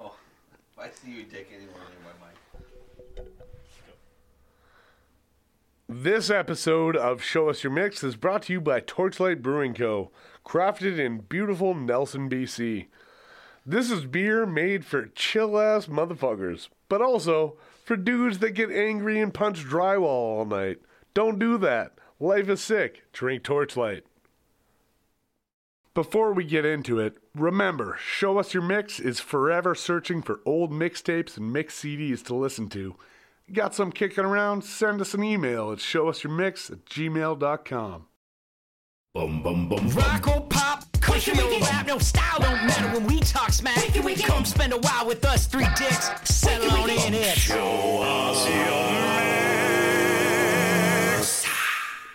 Oh, see you dick anywhere near my mic. This episode of Show Us Your Mix is brought to you by Torchlight Brewing Co., crafted in beautiful Nelson, BC. This is beer made for chill ass motherfuckers, but also for dudes that get angry and punch drywall all night. Don't do that. Life is sick. Drink Torchlight. Before we get into it, remember Show Us Your Mix is forever searching for old mixtapes and mix CDs to listen to. Got some kicking around? Send us an email at showusyourmix at gmail.com. Bum bum bum. Rock or pop, country or rap, no style don't matter when we talk smack. Come spend a while with us, three dicks, settle on in it.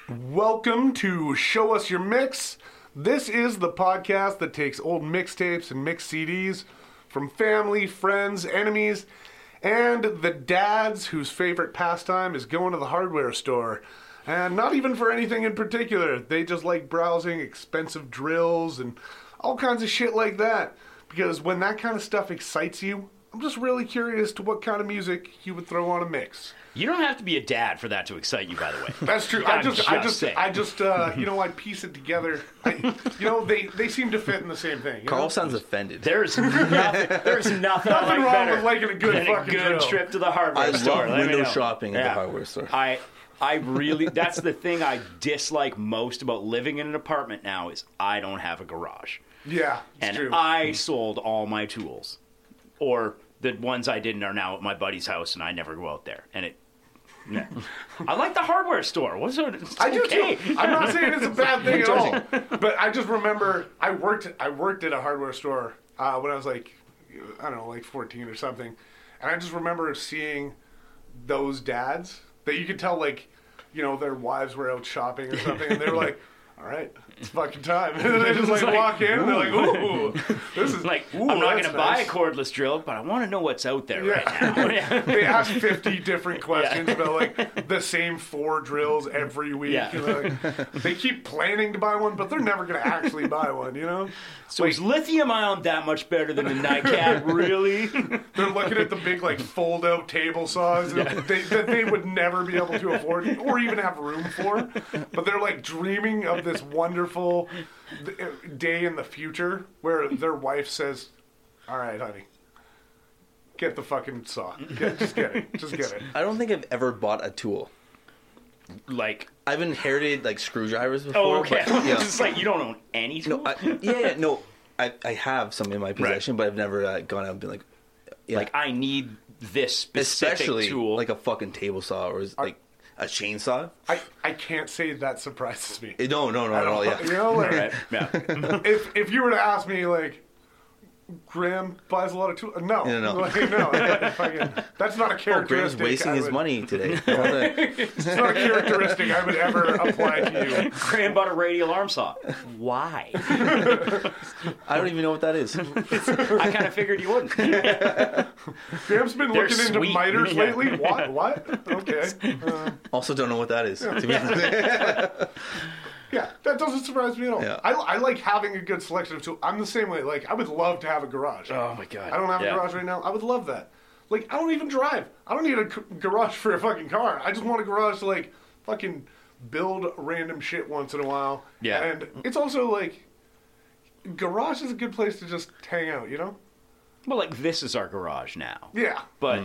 Welcome to Show Us Your Mix. This is the podcast that takes old mixtapes and mix CDs from family, friends, enemies, and the dads whose favorite pastime is going to the hardware store. And not even for anything in particular, they just like browsing expensive drills and all kinds of shit like that. Because when that kind of stuff excites you, I'm just really curious to what kind of music you would throw on a mix. You don't have to be a dad for that to excite you, by the way. That's true. I I'm just, I just just, saying. I just, uh, you know, I piece it together. I, you know, they they seem to fit in the same thing. you Carl know? sounds offended. There is nothing. There is nothing. I Nothing like wrong better with liking a good than fucking good drill. trip to the hardware I love store. let me window know. shopping at the hardware store. I, I really. That's the thing I dislike most about living in an apartment now is I don't have a garage, yeah, it's and true. I sold all my tools, or the ones I didn't are now at my buddy's house, and I never go out there. And it. nah. I like the hardware store. What's it? It's I do okay. too. I'm not saying it's a bad thing at all, but I just remember I worked, I worked at a hardware store uh, when I was like, I don't know, like 14 or something, and I just remember seeing those dads that you could tell like, you know, their wives were out shopping or something, and they were like. All right, it's fucking time. And they just like, like, walk in, and they're like, "Ooh, this is Like ooh, I'm not that's going to buy nice. a cordless drill, but I want to know what's out there Yeah. right now. they ask 50 different questions about like the same four drills every week. Yeah. And they're like, they keep planning to buy one, but they're never going to actually buy one, you know? So is lithium ion that much better than the NICAD? really? They're looking at the big like fold out table saws that, they, that they would never be able to afford or even have room for. But they're like dreaming of this wonderful th- day in the future where their wife says, All right, honey. Get the fucking saw. Get, just get it. Just get it. I don't think I've ever bought a tool. Like, I've inherited like screwdrivers before. oh, okay. But, yeah. It's like you don't own any No, tool. I, yeah, yeah, no. I, I have some in my possession, but I've never uh, gone out and been like, yeah. like I need this specific especially tool. like a fucking table saw or is, like a chainsaw. I, I can't say that surprises me. Eh, No, no, no, at all. Yeah, You know, like, right? Yeah. if if you were to ask me, like, Graham buys a lot of tools. No, Yeah, no. Like, no, like, fucking- that's not a oh, characteristic. Graham's wasting I his would- money today. I wanna- It's not a characteristic I would ever apply to you. Cram bought a radial arm saw. Why? I don't even know what that is. I kind of figured you wouldn't. Graham's been They're looking into sweet. miters Yeah. lately. What? What? Okay. Uh, Also, don't know what that is. to be honest. yeah, that doesn't surprise me at all. Yeah. I, I like having a good selection of tools. I'm the same way. Like, I would love to have a garage. Oh my god. I don't have Yeah. a garage right now. I would love that. Like, I don't even drive. I don't need a c- garage for a fucking car. I just want a garage to, like, fucking build random shit once in a while. Yeah. And it's also, like, garage is a good place to just hang out, you know? Well, like this is our garage now, Yeah. but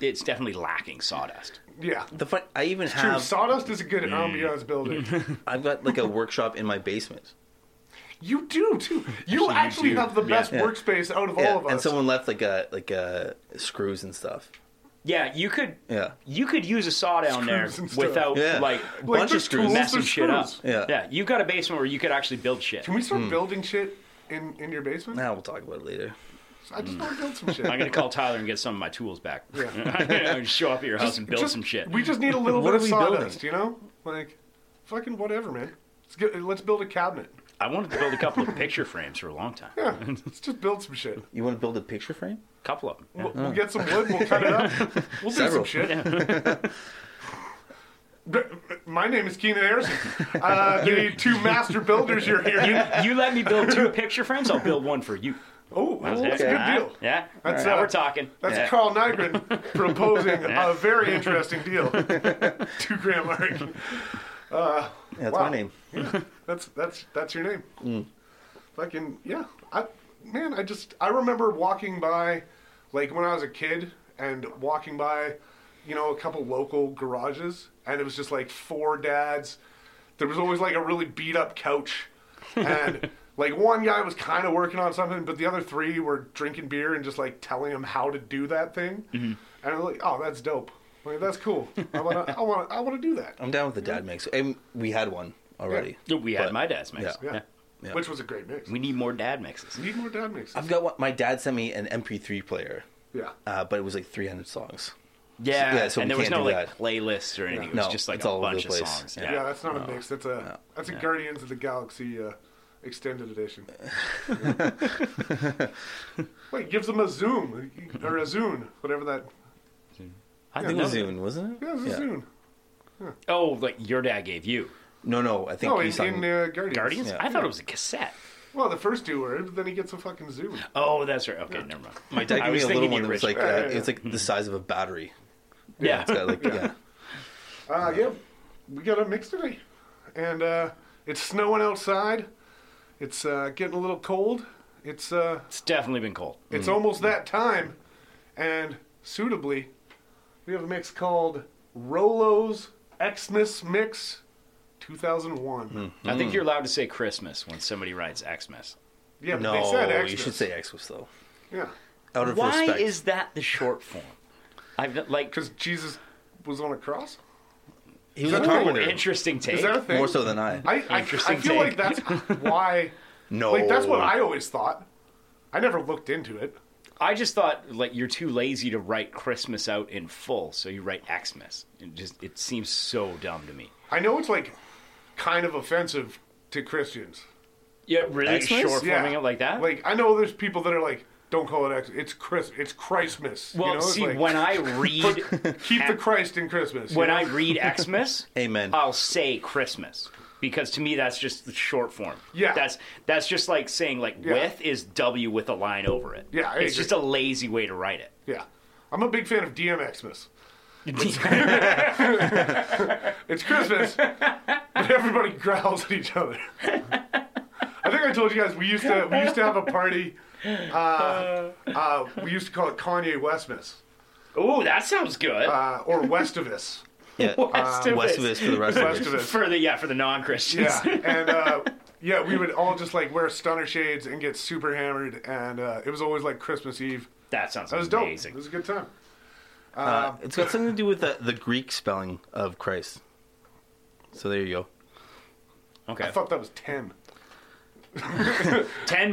it's definitely lacking sawdust. Yeah. The fun, I even True. have. Sawdust is a good Mm. ambiance building. I've got like a workshop in my basement. You do, too. You actually, do. have the Yeah. best Yeah. workspace out of all Yeah, of us. and someone left like a like a screws and stuff. Yeah, you could. Yeah. You could use a saw down there Screws and stuff. without Yeah. like Like, bunch of there's screws. tools, messing there's shit up. screws. Yeah. yeah. You've got a basement where you could actually build shit. Can we start building shit in, in your basement? Now we'll talk about it later. I just want to build Hmm. some shit. I'm gonna call Tyler and get some of my tools back. Yeah. I'm gonna show up at your house and build Just- some shit. We just need a little What bit are of we building? sawdust, you know? Like, fucking whatever, man. Let's, get, let's build a cabinet. I wanted to build a couple of picture frames for a long time. Yeah, let's just build some shit. You want to build a picture frame? couple of them. yeah. We'll, we'll get some wood, we'll cut it up. We'll do some Uh-huh. Several. shit. But- but My name is Keenan Harrison. Uh, the two master builders you're hearing. You let me build two picture frames, I'll build one for you. Oh, that's, it. a good Huh? deal. Yeah. That's, now uh, we're talking. That's yeah. Carl Nygren proposing a very interesting deal to Graham Lark. Yeah, Mm. that's Wow. my name. That's that's that's your name. Fucking yeah. I man, I just I remember walking by, like when I was a kid, and walking by, you know, a couple local garages, and it was just like four dads. There was always like a really beat up couch, and like one guy was kind of working on something, but the other three were drinking beer and just like telling him how to do that thing. Mm-hmm. And I'm like, oh, that's dope. Like that's cool. I wanna, I wanna, I wanna do that. I'm down with the dad mix. And we had one already. we had But- my dad's mix. yeah. Yeah. Yeah. Which was a great mix. We need more dad mixes. Need more dad mixes. I've got one. My dad sent me an MP3 player, yeah. uh, but it was like 300 songs. Yeah, yeah, so and we there was can't no do like that. playlists or anything. It was No, just like it's a all over bunch the of place. songs. Yeah. Yeah, Yeah, that's not a mix. That's a that's a Guardians of the Galaxy uh, extended edition. Wait, gives them a zoom or a zoon, whatever that. I I don't think it was know. Zune, wasn't it? Yeah, it's a zoon. Oh, like your dad gave you No, no. I think No, he in, sung. in uh, Guardians. Guardians. Yeah. I thought it was a cassette. Well, the first two were, but then he gets a fucking zoom. Oh, that's right. Okay, never mind. my dad gave me I was a little thinking one the that was like original. uh, Yeah, yeah, yeah. it's like the size of a battery. yeah, It's got like yeah. Uh, yeah, we got a mix today, and uh, it's snowing outside. It's uh, getting a little cold. It's uh, it's definitely been cold. It's Hmm. almost that time, and suitably, we have a mix called Rolo's Xmas Mix 2001. Hmm. Mm-hmm. I think you're allowed to say Christmas when somebody writes Xmas. Yeah, but No, they said Xmas. you should say Xmas though. yeah, Out of Why respect. is that the short form? I've not- like because Jesus was on a cross. he was that a a Ooh, carpenter interesting take. Is that a thing? more so than I. I, I, I Interesting feel like take. that's why. no, Like that's what I always thought. I never looked into it. I just thought like you're too lazy to write Christmas out in full, so you write Xmas. It just it seems so dumb to me. I know it's like kind of offensive to Christians. Yeah, really Xmas? short Yeah. forming it like that. Like I know there's people that are like, don't call it X. It's Chris. It's Christmas. well, you know? It's see, like, when I read keep the Christ in Christmas. you when know? I read Xmas, Amen. I'll say Christmas because to me that's just the short form. Yeah. that's that's just like saying like Yeah. with is W with a line over it. Yeah, I it's agree. just a lazy way to write it. Yeah. I'm a big fan of DMXmas. It's Christmas, but everybody growls at each other. I think I told you guys we used to we used to have a party. Uh, uh, we used to call it Kanye Westmas Ooh, that sounds good. uh, or Westivus. yeah. West of Um, West of it. us for the rest of us. Westivus. for the yeah for the non-Christians. Yeah, and uh, yeah, we would all just like wear stunner shades and get super hammered, and uh, it was always like Christmas Eve. That sounds That was dope. amazing. It was a good time. Uh, it's got something to do with the, the Greek spelling of Christ. So there you go. Okay. I thought that was ten. Ten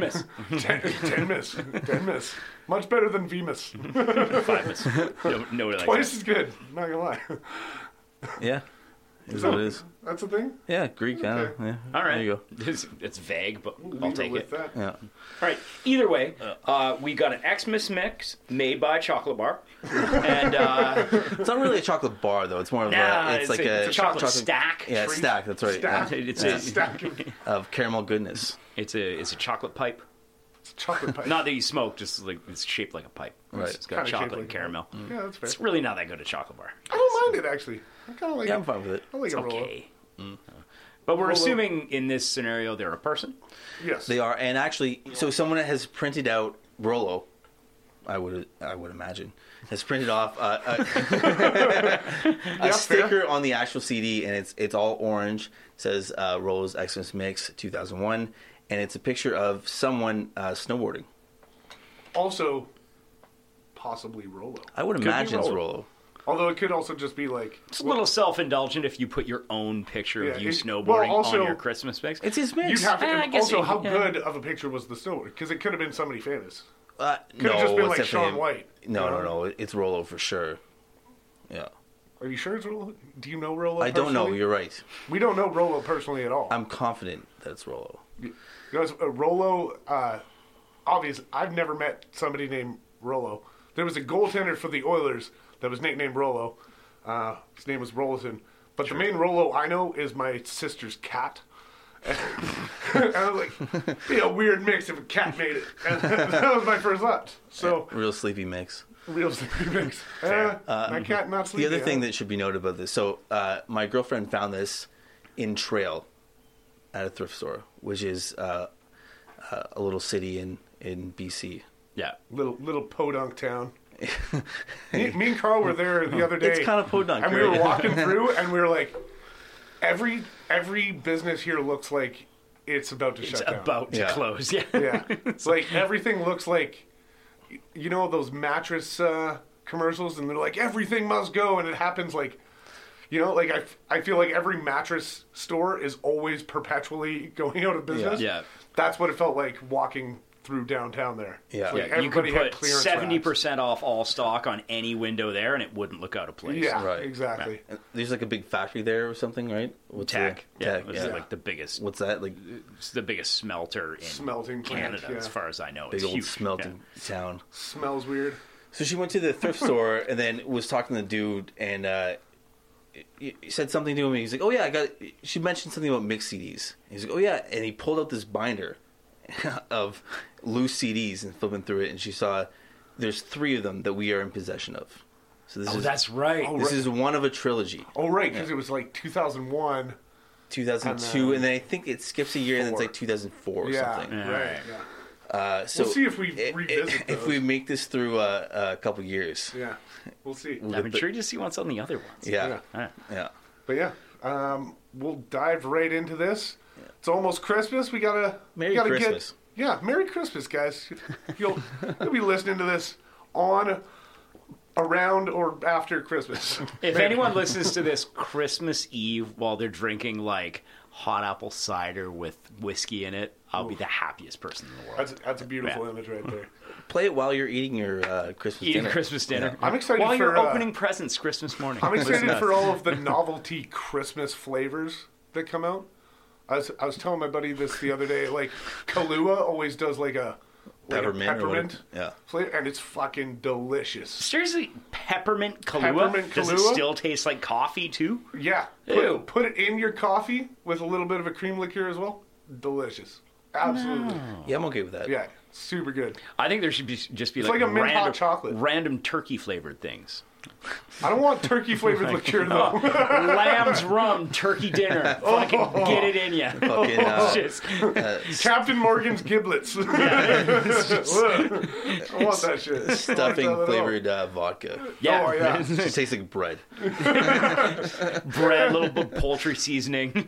miss. Ten, ten miss. Ten miss. Much better than Venus. Five miss. No, no one likes Twice that. is good. Not gonna lie. Yeah. Is what it is. That's the thing. Yeah, Greek. I don't know. Yeah. All right. There you go. It's, it's vague, but Leave I'll take with it. That. Yeah. All right. Either way, uh, we got an Xmas mix made by Chocolate Bar, and uh, It's not really a chocolate bar though. It's more of Nah, a. It's, it's like a- a, it's a chocolate stack. Yeah, Treat. stack. That's right. Stack. Yeah. It's it's a a stack of Of caramel goodness. it's a it's a chocolate pipe. chocolate pipes. Not that you smoke, just like it's shaped like a pipe. Right. Mm. It's got Kinda shaped chocolate like and a- caramel. yeah, that's fair. It's really not that good a chocolate bar. I don't mind it actually. I kind of like. Yeah, it. I'm fine with it. I like It's a roll. okay. Mm. Uh, But we're Roll up. assuming in this scenario they're a person. Yes. They are, and actually, so someone has printed out Rolo. I would, I would imagine, has printed off uh, a, a, a sticker on the actual CD, and it's it's all orange. says uh, Rolo's Xmas Mix 2001, and it's a picture of someone uh, snowboarding. Also, possibly Rolo. I would be imagine it's Rolo. Rolo. Although it could also just be like. It's a little self-indulgent if you put your own picture Yeah, of you it- well, snowboarding also- on your Christmas mix. It's his mix. You'd have to, Eh, I guess also, it- how yeah. good of a picture was the snowboard? Because it could have been somebody famous. uh, Could have no, just been it's like definitely Shawn him. White. No, you no, know? no. It's Rolo for sure. Yeah, Are you sure it's Rolo? Do you know Rolo? I don't know. personally? You're right. We don't know Rolo personally at all. I'm confident that it's Rolo. Because uh, Rolo, uh, obvious. I've never met somebody named Rolo. There was a goaltender for the Oilers that was nicknamed Rolo. Uh, his name was Rollerton. But the main Rolo I know is my sister's cat, and I was like, be a weird mix if a cat made it. And that was my first thought. So Real sleepy mix. real sleepy mix. Eh, my cat not Um, The sleepy. other thing huh? that should be noted about this so, uh, my girlfriend found this in Trail at a thrift store, which is uh, uh, a little city in, in BC. Yeah. little little podunk town. me, me and Carl were there the other day. Oh, It's kind of podunk. and we were right? walking through, and we were like, every every business here looks like it's about to It's shut down. about to Yeah. close. Yeah. yeah, it's like everything looks like, you know, those mattress uh, commercials, and they're like everything must go, and it happens like. You know, like I, f- I feel like every mattress store is always perpetually going out of business. Yeah. That's what it felt like walking through downtown there. Yeah. It's like Yeah, you could everybody had put clearance seventy racks. percent off all stock on any window there, and it wouldn't look out of place. Yeah, Right. exactly. There's like a big factory there or something, right? What's Tac, the- yeah, Tac, was yeah. like the biggest, What's that? Like it's the biggest smelter in Smelting plant, Canada, as yeah. far as I know. big it's old huge. smelting town. Smells weird. So she went to the thrift store and then was talking to the dude and uh, he he said something to him. And he's like, "Oh yeah, I got." She mentioned something about mixed CDs. He's like, "Oh yeah," and he pulled out this binder of loose CDs and flipping through it, and she saw there's three of them that we are in possession of. So this Yeah. Oh, is that's right. Oh, this is one of a trilogy. Oh, right, because it was like 2001. 2002, And, uh, and then I think it skips a year, and it's four. like 2004 or yeah, something. Yeah. right. Yeah. Uh, so see if we i- i- revisit if those. we make this through uh, a couple years. yeah, we'll see. I'm intrigued to see what's on the other ones. Yeah, Yeah. yeah. But yeah, um, we'll dive right into this. It's almost Christmas. We gotta Merry we gotta Christmas. Get, yeah, Merry Christmas, guys. You'll, you'll be listening to this on, around, or after Christmas. If anyone listens to this Christmas Eve while they're drinking like hot apple cider with whiskey in it, I'll be the happiest person in the world. That's that's a beautiful Yeah. image right there. Play it while you're eating your uh, Christmas Eating dinner. Christmas dinner. I'm excited while you're for, uh, opening presents Christmas morning. I'm Listen excited to for us. all of the novelty Christmas flavors that come out. I was, I was telling my buddy this the other day. Like Kahlua always does like a like Peppermint a or whatever. peppermint Yeah. flavor, and it's fucking delicious. Seriously, peppermint Kahlua? Peppermint Does it Kahlua? still taste like coffee too? Yeah, Ew. put, put it in your coffee with a little bit of a cream liqueur as well. Delicious, absolutely. Yeah, I'm okay with that. Yeah, super good. I think there should be just be It's like, like a mint hot random, chocolate. random turkey flavored things. I don't want turkey flavored liqueur though. Lamb's rum turkey dinner. Fucking get it in Oh, you. Oh. Fucking, uh, Just, Captain Morgan's giblets. I want that shit. I want that at stuffing all. flavored uh, vodka. yeah, Oh yeah. It just tastes like bread. bread, little bit of poultry seasoning.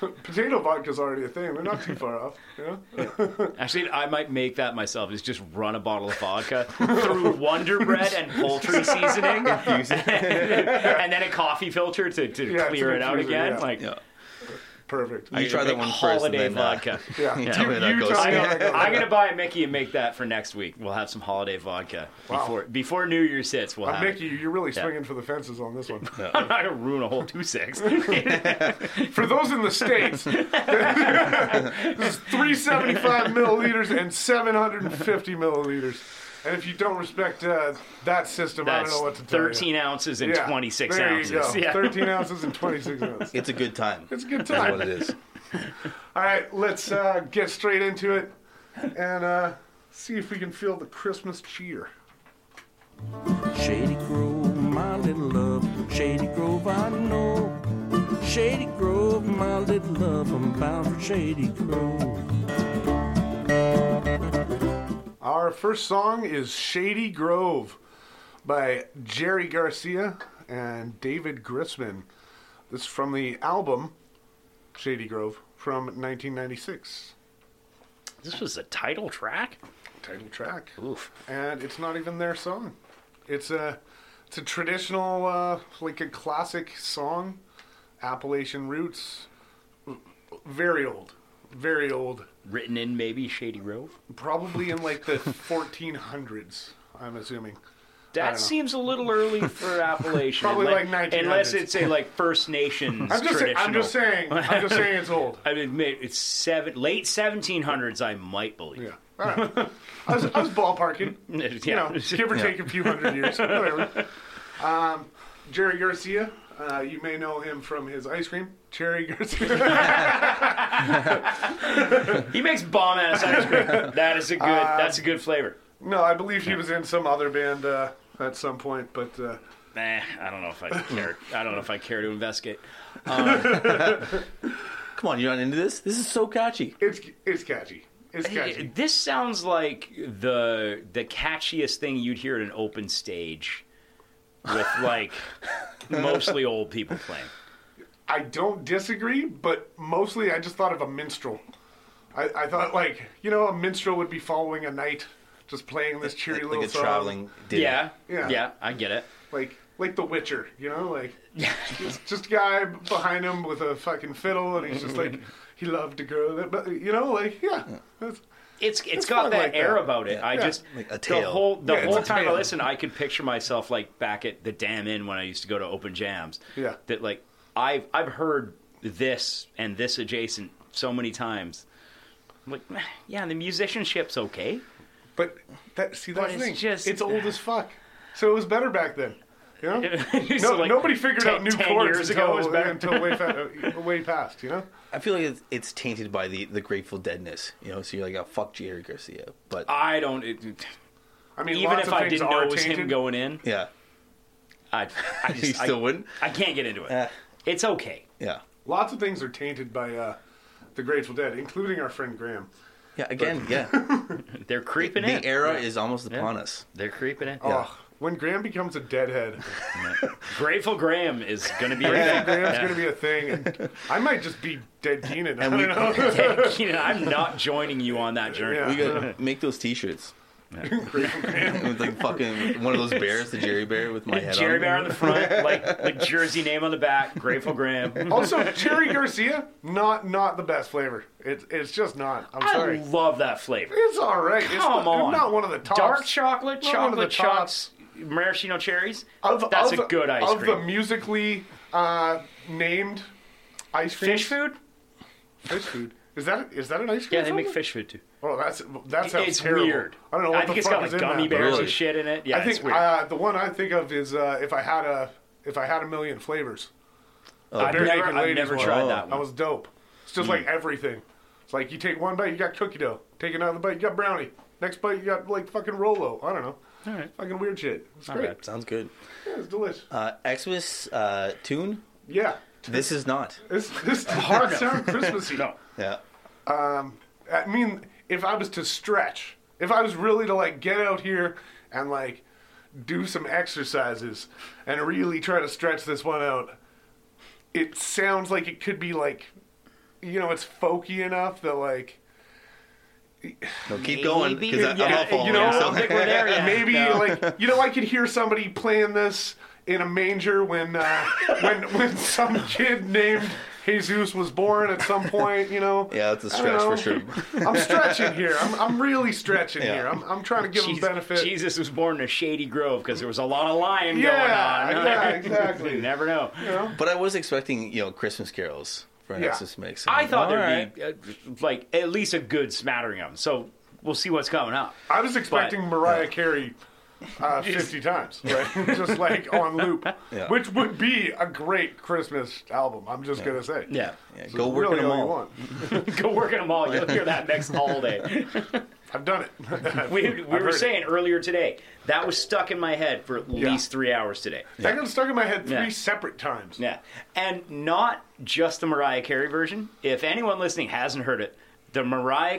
Potato vodka's already a thing. They're not too far off. You know? Actually, I might make that myself. Is just run a bottle of vodka through Wonder Bread and poultry seasoning, and then a coffee filter to, to Yeah, clear to it out diffuse it, again. yeah. Like Yeah. Perfect. I try that make one first and holiday then uh, vodka. yeah. you tell me how that You goes. try I it. am gonna buy a Mickey and make that for next week. We'll have some holiday vodka Wow. before before New Year's hits. We'll Uh, have it. Mickey, you're really swinging for the fences on this one. I'm not gonna ruin a whole two six. For those in the states, this is 375 milliliters and 750 milliliters. And if you don't respect uh, that system, I That's don't know what to tell thirteen you. ounces and Yeah, twenty six there ounces. You go. Yeah. 13 ounces and 26 ounces. It's a good time. It's a good That's time. what it is. All right, let's uh, get straight into it and uh, see if we can feel the Christmas cheer. Shady Grove, my little love. Shady Grove, I know. Shady Grove, my little love. I'm bound for Shady Grove. Our first song is Shady Grove by Jerry Garcia and David Grisman. This is from the album Shady Grove from 1996. This was a title track. Title track. Oof. And it's not even their song. It's a it's a traditional uh, like a classic song, Appalachian roots. Very old. Very old. Written in maybe Shady Grove. Probably in like the 1400s, I'm assuming. That know. seems a little early for Appalachian. Probably unless- like 1900s. Unless it's a like First Nations I'm just, saying, traditional. I'm just saying. I'm just saying it's old. I admit it's seven late seventeen hundreds. I might believe. Yeah. I, don't know. I, was, I was ballparking. You Yeah. know, give or take a few hundred years. Whatever. Um, Jerry Garcia, Uh, you may know him from his ice cream, Cherry Garcia. He makes bomb ass ice cream. That is a good. that's a Um, good flavor. no, I believe he was in some other band uh, at some point, but uh, Nah, I don't know if I care. I don't know if I care to investigate. Come on, you're not into this. This is so catchy. it's it's catchy. It's catchy. This sounds like the the catchiest thing you'd hear at an open stage, with like mostly old people playing. I don't disagree, but mostly I just thought of a minstrel. I, I thought like you know a minstrel would be following a knight, just playing this cheery Like, like little a song, traveling dinner. Yeah, Yeah. yeah, I get it. like like The Witcher, you know, like just, just a guy behind him with a fucking fiddle, and he's just like he loved a girl, that, but you know, like yeah, that's, It's it's fun got that like air that. about it. I Yeah. just Like a the tail. whole the Yeah, it's whole a time I tail. listened, I could picture myself like back at the Damn Inn when I used to go to open jams. Yeah. that like I've I've heard this and this adjacent so many times. I'm like, "Meh, yeah, the musicianship's okay. but that see that's But the it's thing, just- it's old as fuck, so it was better back then. You know? So, no, like, nobody figured ten- out new 10 chords years until, ago was better. until way, fa- uh, way past, you know? I feel like it's, it's tainted by the, the Grateful Deadness, you know. So you're like, oh fuck Jerry Garcia, but I don't. It, I mean, even lots if of I things didn't know are it was tainted. him going in, yeah, I, I just you still I, wouldn't. I can't get into it. Uh. it's okay. Yeah, Lots of things are tainted by uh, the Grateful Dead, including our friend Graham. yeah. Again, yeah. They're creeping in. the era is almost upon us. They're creeping in. Oh, when Graham becomes a deadhead, Grateful Graham is going to be. a Graham's going to be a thing. And I might just be dead Keenan. I we- don't know. thing. Keenan, I'm not joining you on that journey. Yeah. We gotta make those T-shirts. with like fucking one of those bears, the Jerry Bear with my head. Jerry on Bear it. on the front, like like jersey name on the back. Grateful Graham. Also, Cherry Garcia, not not the best flavor. It's it's just not. I'm I sorry. love that flavor. It's all right. it's Come not, on, not one of the tops. Dark chocolate, Not one of the chocolate tops. chunks, maraschino cherries. Of- That's of- a good ice of the cream. musically uh, named ice cream. fish food? Fish food. Is that is that an ice cream? Yeah, they make flavor? fish food too. Oh, that's that sounds it's terrible. weird. I don't know what I think the it's fuck got is like in gummy that, but- bears Really? and shit in it. Yeah, I think it's weird. Uh, the one I think of is uh, if I had a if I had a million flavors. I've Bare never, Naked I've Ladies never one. Oh. tried that That one. Mm. was dope. It's just like everything. It's like you take one bite, you got cookie dough. Take another bite, you got brownie. Next bite, you got like fucking Rolo. I don't know. All right. Fucking weird shit. It's great. right. Sounds good. Yeah, it's delicious. Uh, Xmas uh, tune. yeah. This is not. This this hard sound Christmassy. No. Yeah. I mean, if I was to stretch, if I was really to like get out here and like do some exercises and really try to stretch this one out, it sounds like it could be like, you know, it's folky enough that like, No, keep going Maybe. because I'm Yeah, not following. you know, it, so- I think we're there yet. maybe No. like, you know, I could hear somebody playing this in a manger when uh, when when some kid named Jesus was born at some point, you know. yeah, that's a I don't stretch for know. sure. I'm stretching here. I'm, I'm really stretching Yeah. here. I'm, I'm trying to give Jesus, them benefit. Jesus was born in a shady grove because there was a lot of lying Yeah, going on. yeah, exactly. you never know. But I was expecting, you know, Christmas carols for an Yeah. Xmas mix. I thought All there'd right. be uh, like at least a good smattering of them. So we'll see what's coming up. I was expecting Mariah Carey uh, 50 times, right? just like on loop, Yeah. which would be a great Christmas album. I'm just gonna say. Yeah, Yeah, So go work really them all you all. want. go work in a mall. You'll hear that mix all day. I've done it. We, we heard were it. saying earlier today that was stuck in my head for at least three hours today. That got stuck in my head three Yeah. separate times. Yeah, and not just the Mariah Carey version. If anyone listening hasn't heard it, the Mariah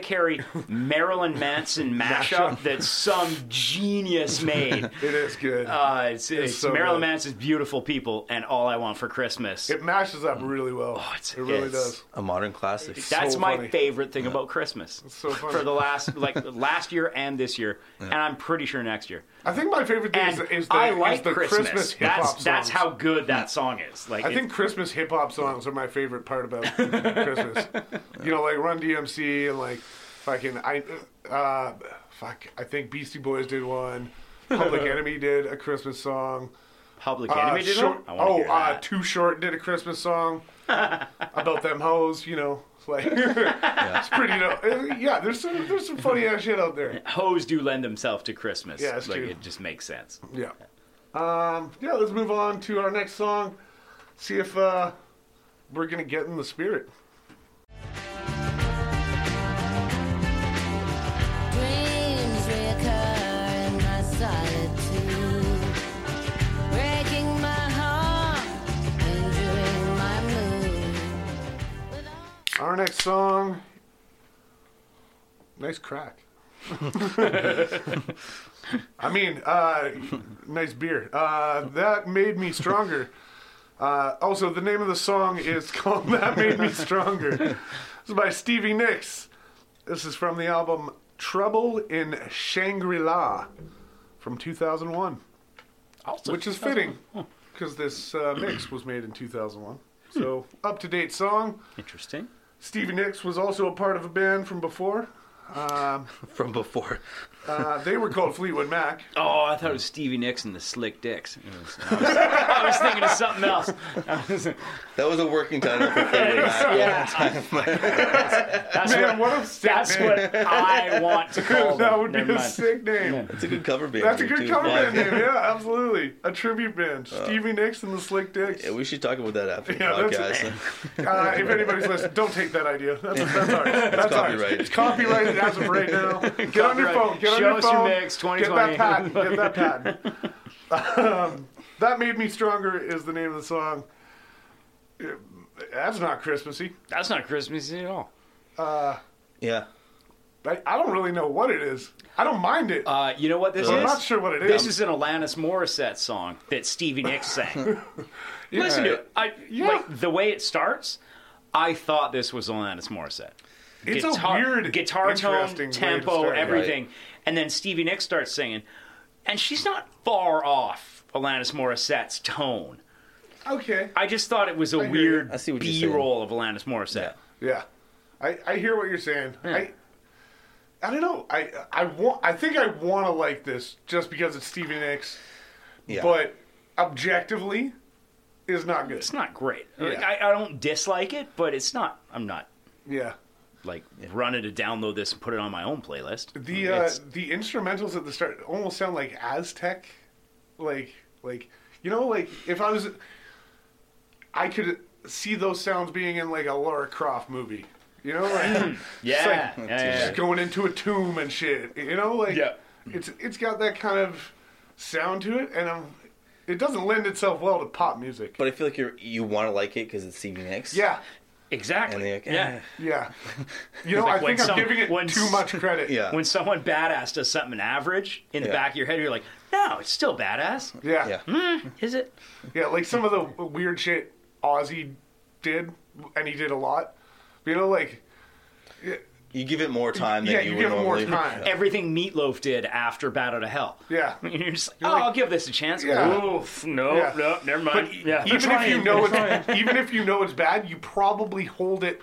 Carey Marilyn Manson mashup that some genius made. It is good. Uh, it's it's, so Marilyn good. Manson's "Beautiful People" and "All I Want for Christmas." it mashes up really well. Oh, it's- it really it's- does. A modern classic. That's so my funny. favorite thing about Christmas so funny. for the last like last year and this year, and I'm pretty sure next year. I think my favorite thing is, And the- is the, I is like the Christmas. Christmas hip hop that's songs. Hmm. that's how good that song is. Like I think Christmas hip hop songs are my favorite part about Christmas. You know, like Run DMC and like fucking I, uh, fuck. I think Beastie Boys did one. Public Enemy did a Christmas song. Public Uh, Enemy did Short- it. I want to oh, hear uh, that. Too Short did a Christmas song about them hoes. You know, it's like it's pretty. dope. Uh, yeah, there's some there's some funny ass shit out there. Hoes do lend themselves to Christmas. Yeah, that's like true. it just makes sense. Yeah. Um, yeah, let's move on to our next song. see if uh, we're gonna get in the spirit. Dreams reoccur in my solitude, breaking my heart, injuring my mood. Our next song. Nice crack. I mean, uh, nice beer. Uh, that made me stronger. Uh, also, the name of the song is called That Made Me Stronger. This is by Stevie Nicks. This is from the album Trouble in Shangri La from 2001, Also, which is fitting because this uh, mix was made in 2001. So, up to date song. interesting. Stevie Nicks was also a part of a band from before. from before. Uh, they were called Fleetwood Mac. Oh, I thought it was Stevie Nicks and the Slick Dicks. It was- I, was, I was thinking of something else. That was a working title for Fleetwood Mac. That's Man, what, what a sick that's name. what I want to Oh, call that them. would Never be a mind. sick name. That's a good cover band. That's a name, good too. cover Yeah. band name. Yeah, absolutely. A tribute band. Stevie Nicks and the Slick Dicks. Yeah, we should talk about that after the Yeah, that's- podcast. Uh, if anybody's listening, don't take that idea. That's, that's ours. That's ours. copyrighted. It's copyrighted as of right now. Get on your Copyright. phone. Get on Show your us your phone. mix, Get that 2020. patent. Get that patent. um, that made me stronger is the name of the song. Uh, That's not Christmassy. That's not Christmassy at all. yeah. I, I don't really know what it is. I don't mind it. Uh, you know what this I'm is? not sure what it This is. is an Alanis Morissette song that Stevie Nicks sang. Listen to it. I, Yeah. like, the way it starts, I thought this was Alanis Morissette. It's guitar, a weird, guitar interesting tone, way to tempo, start. everything. And then Stevie Nicks starts singing, and she's not far off Alanis Morissette's tone. Okay. I just thought it was a hear you. weird I see what you're saying. B-roll of Alanis Morissette. Yeah, I, I hear what you're saying. I I don't know. I I want. I think I want to like this just because it's Stevie Nicks, Yeah. but objectively, is not good. It's not great. Like, Yeah. I, I don't dislike it, but it's not. I'm not Yeah. like running to download this and put it on my own playlist. The uh, It's- the instrumentals at the start almost sound like Aztec, like like you know like if I was, I could see those sounds being in like a Laura Croft movie. You know, like yeah, like- yeah, Mm. yeah, just going into a tomb and shit. You know, like Yeah. it's it's got that kind of sound to it, and i it doesn't lend itself well to pop music. But I feel like you you want to like it because it's Stevie Nicks. yeah, exactly. And they're like, eh. yeah. yeah. You know, Like I when think I'm some- giving it when too s- much credit. Yeah. When someone badass does something average in the Yeah. back of your head, you're like, no, it's still badass. yeah, eh, Yeah. yeah, Is it? Like some of the weird shit Ozzy did, and he did a lot. You know, like You give it more time than yeah, you, you would give it more normally. time. Everything Meatloaf did after Battle to Hell. Yeah. And you're just like, oh, I'll give this a chance. Yeah. Oof, Oh, no, Yeah. no, never mind. But e- yeah. even if you know it's, even if you know it's bad, you probably hold it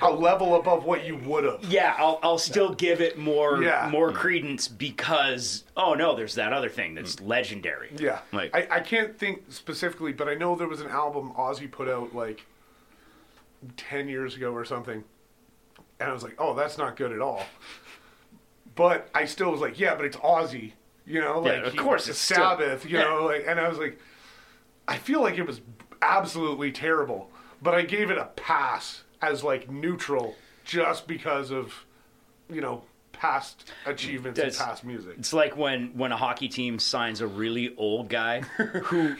a level above what you would have. yeah, I'll, I'll still give it more Yeah. more credence because oh no, there's that other thing that's legendary. Yeah. Like- I, I can't think specifically, but I know there was an album Ozzy put out like 10 years ago or something. And I was like, oh, that's not good at all. But I still was like, yeah, but it's Ozzy. You know, Yeah, like, of he- course it's it's still- Sabbath, you Yeah. know, like, and I was like, I feel like it was absolutely terrible, but I gave it a pass as like neutral just because of, you know, past achievements That's- and past music. It's like when when a hockey team signs a really old guy who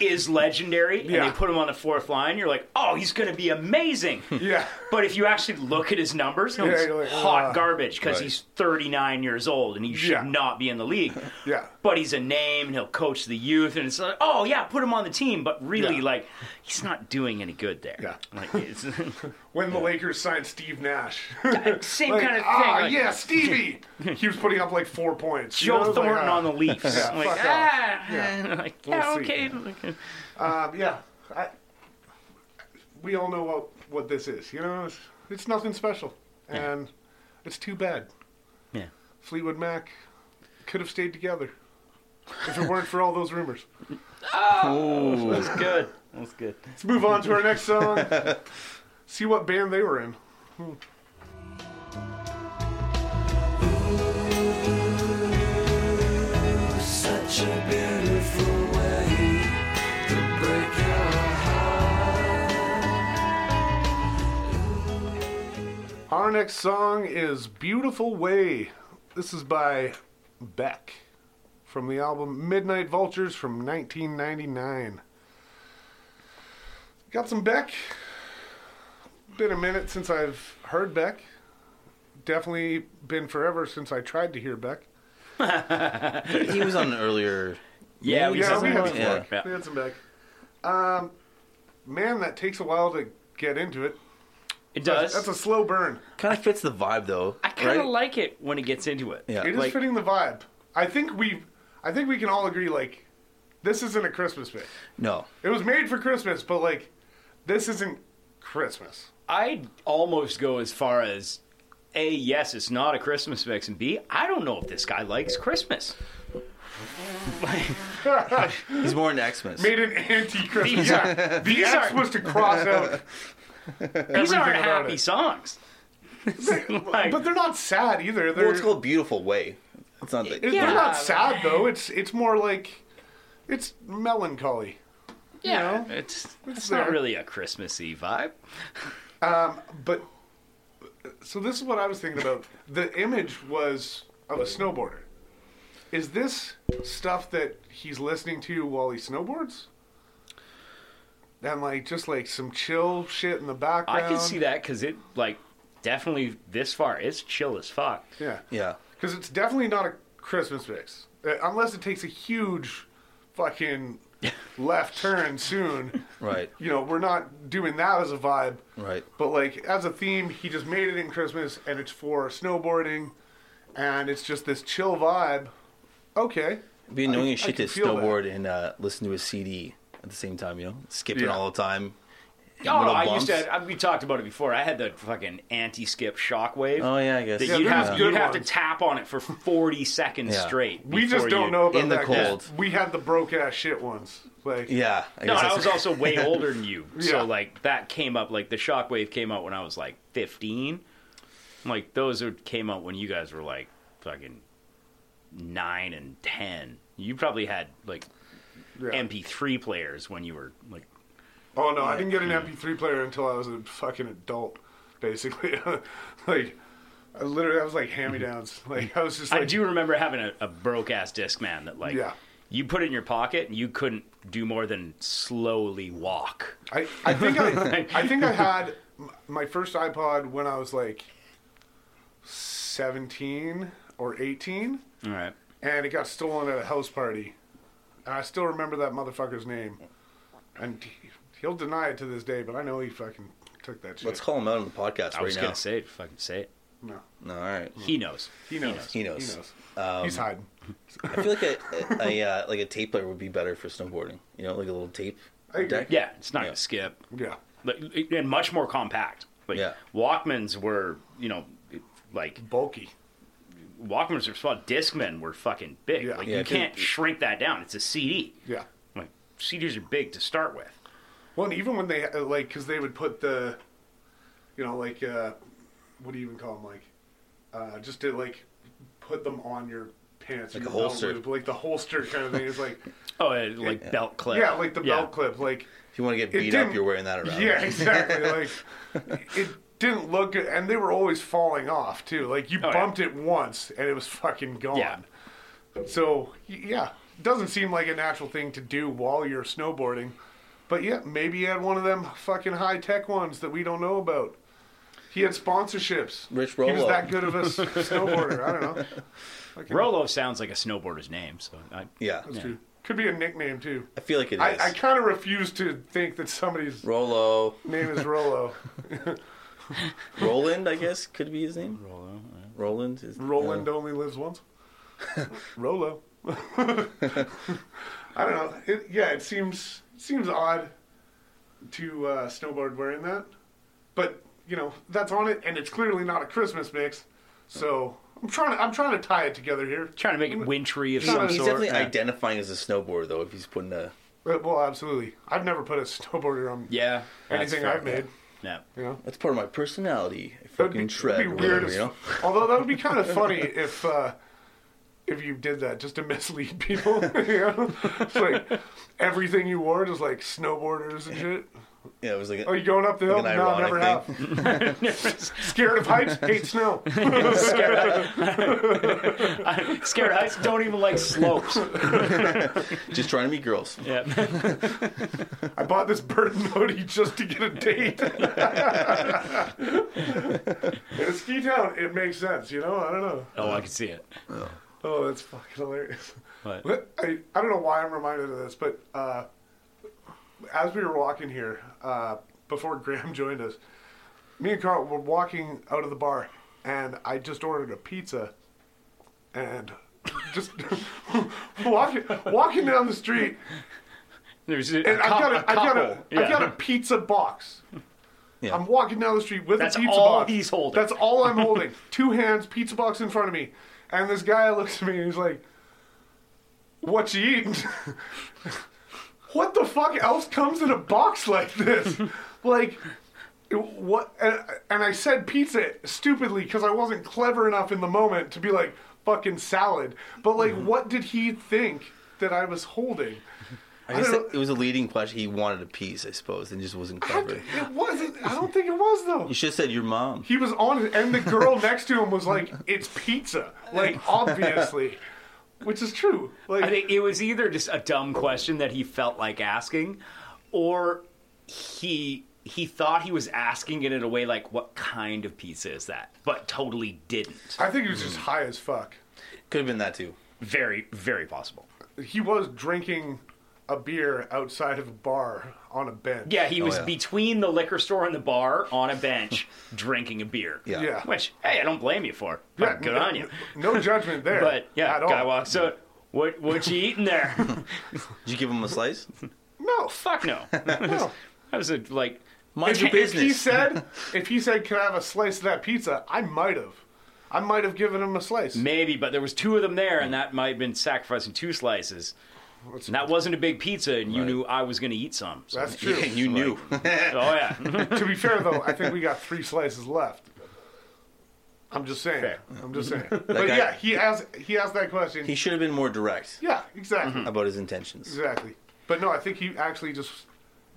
is legendary Yeah. and they put him on the fourth line, you're like, "Oh, he's going to be amazing." Yeah. But if you actually look at his numbers, Yeah, he's you're like, hot uh, garbage because right. he's 39 years old and he should Yeah. not be in the league. Yeah. But he's a name and he'll coach the youth and it's like, "Oh, yeah, put him on the team." But really Yeah. like he's not doing any good there. Yeah. Like it's When the Lakers signed Steve Nash. same Like, kind of thing. Ah, like, yeah, Stevie. he was putting up like four points. you Joe know, it was like, Thornton ah, on the Leafs. Yeah, like, fuck off. ah, Yeah. like, yeah, We'll see. okay. Um, yeah, I, we all know what what this is. You know, it's, it's nothing special, and it's too bad. Yeah. Fleetwood Mac could have stayed together if it weren't for all those rumors. That's good. That's good. Let's move on to our next song. See what band they were in. such a beautiful way to break your heart. Our next song is Beautiful Way. This is by Beck from the album Midnight Vultures from 1999. Got some Beck. Been a minute since I've heard Beck. Definitely been forever since I tried to hear Beck. He was on an earlier. Yeah, we Yeah, said we had that some before. Yeah. Beck. We had some Beck. Um, man, that takes a while to get into it. It does. That's, that's a slow burn. Kind of fits the vibe though. I kind of right? like it when it gets into it. Yeah. It is Like- fitting the vibe. I think we, I think we can all agree. Like, this isn't a Christmas pick. No. It was made for Christmas, but like, this isn't Christmas. I'd almost go as far as A, yes, it's not a Christmas mix, and B, I don't know if this guy likes Christmas. He's more into Xmas. Made an anti-Christmas. yeah, the X was to cross out. These Everything aren't about happy it. songs. Like, But they're not sad either. They're Well, it's called Beautiful Way. It's not. The, it- Yeah. they're not sad though. It's it's more like, it's melancholy. yeah, know, it's, it's not there. really a Christmassy vibe. But so this is what I was thinking about. The image was of a snowboarder. Is this stuff that he's listening to while he snowboards? And like just like some chill shit in the I background. can see that because it, like, definitely this far, it's chill as fuck. Yeah, yeah. because it's definitely not a Christmas mix Uh, unless it takes a huge fucking left turn soon. Right. You know, we're not doing that as a vibe. Right. But like as a theme, he just made it in Christmas, and it's for snowboarding, and it's just this chill vibe. Okay, It'd be annoying as I shit to can feel that. snowboard and uh, listen to a CD at the same time. You know, skipping Yeah. all the time. Oh, Little I used bumps. to. I, we talked about it before. I had the fucking anti-skip shockwave. Oh yeah, I guess. that Yeah, you'd those have are you'd good have to ones. tap on it for 40 seconds Yeah. straight. we just before don't you- know about in the that 'cause cold. We had the broke ass shit ones. Like Yeah. I No, guess and I that's- was also way older than you. Yeah. So like that came up like the shockwave came out when I was like 15. Like those are, came out when you guys were like fucking 9 and 10. You probably had like yeah. MP3 players when you were like Oh no, I didn't get an MP3 player until I was a fucking adult, basically. like, I literally, I was like hand me downs. Like I was just like, I do remember having a, a broke ass disc man that like Yeah. you put it in your pocket and you couldn't do more than slowly walk. I, I think I, I think I had m- my first iPod when I was like seventeen or eighteen, All right. and it got stolen at a house party. And I still remember that motherfucker's name, and he- he'll deny it to this day. But I know he fucking took that shit. Let's call him out on the podcast I right was now. going to say it, fucking say it. no, No, all right. He knows. he knows. He knows. um, He's hiding. I feel like a, a, a uh, like a tape player would be better for snowboarding. You know, like a little tape I agree. deck. Yeah, it's not Yeah. going to skip. Yeah. Like, and much more compact. Like Yeah. Walkmans were, you know, like Bulky. Walkmans were small. Discmen were fucking big. Yeah. Like Yeah, you dude. can't shrink that down. It's a CD. Yeah. Like CDs are big to start with. Well, and even when they uh, like, because they would put the, you know, like, uh, what do you even call them? Like, uh, just to like put them on your pants, or Like your a belt holster. loop, like the holster kind of thing. It's like, Oh, and, like belt clip. yeah, like the belt clip, like. If you want to get It beat up, didn't- you're wearing that around. Yeah, exactly. like it didn't look good, and they were always falling off too. Like you Oh, yeah. bumped it once, and it was fucking gone. Yeah. So y- yeah, doesn't seem like a natural thing to do while you're snowboarding. But yeah, maybe he had one of them fucking high tech ones that we don't know about. He had sponsorships. Rich He was Rolo. that good of a s- snowboarder. I don't know. Rolo sounds like a snowboarder's name. So I, Yeah. True. Could be a nickname too. I feel like it is. I, I kind of refuse to think that somebody's Rolo, name is Rolo. Roland, I guess could be his name. Rolo. Roland is Roland uh, only lives once. Rolo. I don't know. It, yeah, it seems seems odd to uh, snowboard wearing that, but you know that's on it, and it's clearly not a Christmas mix. So I'm trying to I'm trying to tie it together here. trying to make it wintry of he's some he's sort. definitely Yeah. identifying as a snowboarder though. If he's putting a But, well, absolutely. I've never put a snowboarder on yeah. that's anything fair. I've made. Yeah. You know, that's part of my personality. I That'd fucking be- tread. that'd or be whatever, as- you know? Although that would be kind of funny if uh, if you did that just to mislead people. you know? It's like everything you wore just like snowboarders and shit. Yeah, it was like a, Are Oh, you going up the hill? Like an No, I never ironic have. Scared of heights? Hate snow. Scared heights don't even like slopes. just trying to meet girls. yeah. I bought this bird Modi just to get a date. In ski town, it makes sense, you know? I don't know. Oh, I can see it. Oh, that's fucking hilarious. What? What- I, I don't know why I'm reminded of this, but uh, as we were walking here, uh, before Graham joined us, me and Carl were walking out of the bar, and I just ordered a pizza, and just walking walking down the street, There's a, and a, I've cou- got a a, I've got a, couple. have got a Yeah. pizza box. Yeah. I'm walking down the street with That's a pizza all box. he's holding. That's all I'm holding. Two hands, pizza box in front of me, and this guy looks at me and he's like, "What you eating? what the fuck else comes in a box like this? like." What and, and I said pizza stupidly because I wasn't clever enough in the moment to be like fucking salad. But like, Mm-hmm. what did he think that I was holding? I guess don't- it was a leading question. He wanted a piece, I suppose, and just wasn't I- clever. It wasn't. I don't think it was though. You should have said your mom. He was on it, and the girl next to him was like, "It's pizza," like obviously, which is true. I Like, think it was either just a dumb question that he felt like asking, or he he thought he was asking it in a way like, "What kind of pizza is that?" But totally didn't. I think he was just high as fuck. Could have been that too. Very very possible. He was drinking a beer outside of a bar on a bench. Yeah, he was Oh, yeah. between the liquor store and the bar on a bench drinking a beer. Yeah. Yeah. Which hey, I don't blame you for. Yeah, Fucking good no, on you. No judgment there. But yeah, at all. guy walks out. What what you eating there? Did you give him a slice? No, Fuck no. That no. was a like. Mind If, your if he business. said, if he said, "Can I have a slice of that pizza?" I might have. I might have given him a slice. Maybe, but there was two of them there, and that might have been sacrificing two slices. And that wasn't a big pizza, and you knew I was going to eat some. So, That's true. Yeah, you knew. oh yeah, to be fair though, I think we got three slices left. I'm just saying. Fair. I'm just saying. but guy- yeah, he asked he asked that question. he Mm-hmm. should have been more direct yeah, exactly. about his intentions. Exactly. But no, I think he actually just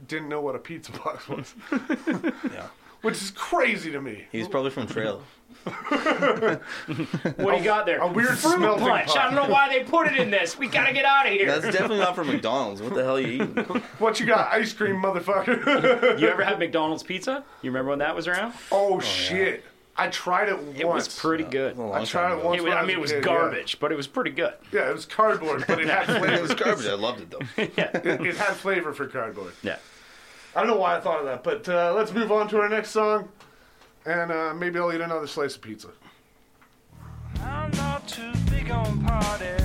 didn't know what a pizza box was. Yeah. Which is crazy to me. He was probably from Trail. what do you got there? A weird fruit smelting punch. pot. I don't know why they put it in this. We got to get out of here. That's definitely not from McDonald's. What the hell are you eating? What you got? Ice cream, motherfucker. you ever had McDonald's pizza? You remember when that was around? oh, shit. I tried it once. It was pretty good. A long I time tried ago. it once. It was, when I was mean, a it was kid, yeah. garbage, but it was pretty good. Yeah. it was cardboard, but it had It flavor. was garbage. I loved it though. Yeah, it had flavor for cardboard. yeah. I don't know why I thought of that, but uh, let's move on to our next song, and uh, maybe I'll eat another slice of pizza. I'm not too big on parties.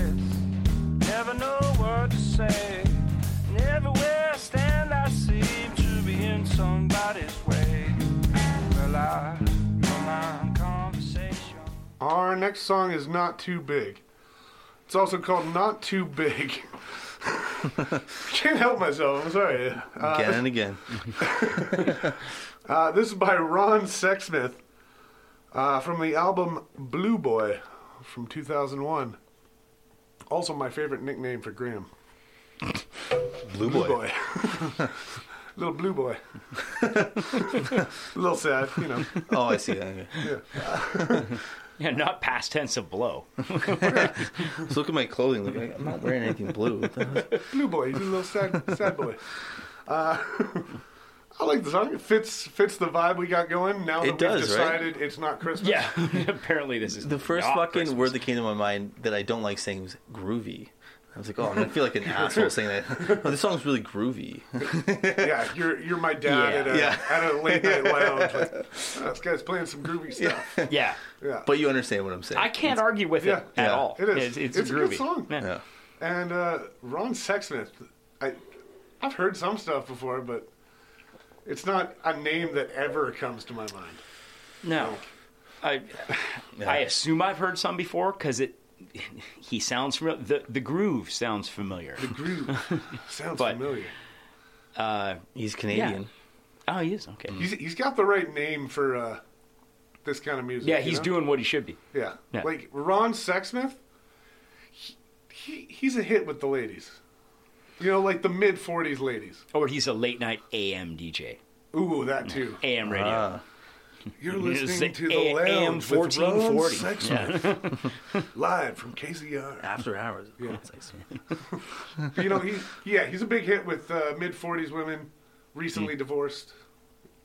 Never know what to say. And everywhere I stand, I seem to be in somebody's way. Well, I don't mind conversation. Our next song is Not Too Big. It's also called Not Too Big. Can't help myself, I'm sorry. Uh, Again and again. uh, this is by Ron Sexsmith uh, from the album Blue Boy from 2001. Also, my favorite nickname for Graham. Blue Blue boy. boy. Little blue boy. A little sad, you know. Oh, I see. Okay. Yeah, not past tense of blow. Just look at my clothing. Look, I'm not wearing anything blue. What the hell? Blue boy, he's a little sad, sad boy. Uh, I like the song. It fits fits the vibe we got going. Now that It we've does, right? decided it's not Christmas. Yeah, apparently this is The first not fucking Christmas. word that came to my mind that I don't like saying was groovy. I was like, oh, I'm gonna feel like an asshole saying that. Oh, this song's really groovy. yeah. You're you're my dad Yeah. at, a, Yeah. at a late night lounge. Like, "Oh, this guy's playing some groovy stuff. Yeah, Yeah, But you understand what I'm saying. I can't argue with yeah, it at yeah, all. it is. It's, it's It's a groovy. good song. Yeah. Yeah. and uh, Ron Sexsmith. I I've heard some stuff before, but it's not a name that ever comes to my mind. No, I I assume I've heard some before because it he sounds familiar. The the groove sounds familiar. Groove sounds But- familiar. He's Canadian. Oh, he is okay. He's he's got the right name for uh, this kind of music. yeah, you he's know? doing what he should be. Yeah. Yeah. Like Ron Sexsmith, he, he he's a hit with the ladies. You know, like the mid 40s ladies. Or he's a late night AM DJ. Ooh, that too. AM radio. You're It's listening the to the A- AM lounge with Ron 1440. Sexsmith, live from KZR. After hours. Yeah. It's like- You know, he yeah, he's a big hit with uh, mid 40s women, Mm. recently divorced,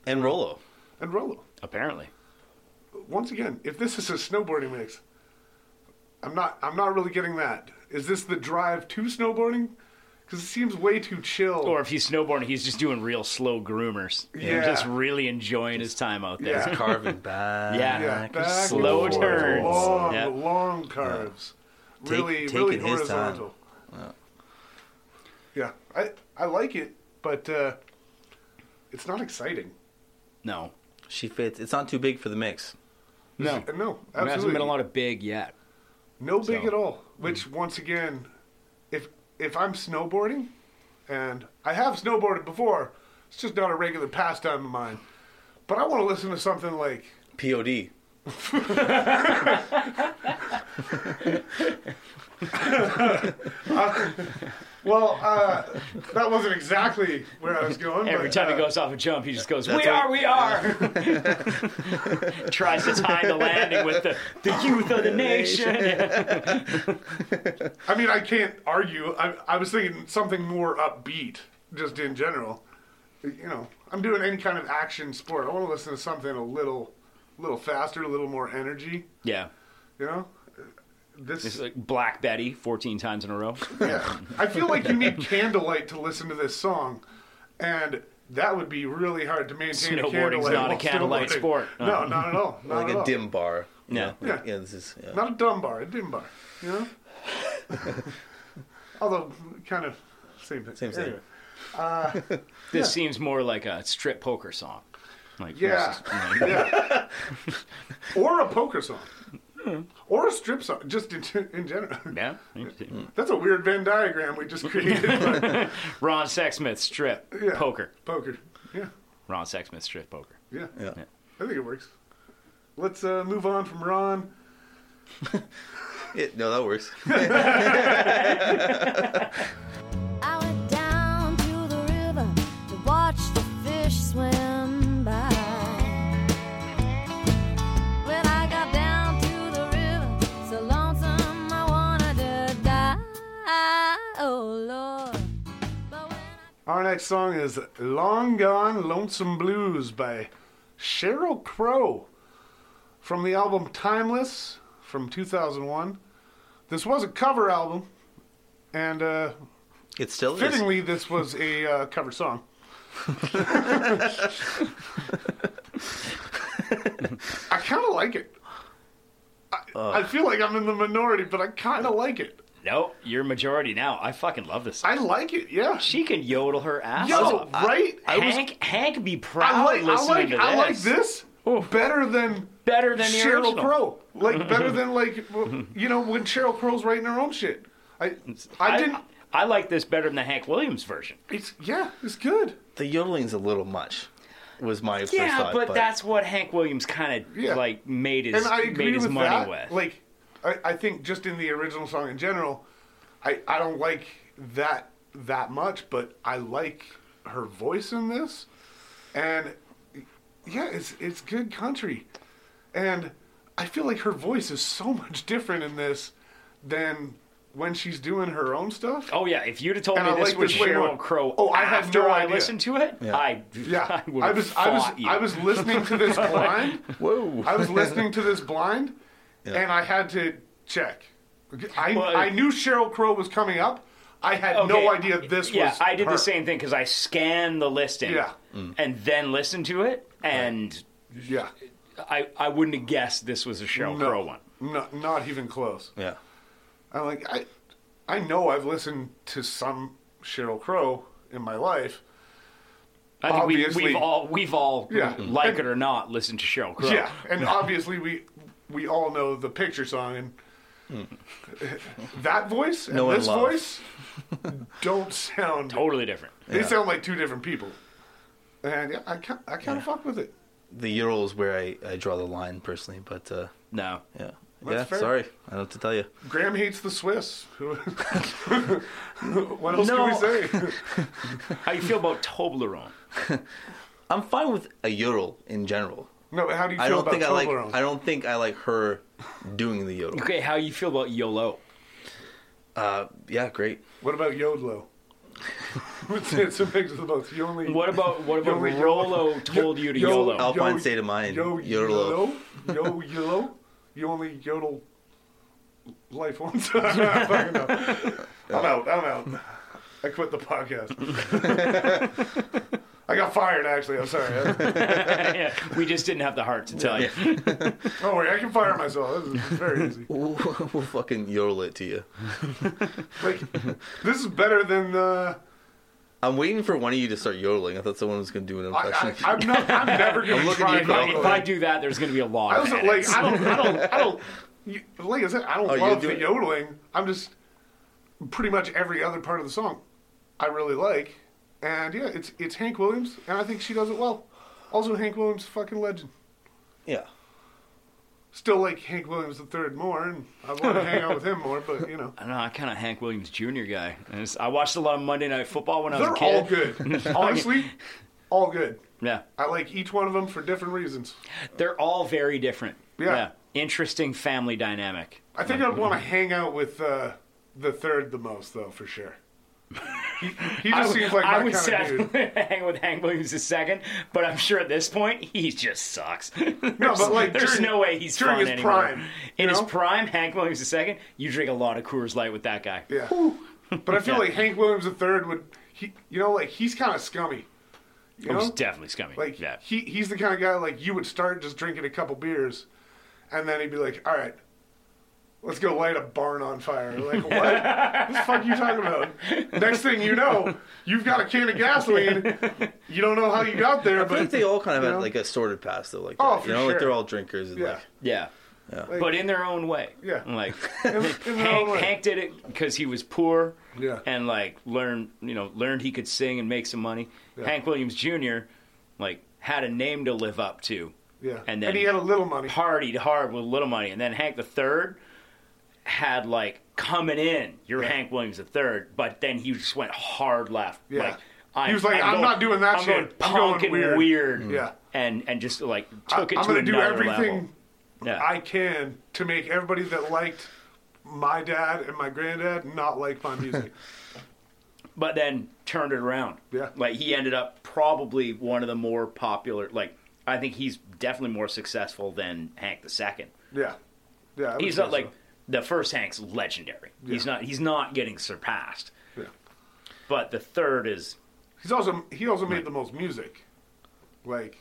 And Rolo. and Rolo. Apparently. Once again, if this is a snowboarding mix, I'm not I'm not really getting that. Is this the drive to snowboarding? Because it seems way too chill. Or if he's snowboarding, he's just doing real slow groomers. You know, Yeah. Just really enjoying his time out there. yeah, Carving back. Yeah. yeah, and back and slow forth, turns. long, Yeah. long curves, really, Take- really taking his time. horizontal. Yeah, I I like it, but uh, it's not exciting. No. She fits. It's not too big for the mix. Uh, No. No, There hasn't absolutely. been a lot of big yet. No big So- mm. at all. Which once again, if if I'm snowboarding, and I have snowboarded before, it's just not a regular pastime of mine. But I want to listen to something like POD. well, uh, that wasn't exactly where I was going. Every but, time uh, he goes off a jump, he just goes, That's "We what- are, we are." Tries to tie the landing with the, the youth of the nation. I mean, I can't argue. I, I was thinking something more upbeat, just in general. You know, I'm doing any kind of action sport. I want to listen to something a little, little faster, a little more energy. yeah, You know, this. it's like Black Betty, fourteen times in a row. yeah. I feel like you need candlelight to listen to this song, and that would be really hard to maintain. a Snowboarding's candlelight not a while candlelight snowboarding. sport. No, not at all. Not Like at a all. dim bar. you Yeah. know? Yeah. yeah this is, yeah. Not a dumb bar, a dim bar. You know? Although, kind of same thing. Same thing. Anyway. This seems more like a strip poker song. Like Yeah. this is- yeah. or a poker song. Hmm. Or a strip song, just in, in general. yeah. interesting. That's a weird Venn diagram we just created. but Ron Sexsmith strip Yeah. poker. poker. Yeah, Ron Sexsmith strip poker. yeah, Yeah. I think it works. Let's uh, move on from Ron. It- no, that works. I went down to the river to watch the fish swim by. When I got down to the river, so lonesome I wanted to die. Oh Lord. But when I Our next song is Long Gone Lonesome Blues by Cheryl Crow from the album Timeless from 2001. This was a cover album, and uh, It still is. fittingly, this was a uh, cover song. I kind of like it. I, I feel like I'm in the minority, but I kind of like it. No, you're majority now. I fucking love this. Song. I like it, yeah. she can yodel her ass Yo, off. right? I was- Hank, Hank, be proud I like, I listening like, to this. I like this better than better than the Cheryl original. Crow. Like better than like w- you know when Cheryl Crow's writing her own shit. I I didn't. I like this better than the Hank Williams version. It's yeah, it's good. The yodeling's a little much, was my first Yeah, thought. but, that's what Hank Williams kind of Yeah. like made his and I made agree his with money that. with. Like, I, I think just in the original song in general, I, I don't like that that much, but I like her voice in this, and yeah, it's it's good country, and I feel like her voice is so much different in this than when she's doing her own stuff. oh yeah, if you'd have told And me I this like was this way Cheryl more. Crow, Oh, I had after no I idea. listened to it, I Yeah, I would I have was fought I was you. I was listening to this blind. Whoa. I was listening to this blind, and I had to check. I, Well, I knew Cheryl Crow was coming up. I had Okay, no idea this yeah, was. I did her. the same thing because I scanned the listing, Yeah. and then listened to it, and Yeah, I I wouldn't have guessed this was a Cheryl no, Crow one. No, not even close. yeah. I'm like, I, I know I've listened to some Cheryl Crow in my life. I think we, Obviously. we've all we've all Yeah. like it or not listened to Cheryl Crow. Yeah, and obviously we we all know the picture song and Hmm. that voice and No one this loved. voice don't sound. totally different. They sound like two different people. And yeah, I kind I kind of fuck with it. The yodel is where I, I draw the line personally, but uh, No, yeah. yeah, fair. sorry. I don't know what to tell you. Graham hates the Swiss. what else No. can we say? How you feel about Toblerone? I'm fine with a yodel in general. No, but how do you feel I don't about think I like. Toblerone? I don't think I like her doing the yodel. Okay, how you feel about YOLO? Uh, yeah, great. What about Yodlo? it's, it's a mix of both. You only What about what about Yolo. Rolo told you to YOLO? I'll- Alpine state of mind, Yo yodel. yodel. Yo yodel. You only yodel life once. I'm out. I'm out. I'm out. I quit the podcast. I got fired. Actually, I'm sorry. I- Yeah, we just didn't have the heart to tell you. Don't worry. I can fire myself. This is very easy. We'll, we'll fucking yodel it to you. Like this is better than. Uh, I'm waiting for one of you to start yodeling. I thought someone was gonna do an I, impression. I, I'm not. I'm never gonna looking try. at you, If I, if yodel. I do that, there's gonna be a law. I was about like, it. I don't, I don't, I don't. You, like I said, I don't Oh, you love do the it. yodeling. I'm just pretty much every other part of the song I really like, and yeah, it's it's Hank Williams, and I think she does it well. Also, Hank Williams, fucking legend. yeah. Still like Hank Williams the third more, and I want to hang out with him more, but you know, I don't know. I kind of Hank Williams Jr. guy. I, just- I watched a lot of Monday Night Football when I was they're a kid. all good. Honestly, all good. Yeah, I like each one of them for different reasons. they're all very different. Yeah. interesting family dynamic. I think I'd want to hang out with uh, the third the most, though, for sure. He, he just seems like I my would kind say of dude. I'd hang with Hank Williams a second, but I'm sure at this point he just sucks. No, but like There's during- no way he's during fun his anymore. prime, In you his know? prime, Hank Williams II, you drink a lot of Coors Light with that guy. Yeah. But I feel like Hank Williams III would he you know like he's kind of scummy. You Oh, It was know? definitely scummy. Like yeah. he he's the kind of guy like you would start just drinking a couple beers and then he'd be like, "All right, let's go light a barn on fire." Like, what? what the fuck are you talking about? Next thing you know, you've got a can of gasoline. You don't know how you got there, I feel like but they all kind of you had know? like a sorted past though, like Oh, that. for you know, like sure. they're all drinkers and Yeah. like yeah. Like- but in their own way. Yeah. Like In- in their own Hank, way. Hank did it because he was poor. Yeah. And like learned, you know, learned he could sing and make some money. Hank Williams Jr. like had a name to live up to. yeah. and And, then- he had a little money. partied hard with little money, and then Hank the Third had like coming in. You're Hank Williams the Third, but then he just went hard left. Yeah. Like, I'm, He was like, "I'm not doing that I'm shit. Going I'm punk going and weird." weird. Yeah. and and just like I, took it am to gonna do another everything level. Yeah, I can to make everybody that liked my dad and my granddad not like my music. but then turned it around. Yeah. like he ended up probably one of the more popular. Like I think he's definitely more successful than Hank the Second. yeah, yeah. I would He's say not like so. the first Hank's legendary. He's Yeah. not. He's not getting surpassed. Yeah. But the third is He's also he also made the most music, like,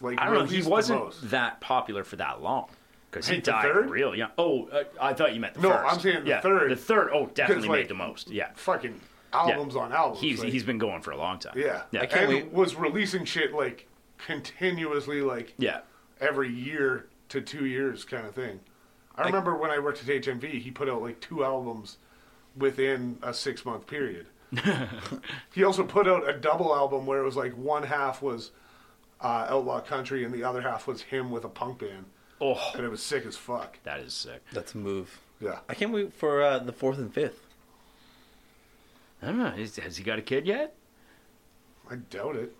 like I don't know. He released the wasn't most. that popular for that long because he Hank the died Third? real young. Oh, uh, I thought you meant the No, 1st I'm saying the yeah, third. The third. Oh, definitely like, made the most. Yeah, fucking albums on albums. he's like, he's been going for a long time. yeah, yeah, and wait. was releasing shit like continuously, like yeah. every year to two years kind of thing. I remember when I worked at HMV, he put out like two albums within a six month period. he also put out a double album where it was like one half was uh, Outlaw Country and the other half was him with a punk band. Oh, And it was sick as fuck. that is sick. that's a move. Yeah. I can't wait for uh, the fourth and fifth. I don't know. Is, has he got a kid yet? I doubt it.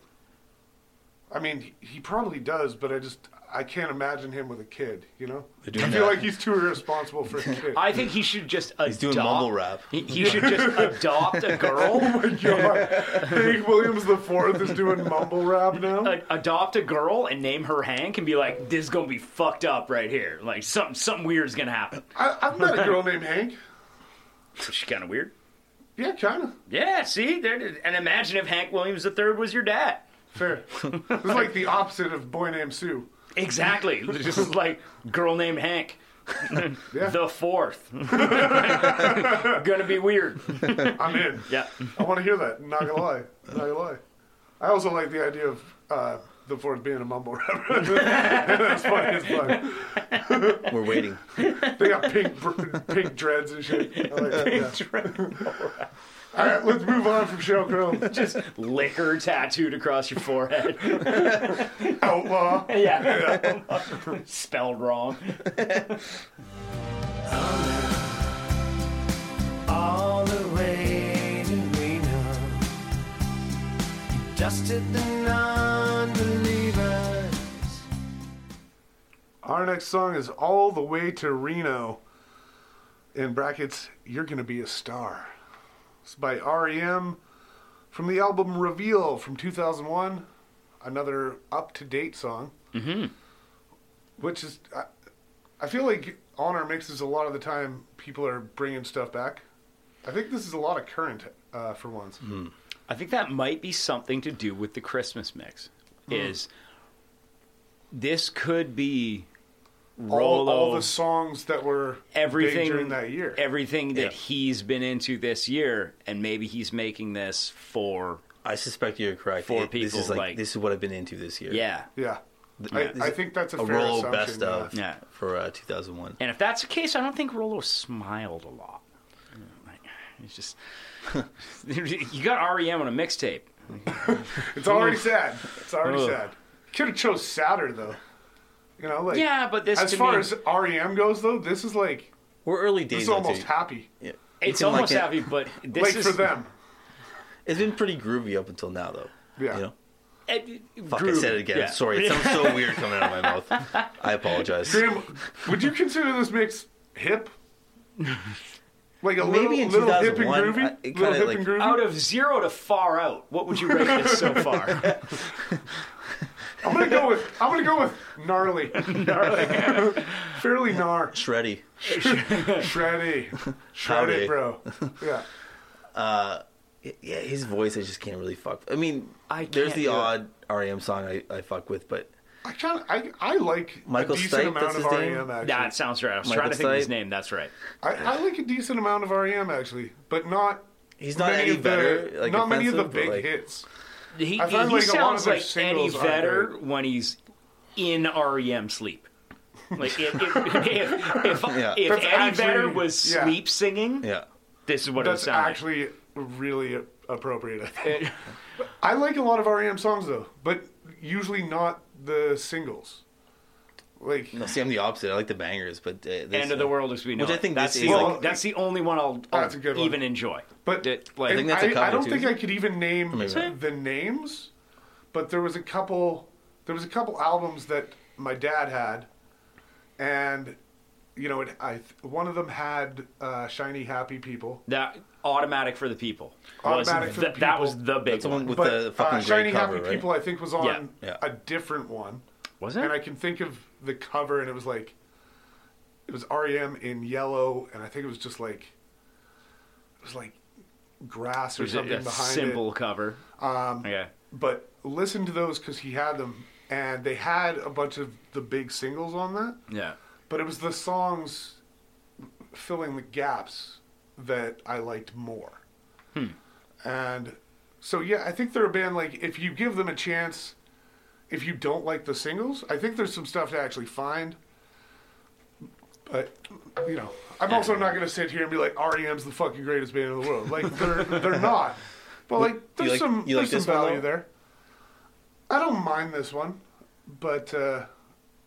I mean, he- he probably does, but I just, I can't imagine him with a kid, you know? I doing feel that. like he's too irresponsible for a kid. I think he should just adopt. doing mumble rap. He, he should just adopt a girl. Oh God. Hank Williams the fourth is doing mumble rap now. a- adopt a girl and name her Hank and be like, "This is gonna be fucked up right here. Like something something weird's gonna happen." I, I've met a girl named Hank. Which is kind of weird. Yeah, kind of. Yeah, see, there. it is. And imagine if Hank Williams III was your dad. Fair. It's like the opposite of boy named Sue. Exactly. Just like girl named Hank. Yeah. The fourth. Gonna be weird. I'm in. Yeah. I want to hear that. Not gonna lie. Not gonna lie. I also like the idea of uh, the fourth being a mumble rapper. That's funny as fuck. We're waiting. They got pink br- pink dreads and shit. I like that, yeah. All right, let's move on from Cheryl Crow. Just liquor tattooed across your forehead. Outlaw. yeah. Spelled wrong. all the rain and rain dusted the non-believers Our next song is All the Way to Reno. In brackets, You're Gonna Be a Star. It's by REM from the album Reveal from 2001. Another up to date song. Mm-hmm. Which is, I, I feel like on our mixes, a lot of the time people are bringing stuff back. I think this is a lot of current uh, for once. I think that might be something to do with the Christmas mix. Hmm. Is this could be All, Rolo all the songs that were big everything during that year. everything that Yeah. he's been into this year, and maybe he's making this for I suspect you're correct. Four This people, is like, like- this is what I've been into this year. yeah. yeah. Yeah. I, I think that's a, a fair roll assumption. best yeah. of Yeah. for uh, 2001. And if that's the case, I don't think Rolo smiled a lot. Like, It's just you got REM on a mixtape. It's already sad. It's already Ugh. sad. Could have chose sadder though. You know, like Yeah, but this as to far me- as REM goes though, this is like We're early this days. is on almost tape. happy. Yeah. It's You can almost like it. happy, but this Like is for them. It's been pretty groovy up until now, though. Yeah. You know? It, Fuck, I said it again. Sorry, it sounds so weird coming out of my mouth. I apologize. Graham, would you consider this mix hip? Like a Maybe in little, little hip and 2001, groovy, I- it little kinda hip like- and groovy. Out of zero to far out, what would you rate this so far? I'm gonna go with I'm gonna go with gnarly, fairly gnar, Shreddy. shreddy, shreddy, Howdy. bro. Yeah, Yeah, his voice I just can't really fuck. I mean, I there's can't the do it. odd REM song I, I fuck with, but I kind of I, I like Michael a decent Stipe, amount that's of his name? REM actually. that sounds right. I was Michael trying to think of his Stipe. name. That's right. I, I like a decent amount of REM actually, but not he's not many any of the, better. like, not many of the offensive, but, like, big hits. He, I find, he like, a lot sounds of their like Eddie singles aren't Vedder when he's in REM sleep. Like if if, if, if, Yeah. if That's Eddie actually- Vedder was yeah. sleep singing, Yeah. this is what it That's sounds like. actually really a- appropriate. I think. I like a lot of REM songs though, but usually not the singles. Like No, see, I'm the opposite. I like the bangers, but uh, this, End of the world as we know. Which I it. think that's this the is, only, like- that's the only one I'll, That's a good I'll one. even enjoy. But That, like- I, I think that's a I, cover, don't too, think isn't I could even name Maybe not. the names, but there was a couple. There was a couple albums that my dad had, and you know, it, I one of them had uh, "Shiny Happy People." that automatic for the people. was Automatic for the- the That People. was the big That's the one one. with But the fucking uh, great "Shiny cover, Happy right? People" I think was on Yeah. a different one, Was and I it? can think of the cover, and it was like it was REM in yellow, and I think it was just like it was like grass or Was it something a behind it. simple cover? Um, okay. but listen to those because he had them and they had a bunch of the big singles on that Yeah. but it was the songs filling the gaps that i liked more Hmm. and so yeah i think they're a band like if you give them a chance if you don't like the singles i think there's some stuff to actually find but you know i'm also not going to sit here and be like rem's the fucking greatest band in the world like they're they're not but like there's like- some you like there's this some one, value though? there i don't mind this one but uh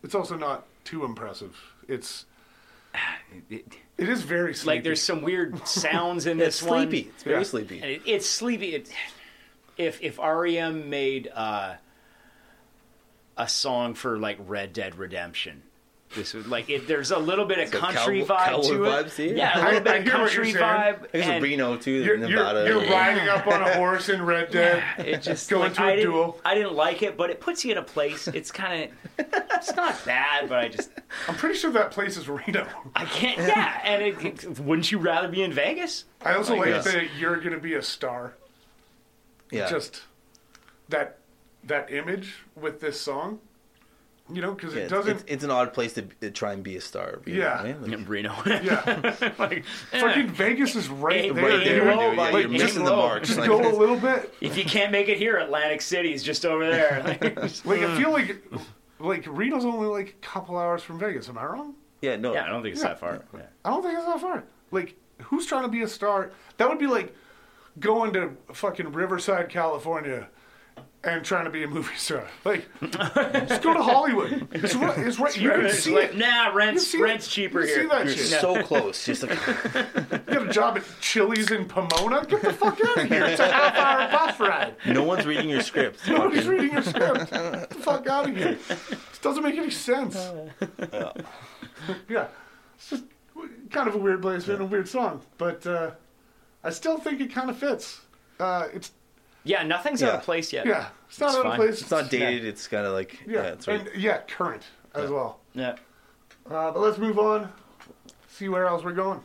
it's also not too impressive it's it is very sleepy. Like there's some weird sounds in It's this one. sleepy. It's very Yeah. sleepy. And it, it's sleepy. It, if if REM made uh, a song for like Red Dead Redemption, this would like it, there's a little bit of So country cowboy- vibe cowboy to vibes, yeah. it. Yeah, a I- little bit I of hear what you're country saying. vibe. I guess and Reno too, you're, you're- Nevada. you're riding up on a horse in Red Dead. It just Going like, to a I didn't, duel. I didn't like it, but it puts you in a place. It's kind of it's not bad, but I just I'm pretty sure that place is Reno. I can't. Yeah, and it, it- wouldn't you rather be in Vegas? I also like yes. that you're gonna be a star. yeah. Just that that image with this song, you know, because Yeah, it it's- doesn't. It's, it's an odd place to b- try and be a star. you know Yeah. what I mean? Like, Reno. yeah, like, fucking Vegas is right Ain't there. right dude. there, You're, like, dude. Like, you're just missing the low. march. Just Like, go a little bit. if you can't make it here, Atlantic City's just over there. Like, Like I feel like like Reno's only like a couple hours from Vegas. Am I wrong? yeah, no. yeah, I don't think it's that far. Yeah. I don't think it's that far. Like, who's trying to be a star? That would be like, going to fucking Riverside, California, and trying to be a movie star. Like, just go to Hollywood. It's right. It's right. You can It's see like, it. nah, You rent's see it? rent's cheaper You see here. that shit. So close. Just like, You got a job at Chili's in Pomona? Get the fuck out of here. It's a half hour bus ride. no one's reading your script. Nobody's reading your script. Get the fuck out of here. This doesn't make any sense. yeah. It's just w- kind of a weird place and a weird song. But uh, I still think it kind of fits. Uh, it's, Yeah, nothing's out of Yeah. place yet. yeah, it's not It's out of fine. place. It's not dated. It's kind of like yeah. Yeah, it's right. and yeah, current as well. Yeah. Uh, but let's move on. See where else we're going.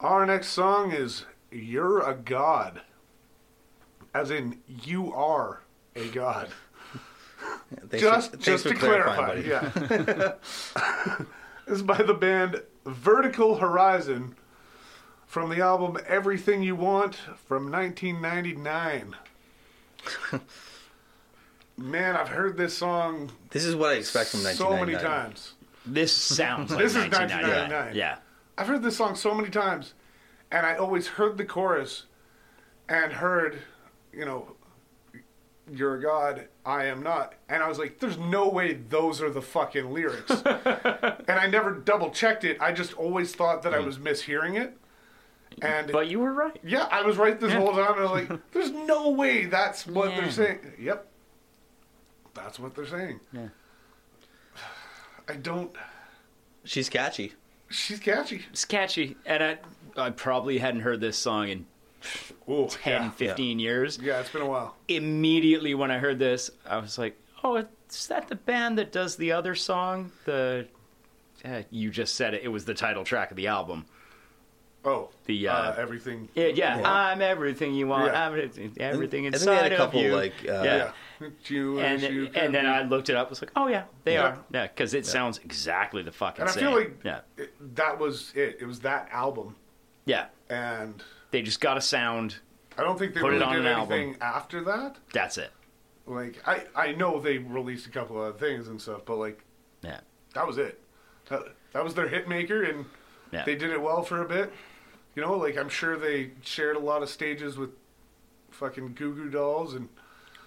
Our next song is You're a God. As in, you are a God. Thanks just for, thanks just for to clarifying, clarify, buddy. yeah. this is by the band Vertical Horizon from the album Everything You Want from 1999. Man, I've heard this song This is what I expect from so many 1999. times. This sounds like This is 1999. 1999. Yeah. I've heard this song so many times, and I always heard the chorus and heard, you know, you're a god, I am not. And I was like, there's no way those are the fucking lyrics. and I never double checked it. I just always thought that I was mishearing it. And But you were right. yeah, I was right this whole time. And I was like, there's no way that's what Yeah. they're saying. Yep. That's what they're saying. Yeah. I don't. She's catchy. She's catchy. It's catchy. And I, I probably hadn't heard this song in Ooh, 10, 15 years. Yeah, it's been a while. Immediately when I heard this, I was like, oh, is that the band that does the other song? The. eh, you just said it. It was the title track of the album. Oh, The, uh, uh, everything. Yeah, yeah. I'm everything you want. Yeah. I'm everything- I everything think inside they had a couple of you. like uh, Yeah. Jewish, and you then, can and then be- I looked it up. I was like, oh yeah, they Yeah. are. Yeah, because it sounds exactly the fucking And I same. feel like yeah, it- that was it. It was that album, yeah. and They just got a sound. I don't think they Put it really on did an album. anything after that. That's it. Like I, I know they released a couple other things and stuff, but like Yeah, that was it. That, that was their hit maker, and yeah. they did it well for a bit. You know, like I'm sure they shared a lot of stages with fucking Goo Goo Dolls and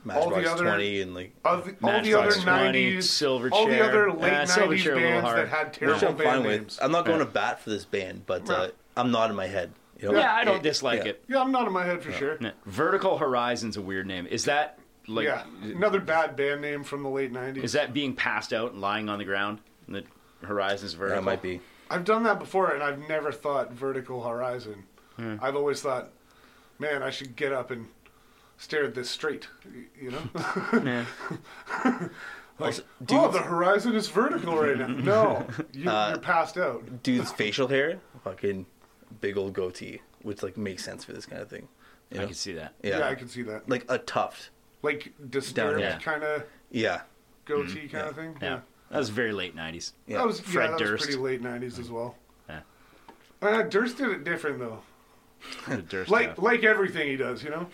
Matchbox other- 20 and like all the, all the other Matchbox 20, 90s, Silverchair. all the other Uh, late '90s Silverchair a little bands hard. that had which terrible I'm fine band with. names. I'm not going Yeah. to bat for this band, but uh, Right. I'm nodding my head. You know? yeah, I don't It- dislike yeah. it. yeah, I'm not in my head for sure. No. Vertical Horizon's a weird name. Is that like? yeah, another bad band name from the late '90s. Is that being passed out and lying on the ground? And the horizon's vertical. That might be. I've done that before, and I've never thought vertical horizon. I've always thought, man, I should get up and stare at this straight. y- You know, Yeah. like, do oh, you- the horizon is vertical right now. No, you, you're passed out. Dude's facial hair, fucking big old goatee, which like makes sense for this kind of thing. You I know? can see that. Yeah. Yeah. I can see that. Like, Like a tuft. disturbed Yeah. kind of Yeah. goatee kind of thing. Mm-hmm. Yeah, that was very late '90s. Yeah. that was yeah, Fred that Durst. was pretty late '90s as well. Yeah. Uh, Durst did it different though. The Durst Like stuff. like everything he does, you know.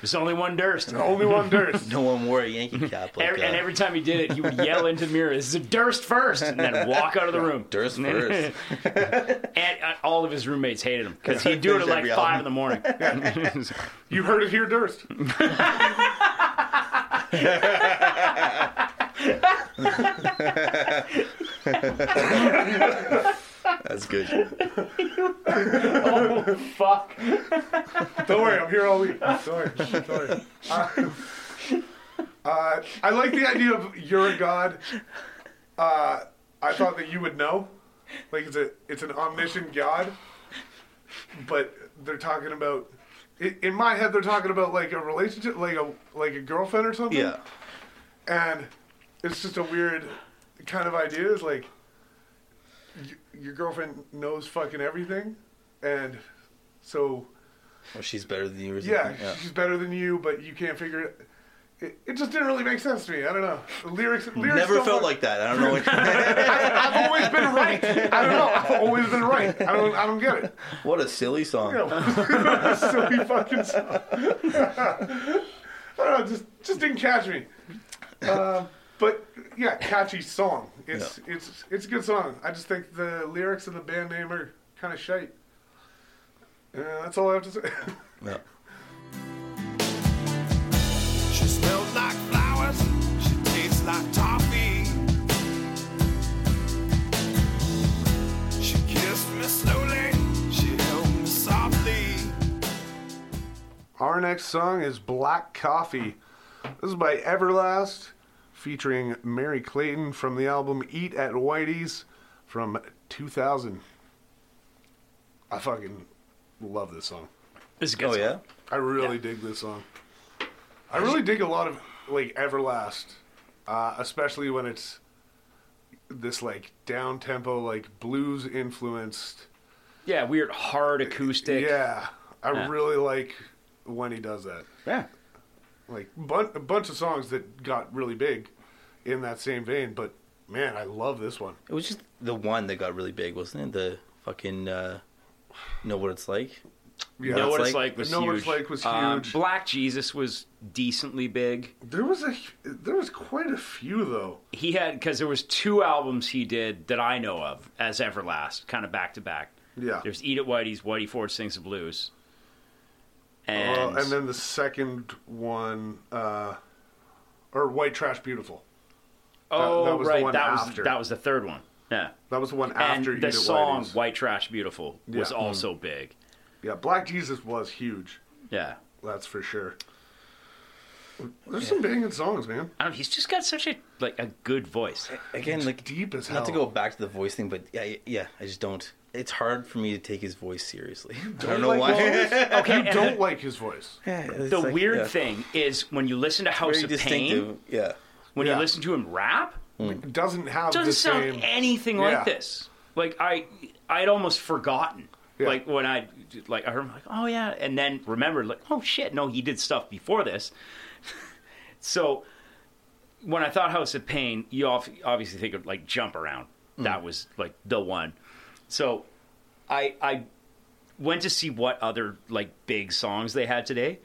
There's only one Durst. Only one Durst. No one wore a Yankee cap. Like, Every, and uh, every time he did it, he would yell into the mirror, "This is a Durst first," and then walk out of the room. Durst first. And uh, all of his roommates hated him because he'd do it at There's like every five album. in the morning. You heard it here, Durst. That's good. Fuck. Don't worry, I'm here all week. Sorry, sorry. Uh, uh, I like the idea of you're a god. Uh, I thought that you would know, like it's a it's an omniscient god, but they're talking about. i- In my head, they're talking about like a relationship, like a like a girlfriend or something. Yeah. and it's just a weird kind of idea. It's like y- your girlfriend knows fucking everything, and so Well, she's better than you. Or something. yeah, she's better than you, but you can't figure it. it, it just didn't really make sense to me. I don't know. The lyrics, lyrics Never don't felt work. like that. I don't know what, I've always been right. I don't know. I've always been right. I don't. I don't get it. what a silly song. You know, silly fucking song. I don't know. Just just didn't catch me. Uh, but yeah, catchy song. It's it's it's a good song. I just think the lyrics and the band name are kind of shite. Uh, that's all I have to say. Yeah. She smells like flowers. She tastes like toffee. She kissed me slowly. She held me softly. Our next song is Black Coffee. This is by Everlast, featuring Mary Clayton from the album Eat at Whitey's from 2000. I fucking love this song. It's a good Oh song. yeah. I really dig this song. I really dig a lot of like Everlast, uh, especially when it's this like down tempo, like blues influenced. Yeah, weird hard acoustic. Yeah, I Yeah. really like when he does that. Yeah. like bun- a bunch of songs that got really big in that same vein. But man, I love this one. It was just the one that got really big, wasn't it? The fucking uh, know what it's like. Yeah, Know what It's it's like- like, was Know huge. What It's Like was Um, huge. Black Jesus was decently big. there was a there was quite a few though. He had because there was two albums he did that I know of as Everlast, kind of back to back. Yeah, There's Eat It Whitey's Whitey Ford Sings the Blues, and, Uh, and then the second one, uh, or White Trash Beautiful. oh that was the right, one that after. was that was the third one. Yeah, That was the one after and the Mm-hmm. Eat It song Whitey's. White Trash Beautiful was Yeah. also big. Yeah, Black Jesus was huge. Yeah, That's for sure. There's some banging songs, man. I don't. He's just got such a like a good voice. Again, like Deep as hell. not to go back to the voice thing, but yeah, yeah, I just don't. It's hard for me to take his voice seriously. I don't know like why. okay, you don't like his voice. The weird yeah. thing is when you listen to House Very of Pain, distinctive. Yeah. when Yeah. you listen to him rap, Doesn't have Hmm. doesn't the sound same. anything Yeah. like this. Like I, I'd almost forgotten. Yeah. Like when I, like I heard, him, like oh yeah, and then remembered, like oh shit, no, he did stuff before this. so when I thought House of Pain, you ob- obviously think of like Jump Around. Mm. That was like the one. So I I went to see what other like big songs they had today,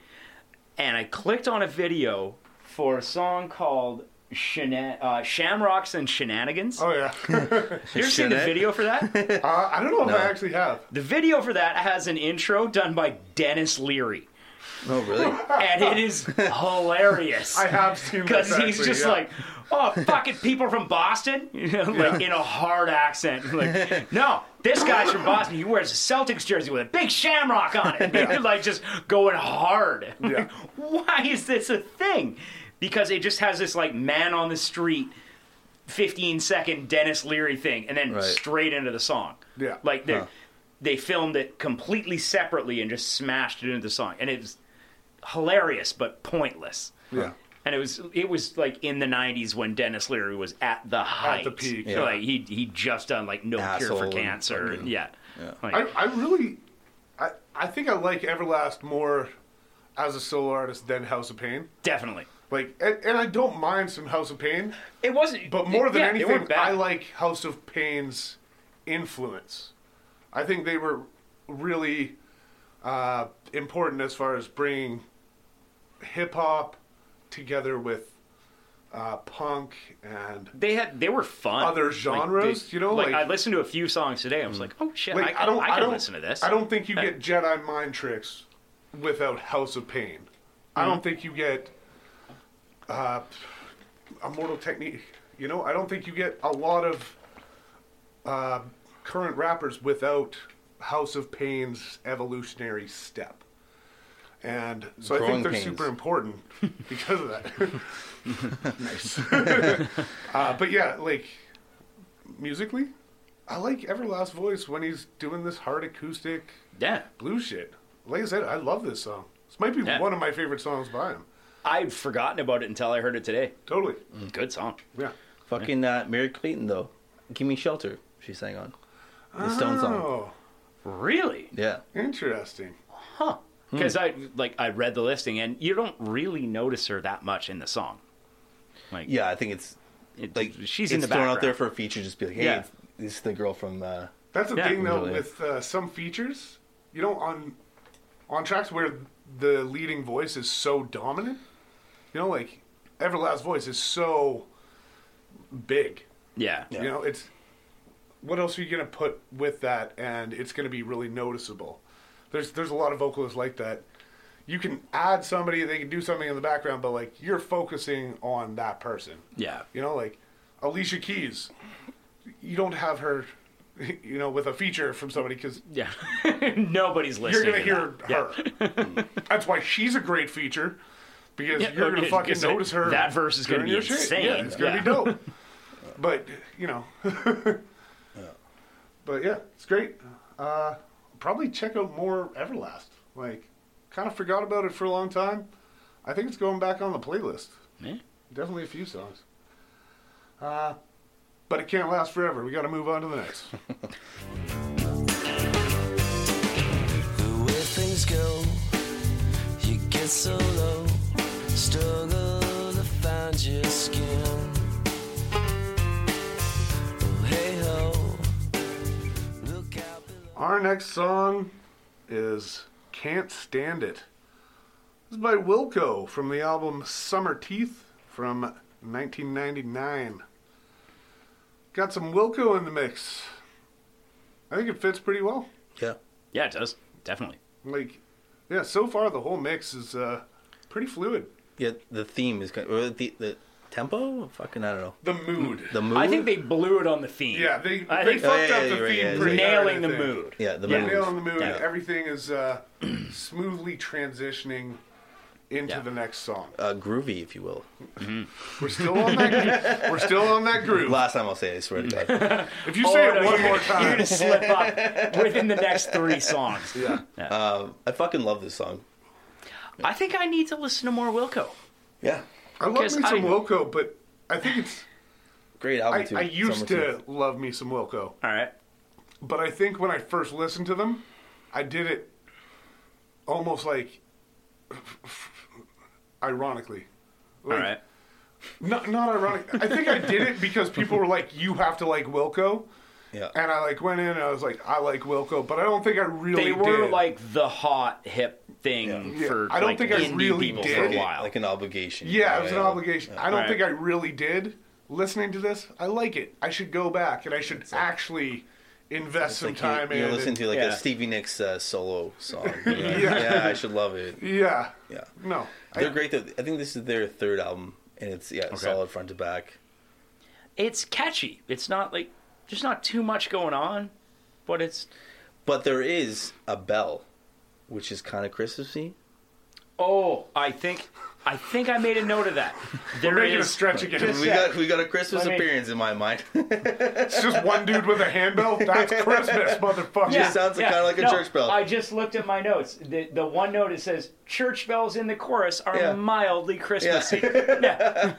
and I clicked on a video for a song called. Shana- uh, Shamrocks and Shenanigans. oh yeah, You ever seen the Shenette? video for that? uh, I don't know if I actually have. the video for that has an intro done by Dennis Leary, No, really. and it is hilarious. Oh. I have seen because this, he's actually, just yeah. like, oh, fucking people from Boston, you know, like in a hard accent. Like, no, this guy's from Boston. He wears a Celtics jersey with a big shamrock on it. like, just going hard. Yeah. Why is this a thing? Because it just has this like man on the street, 15 second Dennis Leary thing, and then Right. straight into the song. Yeah. like they they filmed it completely separately and just smashed it into the song, and it was hilarious but pointless. Yeah. And it was it was like in the '90s when Dennis Leary was at the height, the peak, So, yeah. Like he he just done like no Asshole cure for and cancer. fucking- yeah. Like, I, I really, I, I think I like Everlast more as a solo artist than House of Pain. definitely. Like, and, and I don't mind some House of Pain, It wasn't. but more than yeah, they weren't anything, bad. I like House of Pain's influence. I think they were really uh, important as far as bringing hip hop together with uh, punk and They had they were fun. Other Like, genres, they- you know, like, like- I listened to a few songs today. I was like, oh shit, I, Like can, I, don't, I I can don't listen to this. Uh, I don't think you get Jedi mind tricks without House of Pain. I Hmm. don't think you get uh, Immortal Technique. You know, I don't think you get a lot of uh, current rappers without House of Pain's evolutionary step. And so I think Growing they're pains. super important because of that. nice. uh, but yeah, like musically, I like Everlast voice when he's doing this hard acoustic Yeah, blue shit. Like I said, I love this song. This might be Yeah. one of my favorite songs by him. I'd forgotten about it until I heard it today. Totally. Mm. Good song. Yeah. Fucking uh, Mary Clayton though. Give me shelter. She sang on the Stone song. Oh, Really? Yeah. interesting. Huh. because Hmm. I like I read the listing and you don't really notice her that much in the song. Like Yeah, I think it's it- like she's it's in the thrown background. out there for a feature. Just be like, hey, Yeah. it's- this is the girl from. Uh, That's the Yeah, thing though really. with uh, some features, you know, on on tracks where the leading voice is so dominant, you know, like Everlast voice is so big. yeah. You know, it's what else are you gonna put with that, and it's gonna be really noticeable. There's there's a lot of vocalists like that. You can add somebody, they can do something in the background, but like you're focusing on that person. Yeah. You know, like Alicia Keys. You don't have her, you know, with a feature from somebody because Yeah. Nobody's you're gonna listening. to hear that. Mm. her. That's why she's a great feature because Yeah, you're gonna okay, fucking it's like, notice her. that verse is gonna during be your shit. insane. Yeah, it's gonna Yeah. be dope. But you know, but yeah, it's great. Uh, probably check out more Everlast. Like, kind of forgot about it for a long time. I think it's going back on the playlist. Yeah. Definitely a few songs. Uh, but it can't last forever. We got to move on to the next. The way things go, you get so low, struggle to find your skin. Oh, hey ho, look out below. Our next song is Can't Stand It. This is by Wilco from the album Summer Teeth from 1999. Got some Wilco in the mix. I think it fits pretty well. yeah, Yeah, it does. Definitely. Like, yeah, so far the whole mix is uh, pretty fluid. yeah. The theme is kind or the the tempo. Fucking, I don't know. The mood. The mood. I think they blew it on the theme. Yeah, they, I they think fucked yeah, up yeah, the you're right, theme yeah, pretty hard, I nailing the think. mood. yeah, the Yeah. mood. Nail on the moon. Yeah. Everything is uh, smoothly transitioning into Yeah. the next song. Uh, groovy, if you will. We're still on that. we're still on that groove. Last time I'll say, it, I swear to God. If you Oh, say it no, one you're more gonna- You're time, gonna slip up within the next three songs. Yeah. Um, I fucking love this song. I think I need to listen to more Wilco. Yeah, I love me Because some I- Wilco, but I think it's. great album I, too. I used Summer to Teeth. love me some Wilco, All right. but I think when I first listened to them, I did it almost like ironically. All Like, right. Not, not ironic. I think I did it because people were like, "You have to like Wilco." Yeah. And I like went in and I was like, I like Wilco, but I don't think I really They were did. like the hot hip thing Yeah. for I don't like, think I indie really people did for it. a while. Like an obligation. yeah, it was Yeah, an yeah. obligation. I don't Right. think I really did. Listening to this, I like it. I should go back and I should actually invest some Like you- time you, in. listen and- to like Yeah. a Stevie Nicks uh, solo song. You're like, yeah, I should love it. yeah, Yeah. no, I, They're great. Though. I think this is their third album, and it's yeah, solid front to back. it's catchy. It's not like there's not too much going on, but it's But there is a bell, which is kind of Christmassy. oh, I think I think I made a note of that. There making a is- stretch again. We got we got a Christmas Let me- appearance in my mind. it's just one dude with a handbell. That's Christmas, motherfucker. Yeah, sounds kinda like a church bell. I just looked at my notes. The, the one note it says church bells in the chorus are Yeah. mildly Christmassy. Yeah.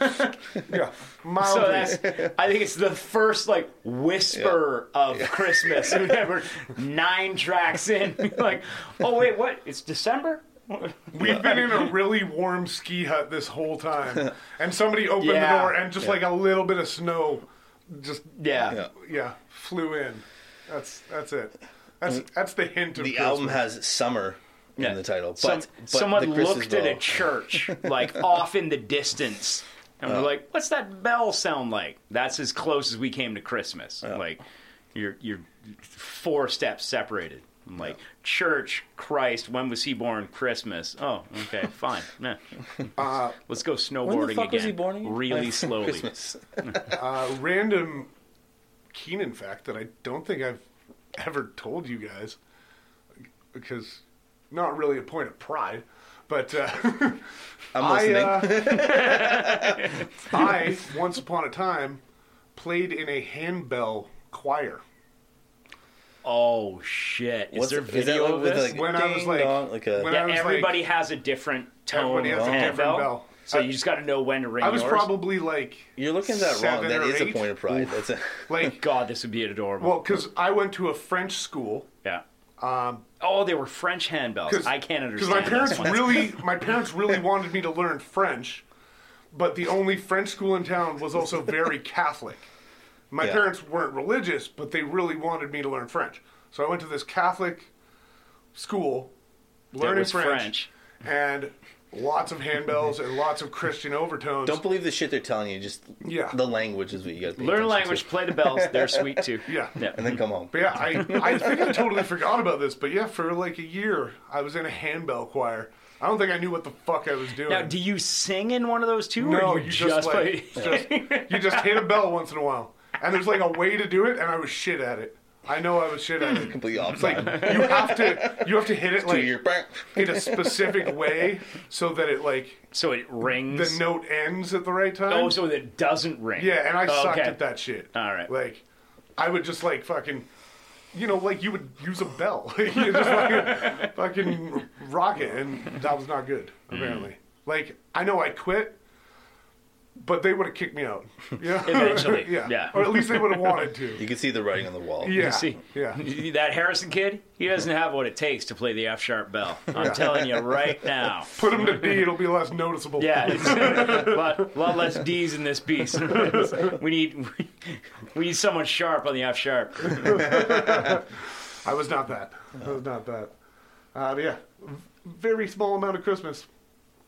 Yeah, So mildly. that's I think it's the first like whisper of Christmas. We've ever nine tracks in. like, oh wait, what? It's December? We've been in a really warm ski hut this whole time, and somebody opened the Yeah. door, and just like a little bit of snow, just Yeah. Yeah. yeah, flew in. That's that's it. That's Mm. that's the hint of The Christmas. album has summer Yeah. in the title, but, Some- but someone the Christmas looked at bell- a church like off in the distance and Uh. we're like what's that bell sound like that's as close as we came to christmas Uh. like you're you're four steps separated I'm like church christ when was he born christmas oh okay fine yeah. let's go snowboarding Uh, fuck again was he born again? really slowly Christmas. A random Keenan fact that I don't think I've ever told you guys because not really a point of pride, but uh, I'm I, listening. uh, I once upon a time played in a handbell choir. oh shit is there is video like of with, this like, When I was ding like- dong, like a when I yeah, was, like- everybody has a different tone Everybody has of a the different bell, bell. so I- you just got to know when to ring I was yours. probably like, You're looking at that Seven wrong. That or is eight? a point of pride. That's a, like, god this would be adorable well, because I went to a French school. yeah Oh, they were French handbells. I can't Because um, understand. my parents this one. really, my parents really wanted me to learn French, but the only French school in town was also very Catholic. My Yeah. parents weren't religious, but they really wanted me to learn French. So I went to this Catholic school, That learning was French, and lots of handbells and lots of Christian overtones. Don't believe the shit they're telling you. Just Yeah. the language is what you guys pay Learn attention language, to. play the bells. They're sweet too. Yeah. and then come home. But yeah, I, I think I totally forgot about this. But yeah, for like a year, I was in a handbell choir. I don't think I knew what the fuck I was doing. Now, do you sing in one of those two? No, or you, just, like play- just- you just hit a bell once in a while, and there's like a way to do it, and I was shit at it. I know I was shit at it. Completely It's like offside. you have to you have to hit it Two like year. in a specific way so that it like so it the rings. note ends at the right time. oh, so it doesn't ring. Yeah, and I Oh, sucked okay. at that shit. All right. Like, I would just like fucking, you know, like you would use a bell. you just like, fucking rock it, and that was not good. Mm. Apparently, like I know I quit, but they would have kicked me out. Yeah. Eventually, yeah. yeah. Or at least they would have wanted to. You can see the writing on the wall. Yeah. see. Yeah. That Harrison kid, he doesn't have what it takes to play the F sharp bell. I'm telling you right now. Put them to B, it'll be less noticeable. Yeah, it's a lot, lot less D's in this piece. we need we, we need someone sharp on the F sharp. I was not that. I was not that. Uh, but yeah, v- very small amount of Christmas.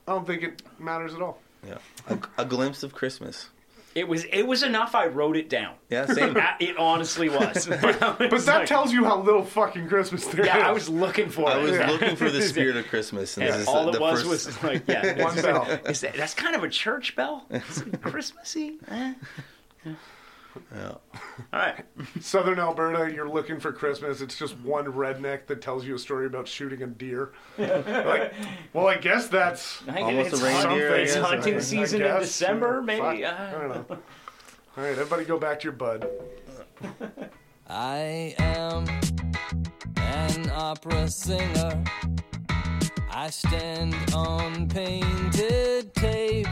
I don't think it matters at all. Yeah. A, a glimpse of Christmas. It was it was enough. I wrote it down. Yeah, same. I- It honestly was. But that tells you how little fucking Christmas there is. yeah, I was looking for I it. was looking for the spirit of Christmas, and And this is all the it was first. was like, yeah, it's One just bell. like, is that, that's kind of a church bell. Is it Christmassy. Eh. All right. Southern Alberta, you're looking for Christmas. It's just one redneck that tells you a story about shooting a deer. like, well, I guess that's I think Almost it's a reindeer, hunt- I It's guess. hunting I season in guess. December, Fuck, maybe. I Uh, don't know. All right, everybody, go back to your bud. I am an opera singer. I stand on painted tape.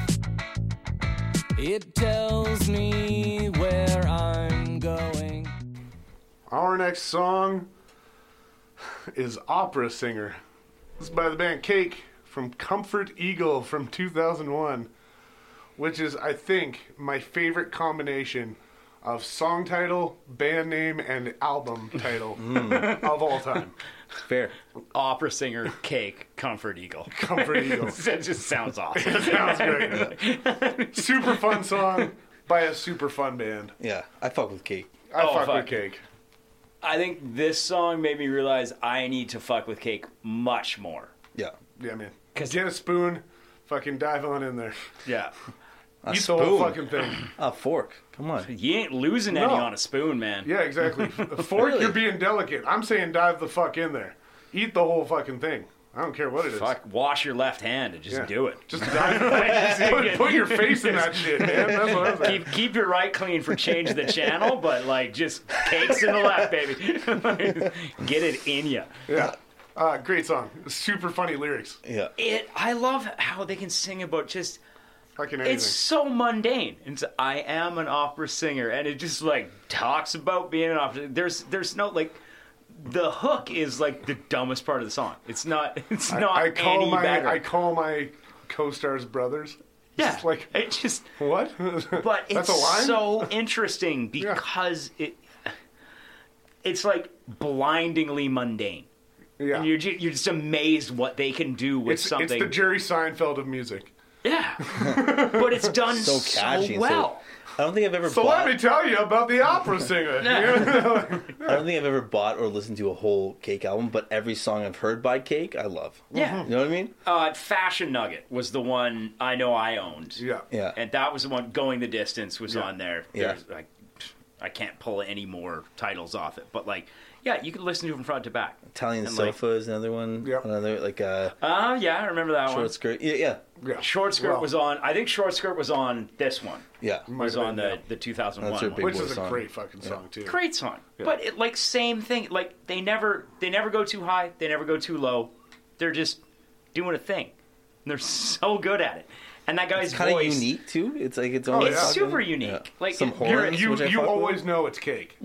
It tells me where I'm going. Our next song is "Opera Singer." This is by the band Cake from Comfort Eagle from 2001, which is, I think, my favorite combination of song title, band name, and album title Mm. of all time. fair. opera singer, cake, comfort eagle. Comfort Eagle. that just sounds awesome. Sounds great. super fun song by a super fun band. Yeah, I fuck with cake. I Oh, fuck, fuck. with Cake. I think this song made me realize I need to fuck with cake much more. Yeah, Yeah, man. 'Cause- Get a spoon, fucking dive on in there. Yeah. a Eat the spoon, whole fucking thing. a fork. Come on. You ain't losing any No. on a spoon, man. Yeah, exactly. A fork, you're being delicate. I'm saying dive the fuck in there. Eat the whole fucking thing. I don't care what it is. Fuck, wash your left hand and just Yeah. do it. Just dive. put, put your face in that shit, man. That's what I'm saying. keep keep your right clean for change the channel, but like just cakes in the left, baby. Get it in you. Yeah. Uh, great song. Super funny lyrics. Yeah, It. I love how they can sing about just. Fucking anything. It's so mundane. It's I am an opera singer, and it just like talks about being an opera. There's there's no like. The hook is like the dumbest part of the song. It's not. It's not I call any my better. I call my co-stars brothers. yeah, just like- it just. What? But That's it's a line? so interesting because it. It's like blindingly mundane. yeah. And you're ju- you're just amazed what they can do with it's, something. it's the Jerry Seinfeld of music. yeah, but it's done so, so catchy. and well. So, I don't think I've ever. So bought, let me tell you about the opera singer. I don't think I've ever bought or listened to a whole Cake album, but every song I've heard by Cake, I love. Yeah. You know what I mean? Uh, Fashion Nugget was the one I know I owned. Yeah. Yeah. and that was the one. Going the distance was on there. Yeah. There's, like, I can't pull any more titles off it, but like, yeah, you can listen to it from front to back. Italian And, like- Sofa is another one. Yep. Another like uh, Oh yeah, I remember that short skirt. Yeah, yeah, Yeah. one. Short skirt Well, was on. I think short skirt was on this one. yeah. might Was have on been, the the 2001. That's your one. big which boy is a song. great fucking song too. great song. But it, like same thing. Like they never they never go too high. They never go too low. They're just doing a thing. And they're so good at it. And that guy's Kind of voice. unique too. It's like it's own. yeah. It's fucking- super unique. yeah. Like Some it- horns, You which I you fuck with. always know it's cake.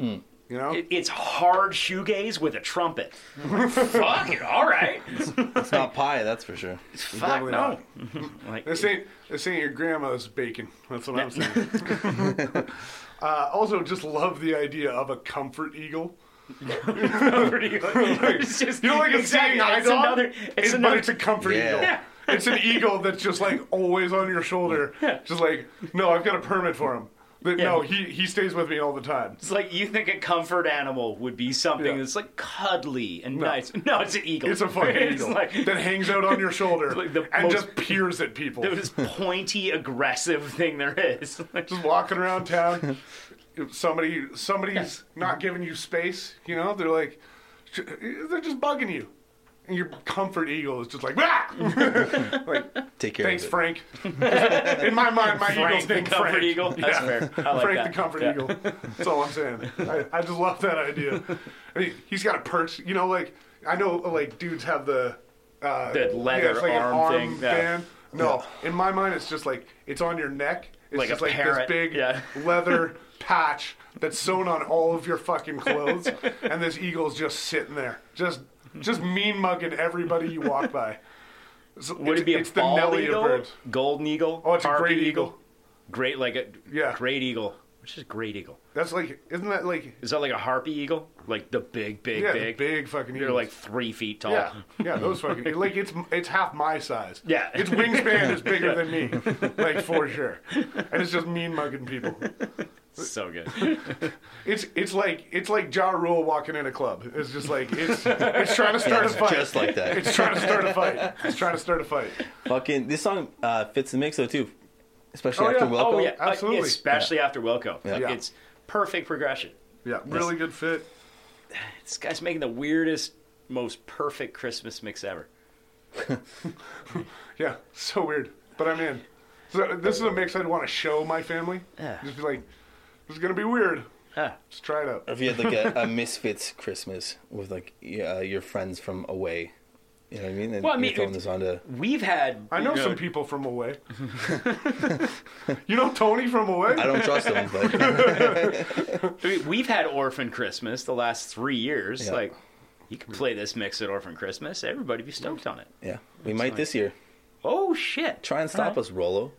You know, It, it's hard shoegaze with a trumpet. Like, Fuck it, all right. It's not pie, that's for sure. Fuck definitely no. like, this ain't this ain't your grandma's bacon. That's what I'm saying. uh, also, just love the idea of a comfort eagle. pretty good. It's just You know, like exactly. a seeing eye It's dog, another. It's It- another. but it's a comfort Yeah. eagle. Yeah. It's an eagle that's just like always on your shoulder. Just like, no, I've got a permit for him. But No, he, he stays with me all the time. It's like you think a comfort animal would be something Yeah. that's like cuddly and nice. No, it's an eagle. It's a fucking It's eagle like- that hangs out on your shoulder like the and most- just peers at people. the most pointy, aggressive thing there is. Like, Just walking around town. If Somebody somebody's not giving you space. You know, they're like, they're just bugging you. And your comfort eagle is just like, ah! like Take care thanks, of it. Frank. In my mind, my eagle's Frank the named comfort Frank. eagle. That's fair. I like Frank that. the Comfort Yeah. Eagle. That's all I'm saying. I, I just love that idea. I mean, he's got a perch. You know, like I know, like dudes have the uh, The leather it's arm thing, yeah. band. No, in my mind, it's just like it's on your neck. It's Like a just like parrot, this big yeah. leather patch that's sewn on all of your fucking clothes, and this eagle's just sitting there, just just mean mugging everybody you walk by. So Would it's, it be a it's the bald Nelly eagle, of birds. golden eagle? Oh, it's a harpy great eagle. Great, like a Yeah. great eagle. Which is a great eagle? That's like, isn't that like, Is that like a harpy eagle? Like the big, big, yeah, big. the big fucking They're eagles. like three feet tall. Yeah, yeah, those fucking like it's it's half my size. Yeah. its wingspan is bigger than me, like for sure, and it's just mean mugging people. So good. Oh, It's it's like it's like Ja Rule walking in a club. It's just like it's it's trying to start a It's fight. just like that. It's trying to start a fight. It's trying to start a fight. Fucking this song uh, fits the mix though too, especially Oh, after yeah. Wilco. Oh yeah, like, Absolutely. especially after Wilco. Like, Yeah. It's perfect progression. Yeah, really good fit. This guy's making the weirdest, most perfect Christmas mix ever. Yeah, so weird, but I'm in. So this is a mix I'd want to show my family. Yeah. Just be like, this is gonna be weird. Huh. Just try it out. If you had like a, a misfits Christmas with like y- uh, your friends from away, you know what I mean? And Well, I mean, you're throwing it- this onto We've had. I know you some people from away. you know Tony from away? I don't trust them, but we- We've had Orphan Christmas the last three years. Yeah. Like, you can play this mix at Orphan Christmas. Everybody be stoked on it. yeah, we might this year. Oh shit! Try and stop us, Rolo.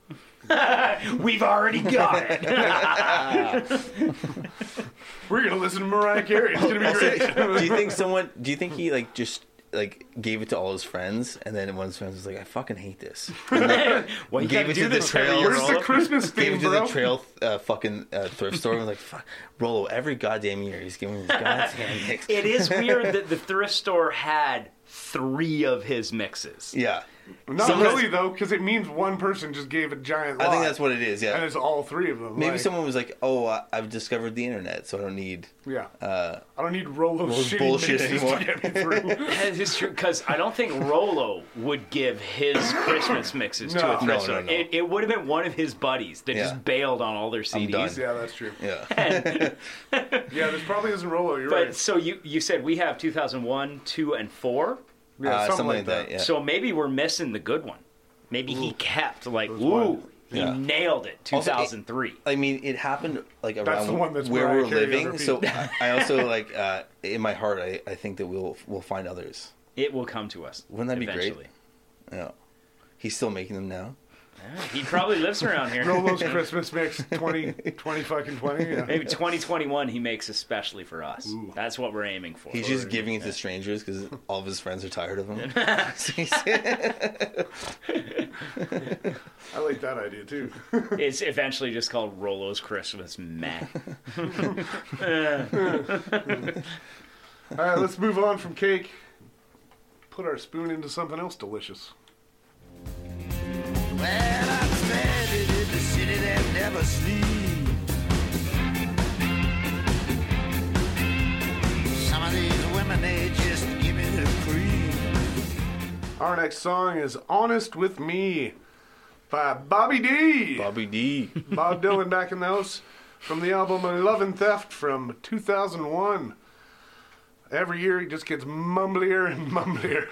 We've already got it. We're gonna listen to Mariah Carey. It's gonna be great. do you think someone? Do you think he like just like gave it to all his friends, and then one of his friends was like, "I fucking hate this." Well, you Gave gotta it do to the this every trail. year, Where's the Rolo. Christmas Gave theme, it to the bro? trail uh, fucking uh, thrift store and was like, "Fuck, Rolo!" Every goddamn year he's giving me this goddamn mix. It is weird that the thrift store had three of his mixes. Yeah, Not Sometimes- really though, because it means one person just gave a giant. I think lot, that's what it is. Yeah, And it's all three of them. Maybe like, someone was like, "Oh, I, I've discovered the internet, so I don't need." Yeah. I don't need Rolo's Rolo's shitty uh, bullshit mixes anymore. to get me through. That is true because I don't think Rolo would give his Christmas mixes to No. a thrift No, no, store. no. It, it would have been one of his buddies that Yeah. just bailed on all their CDs. done. yeah, that's true. Yeah, Yeah, this probably isn't Rolo. You're But right. so you you said we have 2001, two, and four. Yeah, Uh, something like that. Yeah. So maybe we're missing the good one. Maybe he kept like was one. ooh, he Yeah. nailed it. Two Also, it- thousand three. I mean, it happened like around the one that's where Mariah we're Carey on living. repeat. So I I also like uh, in my heart, I, I think that we'll we'll find others. It will come to us. Wouldn't that be great? eventually. Yeah, he's still making them now. He probably lives around here. Rolo's Christmas mix 20, 20 fucking 20. Yeah. Maybe 2021 he makes especially for us. That's what we're aiming for. He's just giving it to strangers because all of his friends are tired of him. So he's- I like that idea too. It's eventually just called Rolo's Christmas Meh. All right, let's move on from cake. Put our spoon into something else delicious. Well, I'm stranded in the city that never sleeps. Some of these women, they just give me the creep. Our next song is Honest With Me by Bobby D. Bobby D. Bob Dylan back in the house from the album Love and Theft from 2001. Every year he just gets mumblier and mumblier.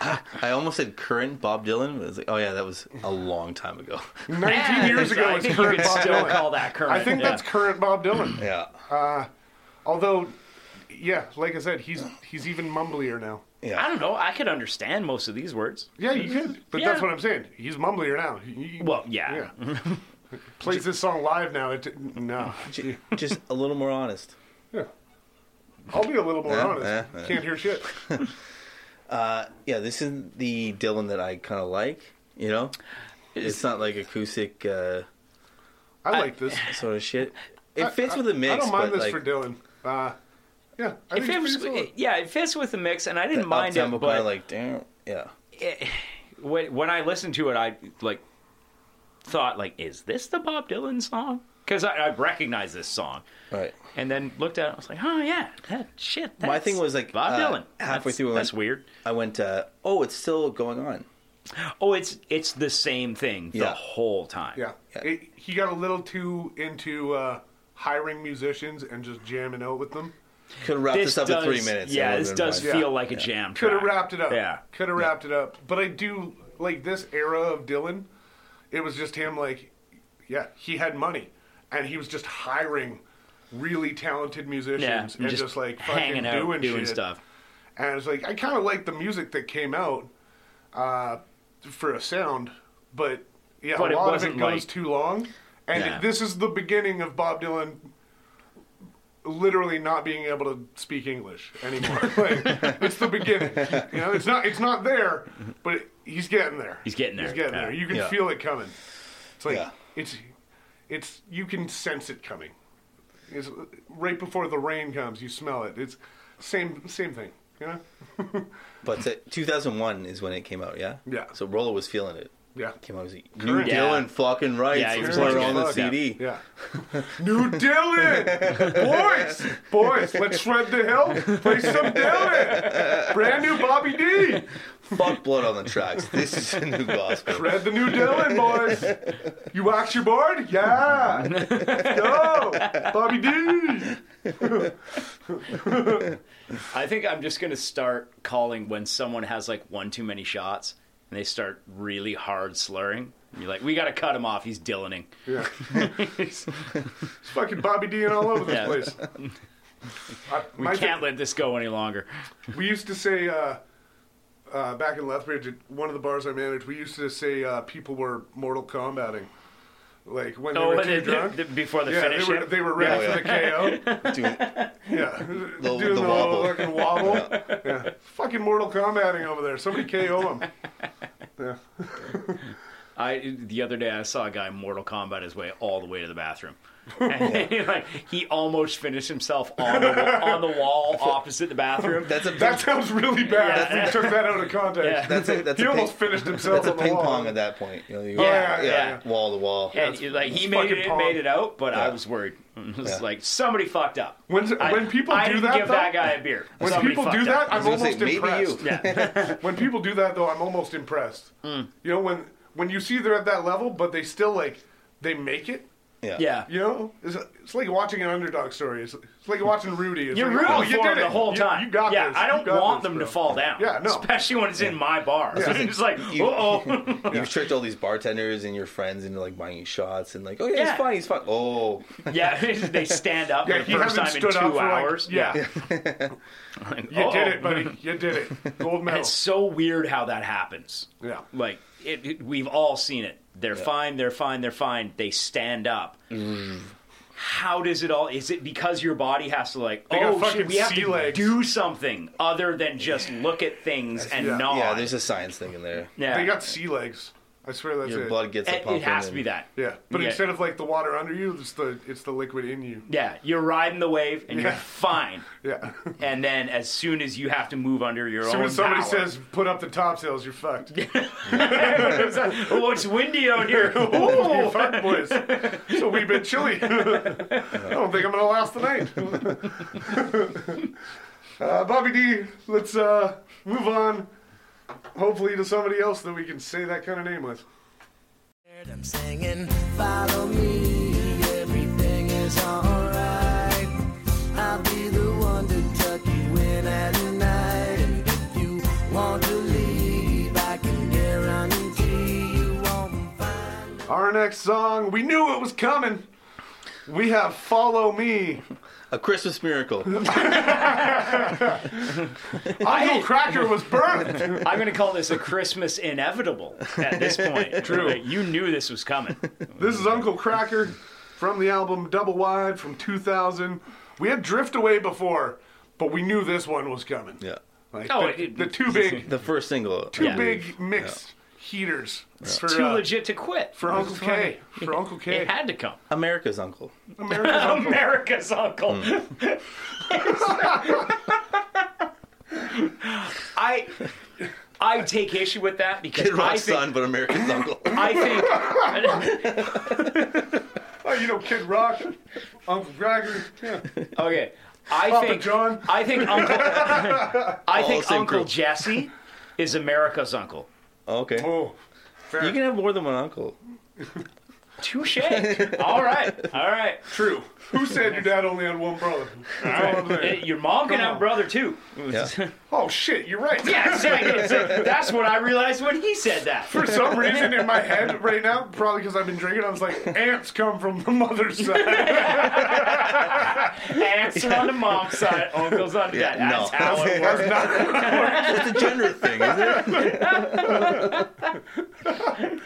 I almost said current Bob Dylan. But it's like, oh yeah, that was a long time ago. 19 years ago I it's think you current could Bob still Dylan. call that current. I think yeah. that's current Bob Dylan. Yeah, Although, yeah, like I said, he's he's even mumblier now. I don't know. I could understand most of these words. Yeah, you could, but that's Yeah. what I'm saying. He's mumblier now. He- he- Well, yeah. Plays this song live now. It no. J- just a little more honest. Yeah. I'll be a little more Yeah, honest. yeah, yeah. Can't hear shit. Yeah, this is the Dylan that I kind of like. You know, it's not like acoustic uh, I like this. sort of shit. It fits with the mix. I don't mind but like, this for Dylan. Uh, yeah, I think It it's fits, pretty solid. it- yeah, it fits with the mix, and I didn't mind it, up-tempo kinda but like damn, yeah. when, when I listened to it, I like thought like, is this the Bob Dylan song? Because I, I recognize this song, Right. and then looked at it, I was like, oh yeah, that shit. That's My thing was, like, Bob uh, Dylan. halfway that's, through I that's went- weird. I went. Uh, oh, it's still going on. Oh, it's it's the same thing the Yeah. whole time. Yeah, It, he got a little too into uh, hiring musicians and just jamming out with them. Could wrap this, up in does, three minutes. Yeah, That this would've been does fine. feel like a jam. Could have track. wrapped it up. Yeah. could have wrapped it up. But I do like this era of Dylan. It was just him. Like, yeah, he had money, and he was just hiring really talented musicians Yeah, and just, like fucking hanging out, doing, doing shit. stuff. And it's like I kind of like the music that came out uh, for a sound, but yeah, But a it lot of it wasn't goes like- too long. And Yeah. this is the beginning of Bob Dylan literally not being able to speak English anymore. like, it's the beginning. You know, it's not it's not there, but it, he's getting there. He's getting there, He's getting yeah. there. You can Yeah. feel it coming. It's like Yeah. it's it's you can sense it coming. It's right before the rain comes, you smell it. It's same same thing. You know? But uh, 2001 is when it came out. Yeah. Yeah. So Rolo was feeling it. Yeah. Came out. He was like, New Current. Dylan, fucking right. Yeah, Yeah, he was was put it like, on the fuck, yeah. CD. Yeah. New Dylan! Boys! Boys, let's shred the hill, play some Dylan! Brand new Bobby D! Fuck blood on the tracks. This is a new gospel. Shred the new Dylan, boys! You wax your board? Yeah! Go! Bobby D! I think I'm just gonna start calling when someone has like one too many shots and they start really hard slurring. You're like, we gotta cut him off. He's Dylaning. Yeah. it's fucking Bobby D and all over this Yeah. place. I, We can't let this go any longer. We used to say uh, uh, back in Lethbridge, at one of the bars I managed, we used to say uh, people were Mortal Kombating. Like when they Oh, were but too they- drunk. they- before the yeah, finish, they were, it. they were ready Yeah. for the KO. Doing- Yeah, The- doing the the, wobble. wobble. fucking wobble. Yeah. fucking Mortal Kombating over there. Somebody KO him. Yeah. I the other day I saw a guy Mortal Kombat his way all the way to the bathroom. And he, like he almost finished himself on the wa- on the wall opposite the bathroom. that's a That sounds really bad. Yeah. if We took that out of Yeah. context. that's a that's he a ping, almost finished himself. that's a on the ping wall. pong at that point. You know, you go, Yeah, yeah, Oh, yeah. wall to wall. and he, like he it's made fucking it, Pong. made it out, but I Yeah. was worried. It was Yeah. like somebody fucked up. When's it- I- when people I do didn't that, give though- that guy a beer. When Somebody people do fucked that, up. I'm was gonna almost say, maybe impressed. you. yeah. When people do that, though, I'm almost impressed. You know, when when you see they're at that level, but they still like they make it. Yeah. yeah. You know, it's, it's like watching an underdog story. It's, it's like watching Rudy. It's You're like, rooting oh, for you did him it the whole You- time. You, got yeah, this. I You don't got want this, them bro. to fall down. Yeah, no. Especially when it's in my bar. Yeah. it's like, uh You- oh. You've tricked all these bartenders and your friends into like buying you shots and like, oh yeah, Yeah. he's fine, he's fine. Oh, yeah, they stand up Yeah, for he the first hasn't time in stood up two for hours. like, yeah. Like, You oh, uh-oh. did it, buddy. You did it. Gold And medal. Oh. it's so weird how that happens. Yeah. Like, it, it- we've all seen it. They're fine, they're fine, they're fine. They stand up. Mm. How does it all? Is it because your body has to like? They got oh fucking shit! We have sea to legs." do something other than just look at things and Yeah. nod. yeah, there's a science thing in there. Yeah. They got sea legs. I swear that's Your it. blood gets a it, pumping. it has to be and- that. Yeah, but Yeah. instead of like the water under you, it's the it's the liquid in you. Yeah, you're riding the wave and you're Yeah. fine. Yeah. And then as soon as you have to move under your so own when somebody power- says put up the topsails, you're fucked. It's like, "Oh, it's windy out here." you Ooh. fucked boys. It's a wee bit chilly. I don't think I'm gonna last the night. uh, Bobby D, let's uh, move on. Hopefully to somebody else that we can say that kind of name with. I'm singing, follow me, everything is alright. I'll be the one to tuck you in at night. And if you want to leave, I can guarantee you won't find Our next song, we knew it was coming. We have Follow Me A Christmas miracle. Uncle Cracker was burnt. I'm going to call this a Christmas inevitable at this point. True. you knew this was coming. This is Uncle Cracker from the album Double Wide from 2000. We had Drift Away before, but we knew this one was coming. yeah. Like Oh, the, it- the two big, The first single. two Yeah. big mixed heaters for Too uh, legit to quit. for Uncle K. For Uncle K. It had to come. America's Uncle. America's Uncle. America's uncle. Mm. I I take issue with that because Kid I Rock's think son, but America's Uncle. I think Oh, you know Kid Rock, Uncle Cracker. Yeah. okay. I Papa think John. I think Uncle I think same Uncle group. Jesse is America's uncle. Okay. You Oh, can have more than one uncle. Touche. All right. All right. true. Who said your dad only had one brother? That's all I'm Eh, saying. Your mom can Come have on. brother too. Yeah. Oh shit, you're right. Yeah, exactly. It's- That's what I realized when he said that. For some reason in my head right now, probably because I've been drinking, I was like, ants come from the mother's side. Aunts are on the mom's side, uncles on the Yeah, dad. no. That's how it works. It's a gender thing, isn't Uh, it?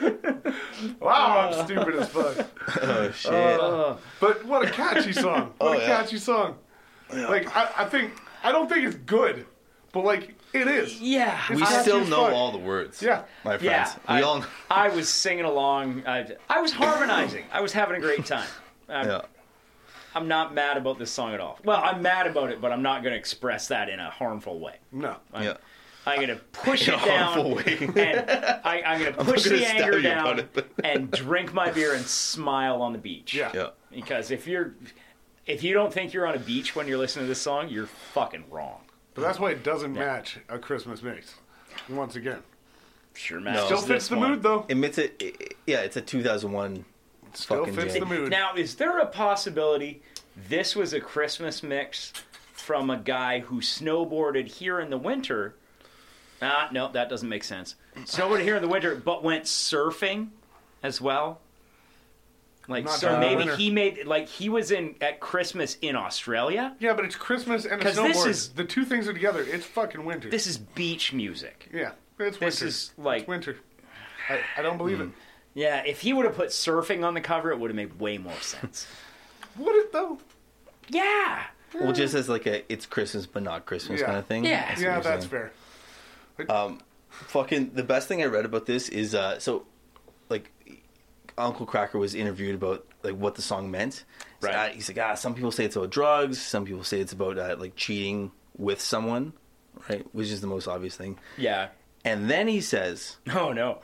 Wow, I'm stupid as fuck. Oh shit. But what a catchy song. What Oh, a yeah. catchy song. Like I, I think I don't think it's good, but like it is. Yeah. we I- still it's know fun. all the words. Yeah. My Yeah, friends. we I- all. I was singing along. I, I was harmonizing. I was having a great time. I'm, Yeah. I'm not mad about this song at all. Well, I'm mad about it, but I'm not going to express that in a harmful way. No. Yeah. I'm going to push In a it down. harmful way. And I, I'm going to push gonna the stab anger you about down it, but- and drink my beer and smile on the beach. Yeah. Yeah. Because if you're, if you don't think you're on a beach when you're listening to this song, you're fucking wrong. But that's why it doesn't match a Christmas mix. Once again. Sure, man. No. Still Is fits the mood though. Admits it. it- Yeah. It's a 2001. Still fucking fits jam. the mood. Now, is there a possibility this was a Christmas mix from a guy who snowboarded here in the winter? Ah, no, that doesn't make sense. Snowboarded here in the winter, but went surfing as well. Like Not so, during the maybe winter. he made like he was in at Christmas in Australia. Yeah, but it's Christmas and a 'Cause this snowboard. is- the two things are together. It's fucking winter. This is beach music. yeah, it's This winter. is like It's winter. I, I don't believe it. yeah. If he would have put surfing on the cover, it would have made way more sense. Would it though? yeah, Well, just as like a it's Christmas but not Christmas Yeah. kind of thing. Yeah. That's what Yeah, you're that's saying. fair. Fucking the best thing I read about this is uh so, like, Uncle Cracker was interviewed about like what the song meant. He's like, Right. ah, he's like, ah, some people say it's about drugs. Some people say it's about uh, like cheating with someone, right? Which is the most obvious thing. yeah. And then he says, Oh no.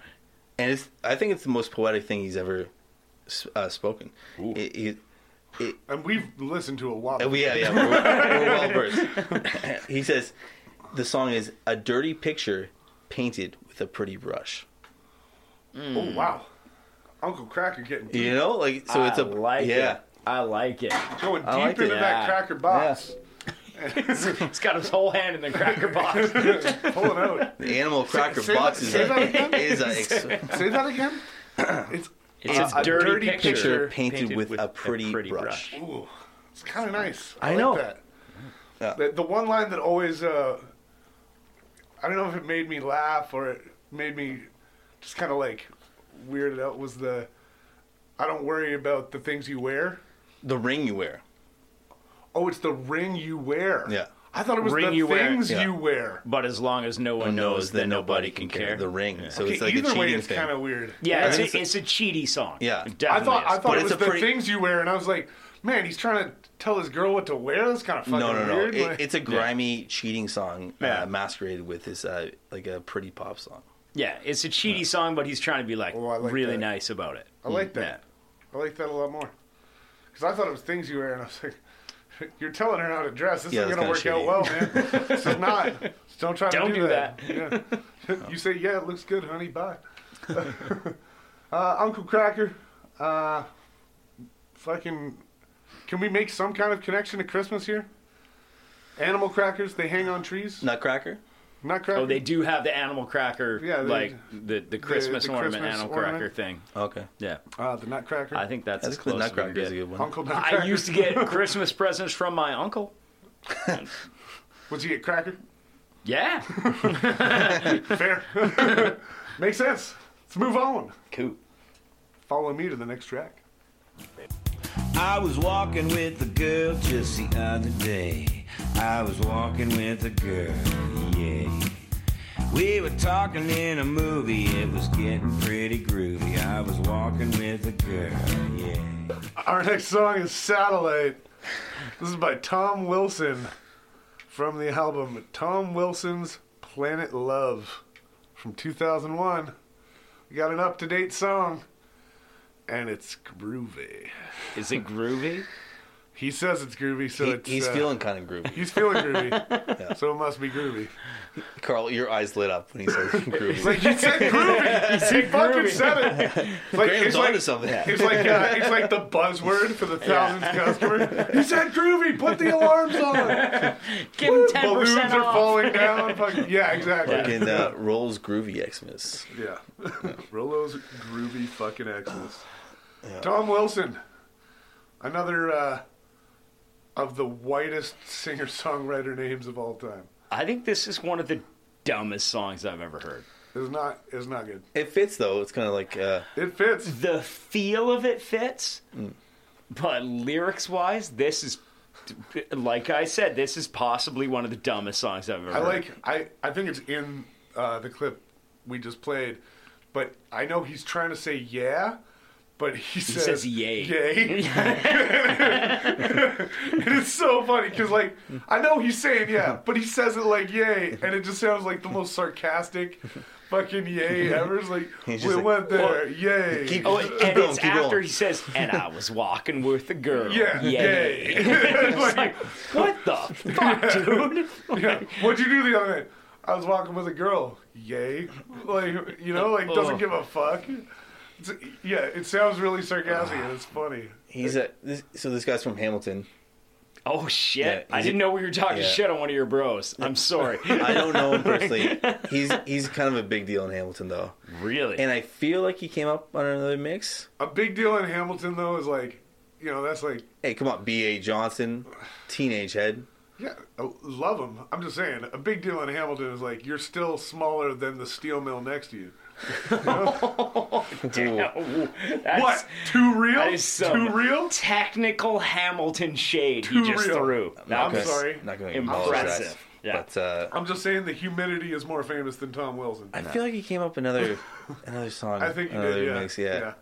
and it's I think it's the most poetic thing he's ever s- uh, spoken. Ooh. It- it- And we've listened to a lot. Uh, of we- Yeah, yeah, we're, we're well versed. he says the song is a dirty picture painted with a pretty brush. Hmm. Oh wow, Uncle Cracker getting deep, You know, like so it's I a like yeah. it. I like it. going deep I liked it. into that Yeah. cracker box, He's got his whole hand in the cracker box. pulling out. The animal cracker say box that- is say a, that again? is a ex- Say that again. It's It's Uh, a dirty picture painted, with, a pretty, brush. ooh, it's kind of nice. I like know. that. Yeah. The, the one line that always, uh, I don't know if it made me laugh or it made me just kind of like weirded out was the, I don't worry about the things you wear. The ring you wear. Oh, it's the ring you wear. Yeah. I thought it was Ring the you wear. things Yeah. you wear. But as long as no one knows, then nobody can care. The ring. So Okay, it's like a either cheating way, it's thing. kind of weird. Yeah, it's, I think a, it's a cheaty song. Yeah. It I definitely thought I is. thought But it it's was a the pretty- things you wear, and I was like, man, he's trying to tell his girl what to wear. That's kind of fucking no, no, no. weird. It, like- it's a grimy cheating song uh, Yeah. masqueraded with this uh, like a pretty pop song. yeah, it's a cheaty song, but he's trying to be like, Oh, I like really that. nice about it. I like that. I like that a lot more. Because I thought it was things you wear, and I was like, you're telling her how to dress. This Yeah, isn't that's gonna work kinda out well, man. it's not. Just don't try Don't to do, do that. Yeah. you say, yeah, it looks good, honey. Bye. uh, Uncle Cracker, uh, fucking, can we make some kind of connection to Christmas here? Animal crackers, they hang on trees. Nutcracker. Nutcracker. Oh, they do have the animal cracker, Yeah, they- like the the Christmas the ornament Christmas animal ornament. cracker thing. Okay. Yeah, Uh, the Nutcracker. I think that's, That's as close. the as we Nutcracker is a get. good one. Uncle Nutcracker. I used to get Christmas presents from my uncle. Was he a cracker? Yeah, Fair. Makes sense. Let's move on. cool. Follow me to the next track. I was walking with a girl just the other day. I was walking with a girl, yeah. We were talking in a movie, it was getting pretty groovy. I was walking with a girl, yeah. Our next song is Satellite. This is by Tom Wilson from the album Tom Wilson's Planet Love from 2001. We got an up to date song, and it's groovy. Is it groovy? He says it's groovy, so He, it's. he's uh, feeling kind of groovy. He's feeling groovy, so it must be groovy. Carl, your eyes lit up when he says groovy. Like you said, groovy. he fucking said it. It's like, Graham's it's onto like, something. It's like uh, it's like the buzzword for the thousandth customer. You said groovy. Put the alarms on. Give him ten Balloons percent are off. falling down. Fucking, yeah, exactly. Yeah. Fucking uh, rolls groovy Xmas. Rolo's groovy fucking exes. Tom Wilson, another uh, of the whitest singer-songwriter names of all time. I think this is one of the dumbest songs I've ever heard. Is not is not good. It fits though. It's kind of like uh, It fits. The feel of it fits, Mm. but lyrics wise, this is like I said, this is possibly one of the dumbest songs I've ever I heard. like. I I think it's in uh, the clip we just played, but I know he's trying to say yeah, but he, says, says yay. Yay. and it's so funny because like I know he's saying yeah, but he says it like yay, and it just sounds like the most sarcastic. Fucking yay ever. It's like, we He's just like, went there, yay. keep- Oh, and Keep going, it's keep after going. he says, "And I was walking with a girl." yeah, yay. It's like, What the fuck, dude? yeah. What'd you do the other night? I was walking with a girl. Yay. Like, you know, like, Oh. doesn't give a fuck. It's, yeah, it sounds really sarcastic and it's funny. he's a this, so this guy's from Hamilton. Oh shit! Yeah, I is didn't it- know we were talking yeah. shit on one of your bros. I'm sorry. I don't know him personally. He's he's kind of a big deal in Hamilton though, really? and I feel like he came up on another mix. A big deal in Hamilton, though, is like, you know, that's like, Hey, come on, B. A. Johnson, teenage head. yeah, I love him. I'm just saying, a big deal in Hamilton is like, you're still smaller than the steel mill next to you. Ooh. Ooh, that's What? Too real? That is some Too real? technical Hamilton shade Too you just real. threw. That I'm was- sorry. Not going to Impressive. apologize. Yeah. But uh, I'm just saying the humidity is more famous than Tom Wilson. I feel like he came up another another song. I think you another did, yeah. mix. Yeah.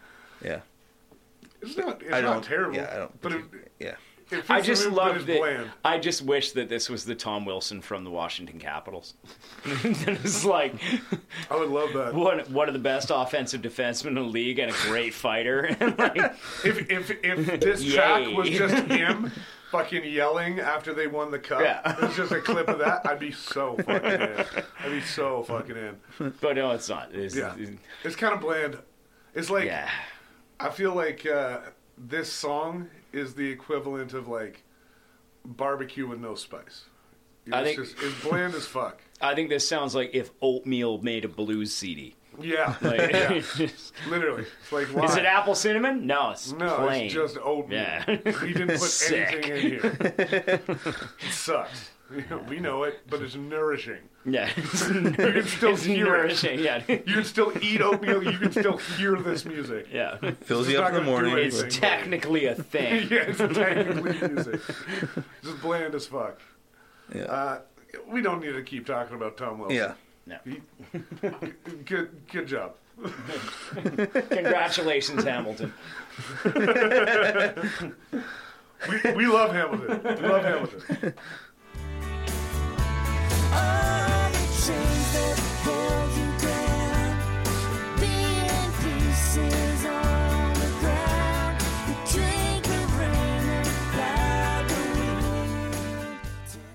Yeah. It's not, it's I not don't. terrible. Yeah. I don't. But it, yeah. it fits I the just mood, but it's love that. bland. I just wish that this was the Tom Wilson from the Washington Capitals. it's like I would love that. one one of the best offensive defensemen in the league and a great fighter. And like, If if if this Yay. track was just him fucking yelling after they won the cup, Yeah. it was just a clip of that, I'd be so fucking in. I'd be so fucking in. but no, it's not. It's, Yeah, it's- it's kind of bland. It's like yeah. I feel like uh, this song is the equivalent of like barbecue with no spice. You know, I it's think- just, it's bland as fuck. I think this sounds like if oatmeal made a blues CD. Yeah, Like, literally. It's like why? Is it apple cinnamon? No, it's no, plain. it's just oatmeal. Yeah. We didn't put Sick. anything in here. It sucks. We know it, but it's nourishing. yeah, it's, nour- can still it's hear it. nourishing. Yeah, You can still eat oatmeal. You can still hear this music. yeah. Fills It's you not up in the gonna do morning. anything. It's technically a thing. Yeah, it's technically music. Just bland as fuck. Yeah. Uh, we don't need to keep talking about Tom Wilson. yeah. Good, good job. Congratulations, Hamilton. We, we love Hamilton. We love Hamilton.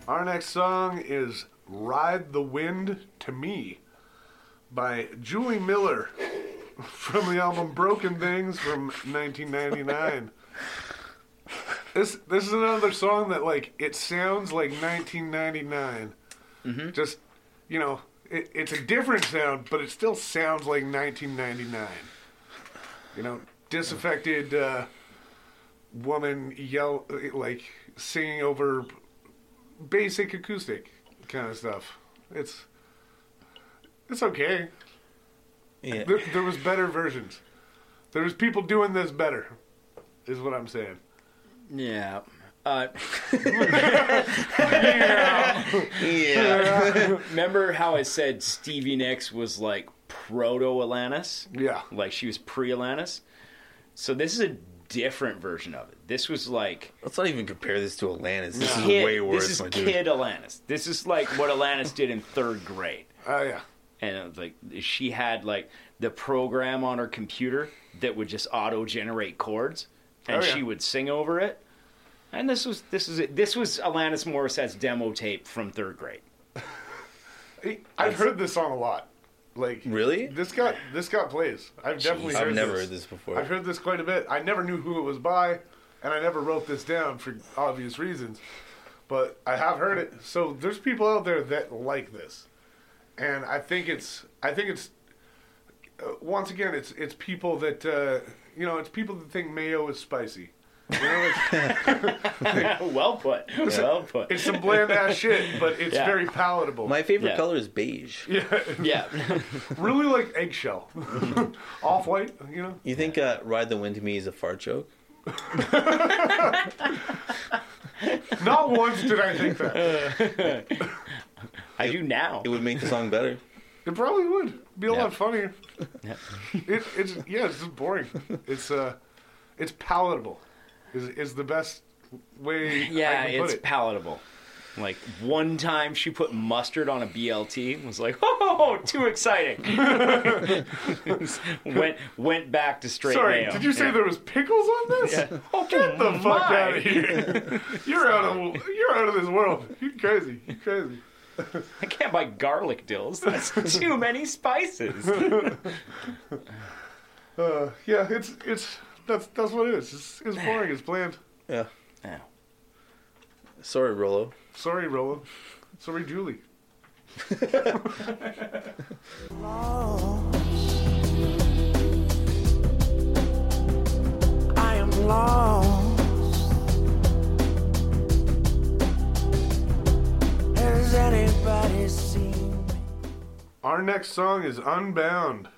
Our next song is "Ride the Wind to Me" by Julie Miller from the album Broken Things from 1999. This this is another song that like it sounds like 1999. Just you know, it, it's a different sound, but it still sounds like 1999. You know, disaffected uh, woman yell like singing over basic acoustic kind of stuff. It's it's okay. Yeah. There, there was better versions. There was people doing this better, is what I'm saying. Yeah. Uh, Yeah. remember how I said Stevie Nicks was like proto Alanis? Yeah. Like she was pre Alanis? So this is a different version of it. This was like Let's not even compare this to Atlantis. This is kid, way worse. This is my dude. kid Alanis. This is like what Alanis did in third grade. Oh yeah. and it was like she had like the program on her computer that would just auto generate chords and Oh, yeah. she would sing over it and this was this was it. this was Alanis Morissette's demo tape from third grade I- I've heard this song a lot. Like Really? this got this got plays. I've definitely. I've heard never this. heard this before. I've heard this quite a bit. I never knew who it was by, and I never wrote this down for obvious reasons. But I have heard it. So there's people out there that like this, and I think it's I think it's uh, once again it's it's people that uh, you know it's people that think mayo is spicy. You know, it's, well put well put it's some bland ass shit, but it's Yeah. very palatable. My favorite Yeah. color is beige. yeah really like eggshell, off white. You know. You think uh, "Ride the Wind" to me is a fart joke? Not once did I think that. I do now It would make the song better. It probably would be a Yeah. lot funnier. It, it's yeah, it's just boring. It's uh, it's palatable. Is is the best way? yeah I can put it's it. palatable like one time she put mustard on a BLT and was like oh too exciting went went back to straight Sorry, mayo. did you say Yeah. there was pickles on this? Oh, get the fuck my. out of here! You're out of you're out of this world. You're crazy. You're crazy. I can't buy garlic dills. That's too many spices. Uh, yeah, it's it's that's that's what it is. It's, it's boring. It's bland. Yeah. Yeah. Sorry, Rolo. Sorry, Roland. Sorry, Julie. I am lost. Has anybody seen me? Our next song is Unbound.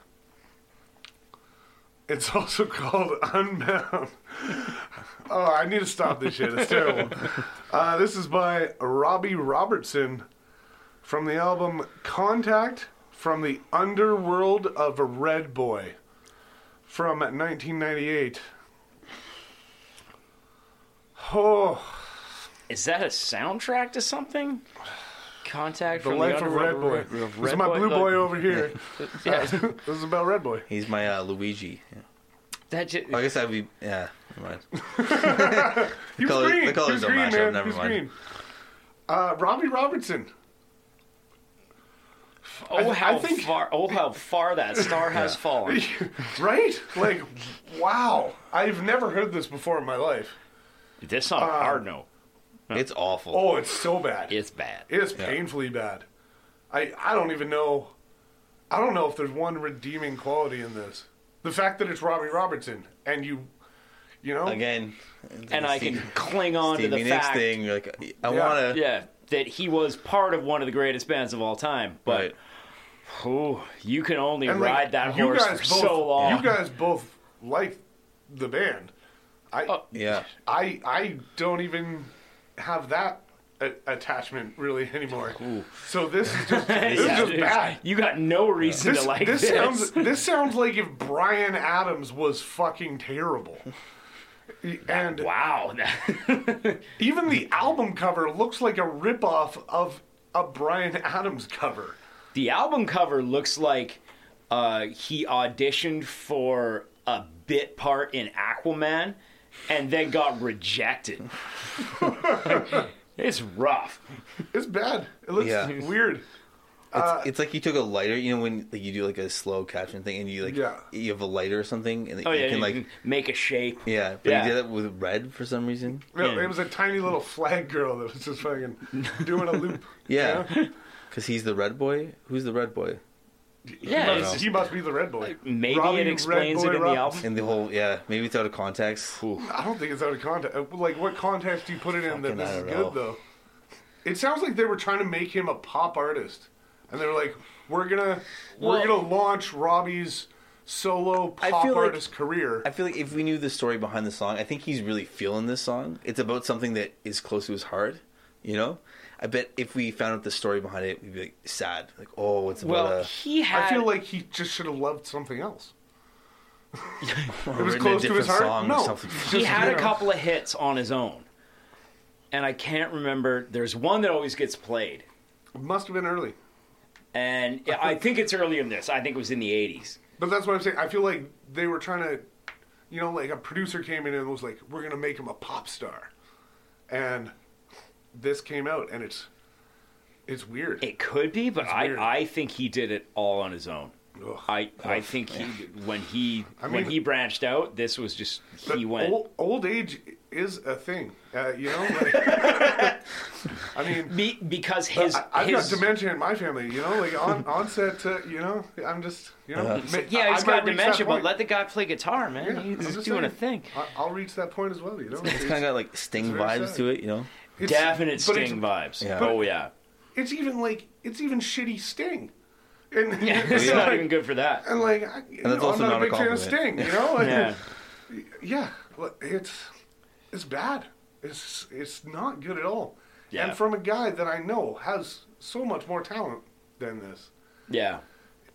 It's also called Unbound. oh, I need to stop this shit. It's terrible. Uh, this is by Robbie Robertson from the album Contact from the Underworld of a Red Boy from 1998. Oh, Is that a soundtrack to something? Contact the from life the of Red Underworld- Boy. Red this is my blue Look, boy over here. Yeah, this is about Red Boy. He's my uh, Luigi. Yeah. that ju- I guess I'd be. Yeah. Never mind. He was color- green. the colors He was don't green, match up, man. never He was mind. green. Uh, Robbie Robertson. oh how I think- far! Oh how far that star has fallen. right? Like, wow. I've never heard this before in my life. This song, Uh, Arno, It's awful. Oh, it's so bad. is bad. It is painfully bad. I I don't even know. I don't know if there's one redeeming quality in this. The fact that it's Robbie Robertson and you, you know, Again. and I can cling on Stevie to the Nicks fact, thing. Like I Yeah. wanna. yeah, that he was part of one of the greatest bands of all time. But But ooh, you can only and, like, ride that you horse guys for both- so long. You guys both like the band. I Oh, yeah. I I don't even have that a- attachment really anymore. So this is just this Yeah, is just dude, bad. You got no reason This, to like this this. sounds this sounds like if Brian Adams was fucking terrible. And wow. even the album cover looks like a ripoff of a Brian Adams cover. The album cover looks like uh, he auditioned for a bit part in Aquaman and then got rejected. it's rough. It's bad. It looks Yeah. weird. it's, it's like you took a lighter. You know when like, you do like a slow caption thing, and you like Yeah. you have a lighter or something, and Oh, you yeah. can you like can make a shape. yeah. But Yeah. you did it with red for some reason. No, Yeah. it was a tiny little flag girl that was just fucking doing a loop. Yeah. Because he's the red boy? Who's the red boy? Yeah, it's just- He must be the red boy. maybe Robbie it Red explains Boy it in the Robinson. album. And the whole, yeah, maybe it's out of context. I don't think it's out of context. Uh, Like, what context do you put it in that Fucking, I this is don't know. good, though? It sounds like they were trying to make him a pop artist, and they were like, "We're gonna, we're Well- gonna launch Robbie's solo I pop feel like- artist career." I feel like if we knew the story behind the song, I think he's really feeling this song. It's about something that is close to his heart, you know? I bet if we found out the story behind it, we'd be like sad. Like, oh, it's about Well, a. he had. I feel like he just should have loved something else. It was close to his heart? No. he Just, had you a know. couple of hits on his own, and I can't remember. There's one that always gets played, It must have been early, and I think it's earlier than this. I think it was in the '80s. but that's what I'm saying. I feel like they were trying to, you know, like a producer came in and was like, "We're gonna make him a pop star," and this came out, and it's, it's weird. It could be, but I, weird. I think he did it all on his own. Ugh. I I think he when he I when mean- he branched out, this was just he But went. Old, old age is a thing, uh, you know. Like, I mean, Be, because his I, I've his got dementia in my family, you know. Like on onset, uh, you know. I'm just, you know. Uh, ma- yeah, he's I might reach got that dementia, but point. let the guy play guitar, man. Yeah, I'm he's just doing a saying. thing. I, I'll reach that point as well, you know. It's kind of got like Sting very vibes sad. to it, you know? It's- Definite but Sting It's, vibes. Yeah. Oh yeah, it's even like it's even shitty Sting, and it's you know, not like- even good for that. And like, I, you know, that's also I'm not, not a a big fan of Sting, compliment. you know. Like, Yeah. yeah, well, it's it's bad. It's it's not good at all. Yeah. And from a guy that I know has so much more talent than this. Yeah.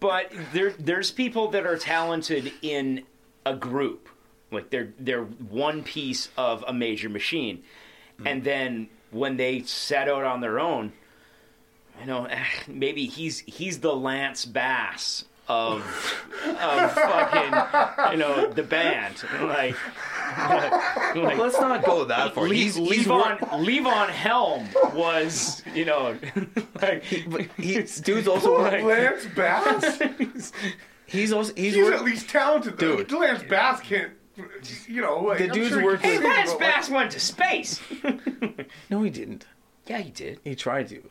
But there there's people that are talented in a group. Like they're they're one piece of a major machine. Hmm. And then when they set out on their own, you know, maybe he's he's the Lance Bass of of fucking you know the band like like Let's not go that far. Le- He's, he's Levon wor- Levon Helm was you know like but he, dude's also wor- Lance Bass? he's also he's, He's wor- at least talented. Dude. Lance Bass can't. You know, like, The I'm dude's sure he working- can Hey, sing, Lance but, like, Bass went to space. no he didn't yeah, he did. he tried to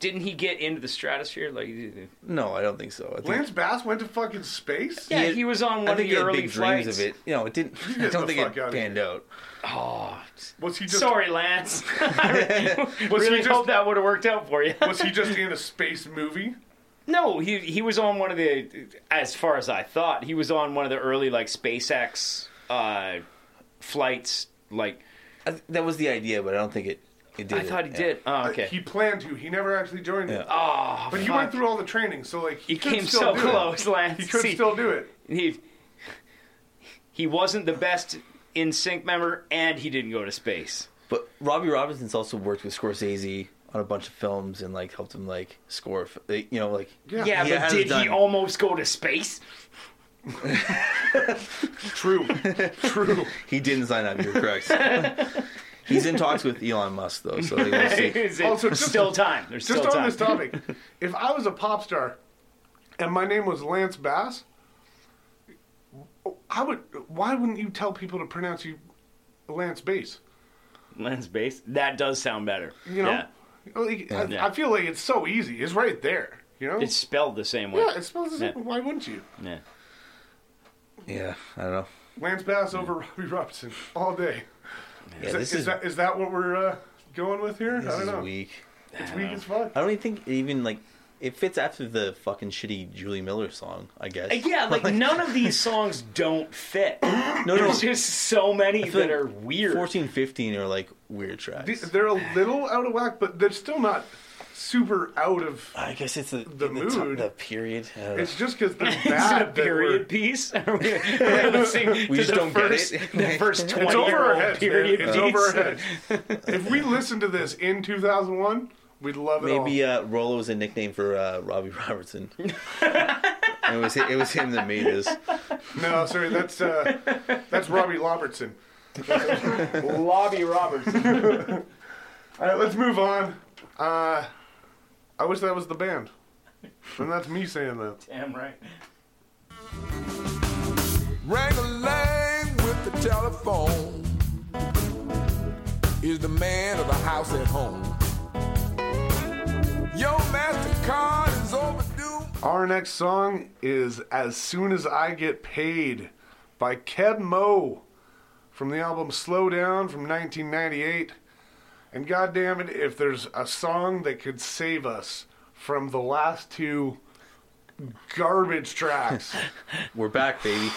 Didn't he get into the stratosphere? Like, he did- no I don't think so I think Lance Bass went to fucking space. yeah, had- he was on one I think of he your had early big flights. dreams of it you know it didn't I the don't think fuck it outta here. panned out Oh, Was he just sorry, Lance. I re- really just- hope that would have worked out for you. Was he just in a space movie? no, he he was on one of the. As far as I thought, he was on one of the early like SpaceX uh, flights. Like, I th- that was the idea but I don't think it it did I thought he it. did. Oh, okay. He planned to. He never actually joined Yeah. it. oh, But he fuck. went through all the training, so like he, He could came so still do it. close, Lance. He could See, still do it. he he wasn't the best in sync member and he didn't go to space but Robbie Robinson's also worked with Scorsese on a bunch of films and like helped him like score f- you know like yeah, He but has did done- he almost go to space True. True. he didn't sign up you're correct he's in talks with Elon Musk though so like, we'll see. Is it Also, just- still time there's Just still on time this topic, if I was a pop star and my name was Lance Bass, I would. Why wouldn't you tell people to pronounce you Lance Bass? lens base that does sound better You know, yeah Like, I, Yeah. I feel like it's so easy. It's right there. You know, it's spelled the same way yeah, it smells the same. Yeah. Why wouldn't you? Yeah. yeah I don't know Lance Bass over Robbie Robinson all day. yeah Is, that- this is is that is that what we're uh, going with here? this I don't is know. weak. It's weak as fuck. I don't even think it even like it fits after the fucking shitty Julie Miller song, I guess. Uh, yeah like none of these songs don't fit no, no, there's just so many feel that like are weird 14, 15 are like weird tracks. The- They're a little out of whack, but they're still not super out of. I guess it's the the, The the, mood. the period. I don't know. It's just because they're Is it bad. a period piece? Are we, are we listening We to just the don't get first, it. the first That we're, it's over our 20-year-old heads. period man. It's piece? over our heads. if we listened to this in 2001, we'd love it Maybe all. uh, Rolo's a nickname for uh, Robbie Robertson. it was it was him that made this. No, sorry, that's uh, that's Robbie Robertson. Lobby Robertson. All right, let's move on. Uh, I wish that was the band. And that's me saying that. Damn right. Rang a lang with the telephone is the man of the house at home. Your master Our next song is As Soon as I Get Paid by Keb Mo from the album Slow Down from 1998. And goddamn it, if there's a song that could save us from the last two garbage tracks, We're back, baby.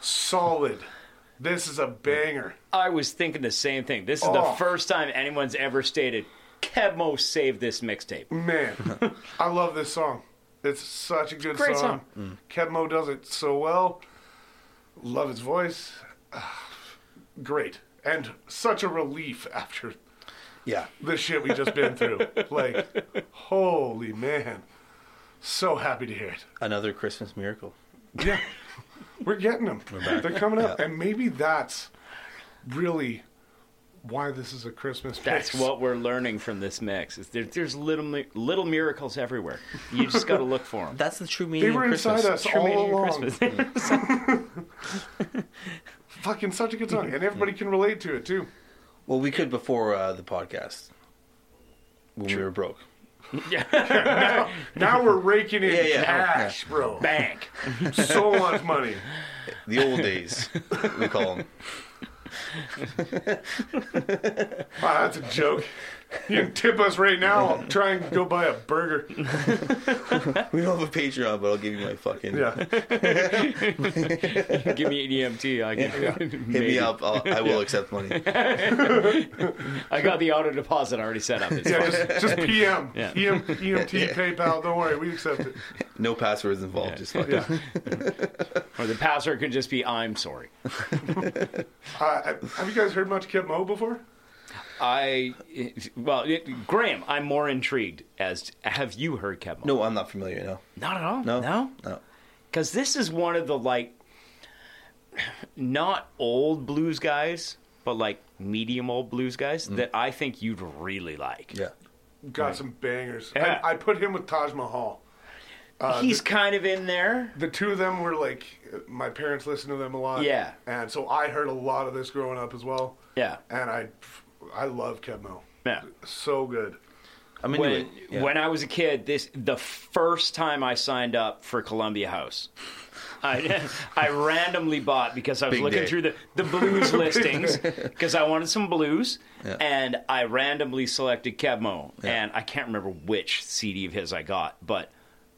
solid. This is a banger. I was thinking the same thing. This is Oh. the first time anyone's ever stated Kevmo saved this mixtape. Man, I love this song. It's such a good Great song. Mm. Keb Mo does it so well. Love his voice. Ah, Great. And such a relief after Yeah. the shit we just been through. Like, holy man. So happy to hear it. Another Christmas miracle. Yeah. We're getting them. They're coming up. And maybe that's really why this is a Christmas That's mix. what we're learning from this mix. Is there, there's little mi- little miracles everywhere. You just got to look for them. That's the true meaning They were of inside Christmas. us all along. Christmas. Fucking such a good song. Mm-hmm. And everybody can relate to it too. Well, we could before uh, the podcast when we were broke. Now we're raking in Yeah, Oh, yeah. cash, bro. Bank. So much money. The old days, we call them. Wow, that's a joke. You can tip us right now. I'll try and go buy a burger. We don't have a Patreon, but I'll give you my fucking. Yeah. Give me E an EMT. I, can, Hit me up. I'll, I will accept money. I got the auto deposit already set up. It's Yeah, fine. just, just PM. Yeah. EM, EMT, PayPal. Don't worry, we accept it. No passwords involved. Just fucking. Yeah. Or the password could just be I'm sorry. Uh, have you guys heard much Kip Mo before? I well, it, Graham, I'm more intrigued as have you heard Kevmo? No, I'm not familiar. No. not at all. No. no, No. because this is one of the like not old blues guys but like medium old blues guys that i think you'd really like Yeah. Got some bangers. Yeah. I, I put him with Taj Mahal. he's kind of in there The two of them were like, my parents listened to them a lot. Yeah. And so I heard a lot of this growing up as well. yeah And I, I love Kip Mo. yeah So good. I'm into when, it. Yeah. when i was a kid this the first time i signed up for columbia house I, I randomly bought because I was Big looking day. through the, the blues listings because I wanted some blues Yeah. and I randomly selected Kevmo and I can't remember which CD of his I got but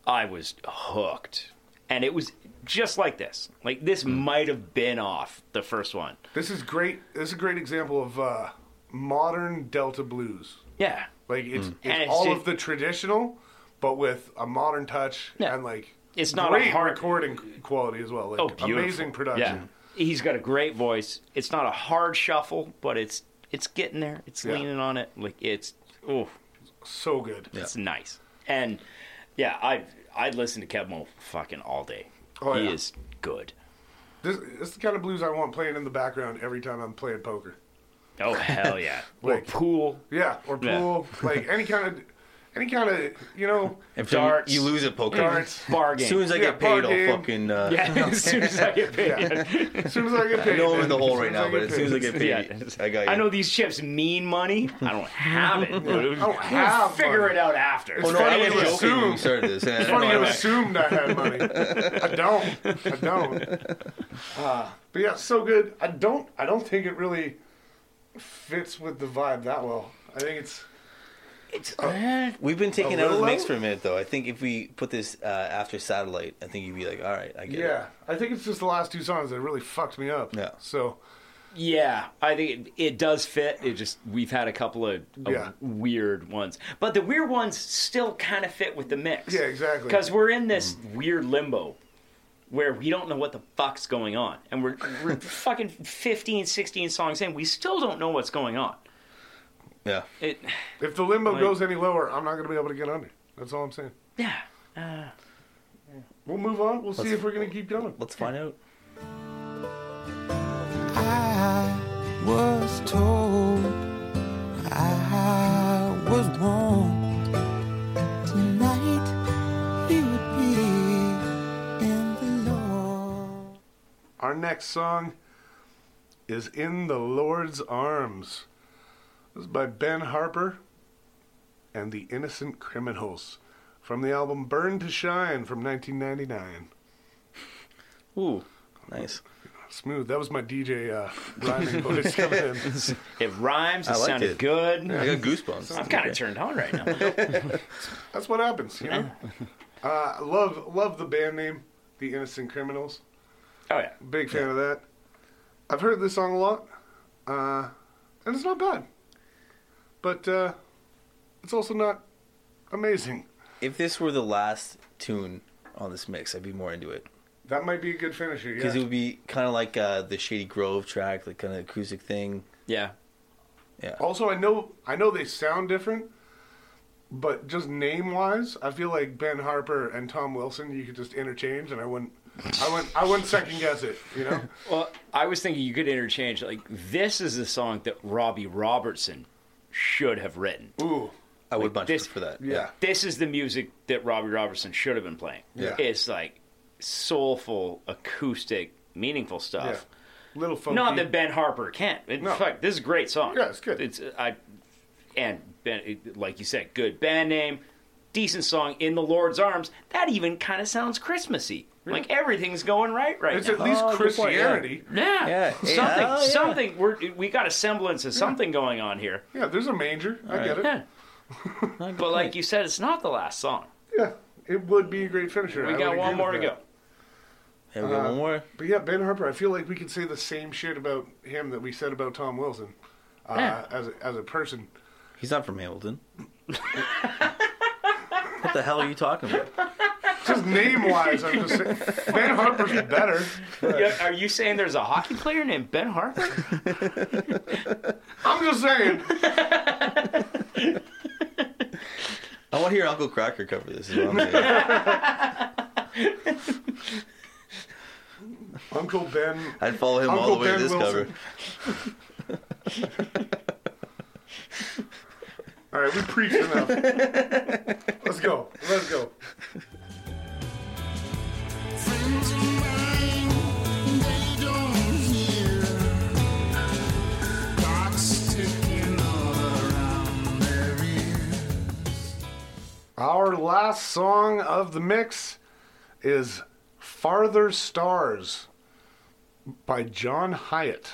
I was hooked and it was just like this like this Mm. might have been off the first one This is great. This is a great example of uh, modern Delta blues. yeah Like it's, it's, And it's all just- of the traditional, but with a modern touch Yeah. and like It's not a great hard- recording quality as well. Like oh beautiful amazing production. yeah he's got a great voice it's not a hard shuffle but it's it's getting there it's Yeah. leaning on it like it's oh So good. It's nice. And yeah, I I'd listen to Kevmo fucking all day. Oh, he yeah. is good. This, this is the kind of blues I want playing in the background every time I'm playing poker. Oh hell yeah. Like- or pool. Yeah, or Yeah. pool, like any kind of, any kind of, you know, And for you- darts. You, lose at poker. darts. Bar game. As soon as I Yeah, get paid, bar game. I'll fucking. Uh, yeah, as soon as I get paid. Yeah. As soon as I get paid, I know I'm in the man. hole right As soon now, as I but get as soon as I paid. get paid, I got you. I know these chips mean money. I don't have it. I don't have Figure money. it out after. Oh no, I funny was joking you when assume. we started this. Yeah, funny no, you I- assumed I had money. I don't. I don't. Uh, but yeah, so good. I don't. I don't think it really fits with the vibe that well. I think it's It's, eh, We've been taken A out of the little mix low? for a minute, though. I think if we put this uh, after satellite, I think you'd be like, "All right, I get yeah. I think it's just the last two songs that really fucked me up. Yeah. So yeah, I think it, it does fit. It just we've had a couple of, of Yeah. weird ones, but the weird ones still kind of fit with the mix. yeah, exactly. because we're in this weird limbo where we don't know what the fuck's going on and we're, we're fucking 15 16 songs in we still don't know what's going on it." Yeah, it if the limbo goes any lower, I'm not gonna be able to get under. That's all I'm saying. yeah We'll move on. We'll see if we're gonna keep going. let's find out. I was told, I was warned. Tonight he would be in the Lord. Our next song is In the Lord's Arms. This is by Ben Harper and the Innocent Criminals from the album Burn to Shine from 1999. Ooh, Nice. Smooth. That was my DJ uh, rhyming voice coming in. it rhymes. It I liked sounded it. good. I got goosebumps. I'm kind of turned on right now. That's what happens, you know. Uh, love, love the band name, The Innocent Criminals. Oh yeah, Big fan of that. I've heard this song a lot, uh, and it's not bad, but uh, it's also not amazing. If this were the last tune on this mix, I'd be more into it That might be a good finisher. Yeah. because it would be kind of like uh, the Shady Grove track, like kind of acoustic thing. yeah. Also, I know I know they sound different, but just name wise, I feel like Ben Harper and Tom Wilson. You could just interchange, and I wouldn't. I wouldn't. I wouldn't second guess it. You know. Well, I was thinking you could interchange. Like this is a song that Robbie Robertson should have written. Ooh. I would much this- prefer that. Yeah. This is the music that Robbie Robertson should have been playing. Yeah. It's like soulful, acoustic, meaningful Yeah. stuff. Little funky. Not that Ben Harper can't. In No. fact, this is a great song. Yeah, it's good. It's I and ben, it- like you said, good band name, decent song. In the Lord's Arms, that even kind of sounds Christmassy. Like everything's going right right It's now. at least Christianity. Oh, Yeah. Yeah. Oh, Something. Yeah. Something. We're, we got a semblance of something going on here. Yeah, there's a manger. I get it. Yeah. but like you said, it's not the last song. Yeah, it would be a great finisher. We I got would one agree more to with go. that. Hey, we uh, got one more. But yeah, Ben Harper. I feel like we could say the same shit about him that we said about Tom Wilson uh, Yeah. as a, as a person. He's not from Hamilton. what the hell are you talking about? Just name wise, I'm just saying Ben Harper's better. but Yeah, Are you saying there's a hockey player named Ben Harper? I'm just saying. I want to hear Uncle Cracker cover this. Is what I'm saying. Uncle Ben. I'd follow him all Uncle the way Ben to this Wilson. cover. All right, we preached enough. Let's go. Let's go. Friends of mine, they don't hear clocks ticking all around their ears. Our last song of the mix is Farther Stars by John Hyatt.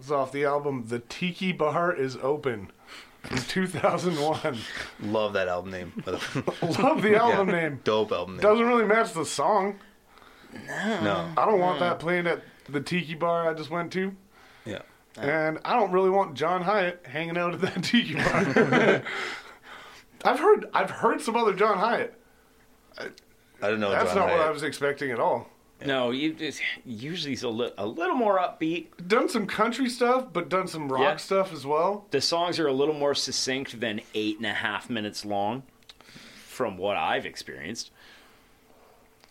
It's off the album The Tiki Bar is Open from 2001. Love that album name. by the way. Love the album name. Dope album name. Doesn't really match the song. no. I don't want that playing at the Tiki Bar I just went to. Yeah. And I don't really want John Hyatt hanging out at that tiki bar. I've heard I've heard some other John Hyatt. I don't know. That's Oh, John not what Hyatt. I was expecting at all. no, you, it's, usually he's a, li- a little more upbeat. Done some country stuff, but done some rock Yeah. stuff as well. The songs are a little more succinct than eight and a half minutes long, from what I've experienced.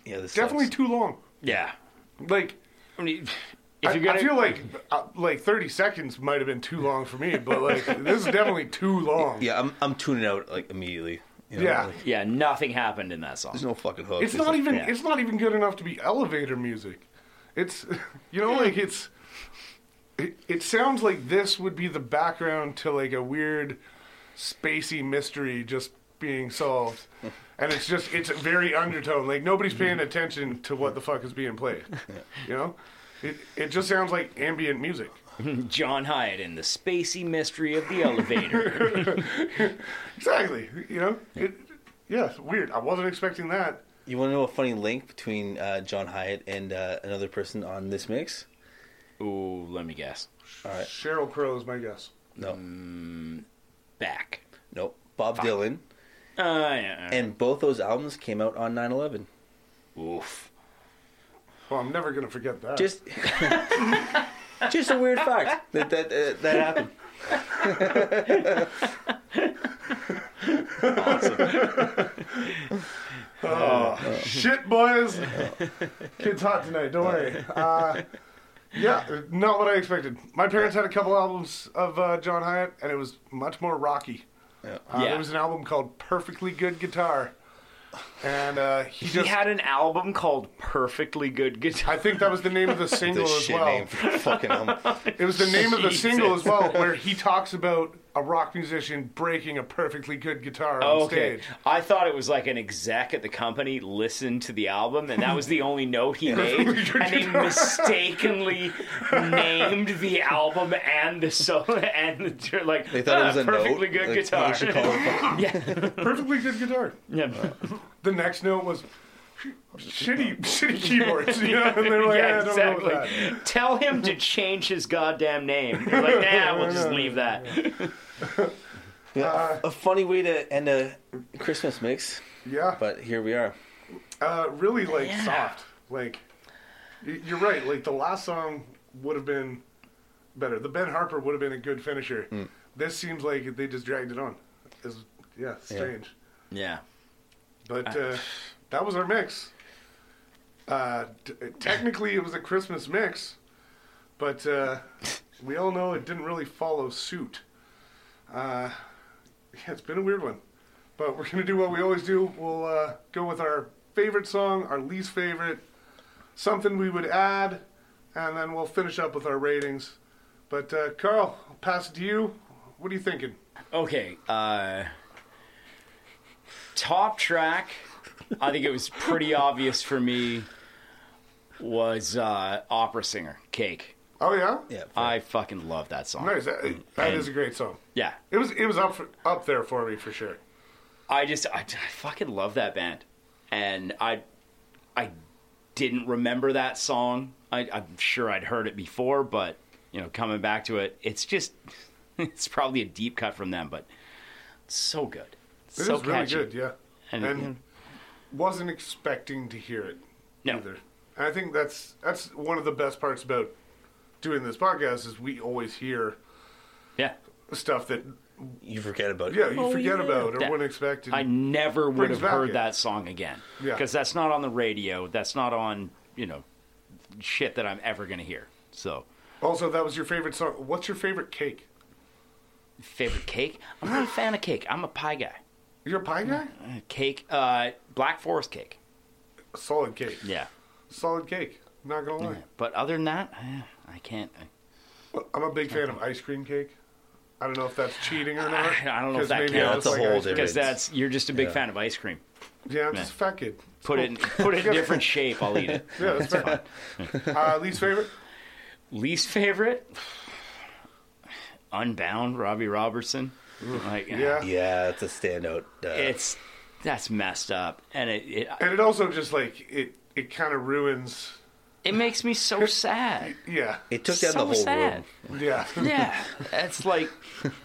Yeah, this Definitely sucks. too long. Yeah. Like I mean, I, if you're gonna, I feel like uh, like 30 seconds might have been too long for me, but like this is definitely too long. Yeah, I'm I'm tuning out like immediately. You know, Yeah. like, yeah, nothing happened in that song. there's no fucking hook. It's There's not no- even yeah. it's not even good enough to be elevator music. It's you know like it's it, it sounds like this would be the background to like a weird spacey mystery just being solved. And it's just it's a very undertone. Like nobody's paying attention to what the fuck is being played. You know? It it just sounds like ambient music. John Hyatt in the spacey mystery of the elevator. Exactly. You know? It yeah, it's weird. I wasn't expecting that. You want to know a funny link between uh, John Hyatt and uh, another person on this mix? Ooh, let me guess. Cheryl Crow is my guess. No, Mm. Back. no, Bob Dylan, Uh, yeah. and both those albums came out on 9/11. Oof. Well, I'm never gonna forget that. Just, just a weird fact that that uh, that happened. Shit, boys. Kids hot tonight. Don't worry. Uh, yeah, not what I expected. My parents had a couple albums of uh, John Hyatt, and it was much more rocky. Yeah. Uh, Yeah. There was an album called Perfectly Good Guitar, and uh, he He just. had an album called Perfectly Good Guitar. I think that was the name of the The single as shit well. name for a fucking album. It was the name of the single as Jesus. well, where he talks about a rock musician breaking a perfectly good guitar on Oh, okay. stage. I thought it was like an exec at the company listened to the album, and that was the only note he made, and he mistakenly named the album and the solo and the, like They thought "Ah, it was a perfectly note. good Like, guitar. You should call it Perfectly good guitar. yeah. The next note was shitty, shitty keyboards. You know, and they're like, yeah, "Eh, I don't know about that." exactly. Tell him to change his goddamn name. You're like, nah, we'll just leave that. Uh. a funny way to end a Christmas mix, Yeah, but here we are. uh, really like soft. Like y- you're right. Like the last song would have been better. The Ben Harper would have been a good finisher. This seems like they just dragged it on. It's, yeah, strange. Yeah. But uh, that was our mix. Uh, t- technically, it was a Christmas mix, but uh, we all know it didn't really follow suit. Uh, yeah, it's been a weird one. But we're going to do what we always do. We'll uh, go with our favorite song, our least favorite, something we would add, and then we'll finish up with our ratings. But uh, Carl, I'll pass it to you. What are you thinking? Okay. Uh, top track, I think it was pretty obvious for me, was uh, Opera Singer, Cake. Oh, yeah? Yeah. I fucking love that song. Nice. That, that is a great song. Yeah. It was it was up for, up there for me for sure. I just, I, I fucking love that band. And I, I didn't remember that song. I, I'm sure I'd heard it before, but, you know, coming back to it, it's just, it's probably a deep cut from them, but it's so good. It's It is so really catchy. good, yeah. And- And, yeah. wasn't expecting to hear it No. either. And I think that's that's one of the best parts about doing this podcast is we always hear Yeah. stuff that You forget about it. yeah you forget about or Yeah. wouldn't expect. I and- never would Mm-hmm. Brings have back heard it. that song again. Yeah. Because that's not on the radio. That's not on, you know, shit that I'm ever going to hear. So, also, that was your favorite song. What's your favorite cake? favorite cake? I'm not a fan of cake. I'm a pie guy. You're a pie guy. Uh, Cake, uh, Black Forest cake. Solid cake. Yeah. Solid cake. Not gonna lie. But other than that, eh, I, I can't. I, I'm a big fan of ice cream cake. I don't know if that's cheating or not. I don't know if 'cause that maybe I That's just counts. a whole ice cream. Because There it that's, you're just a big fan of ice cream. Yeah, I'm just a fat kid. Put it, in, put it in different shape. I'll eat it. Oh. Yeah, that's fair. uh, least favorite? Least favorite? Unbound, Robbie Robertson. Like, uh, Yeah. Yeah, it's a standout. Uh, it's that's messed up and it it, And it also just like it it kind of ruins. it makes me so sad Yeah, it took down so the whole sad room. yeah. yeah it's like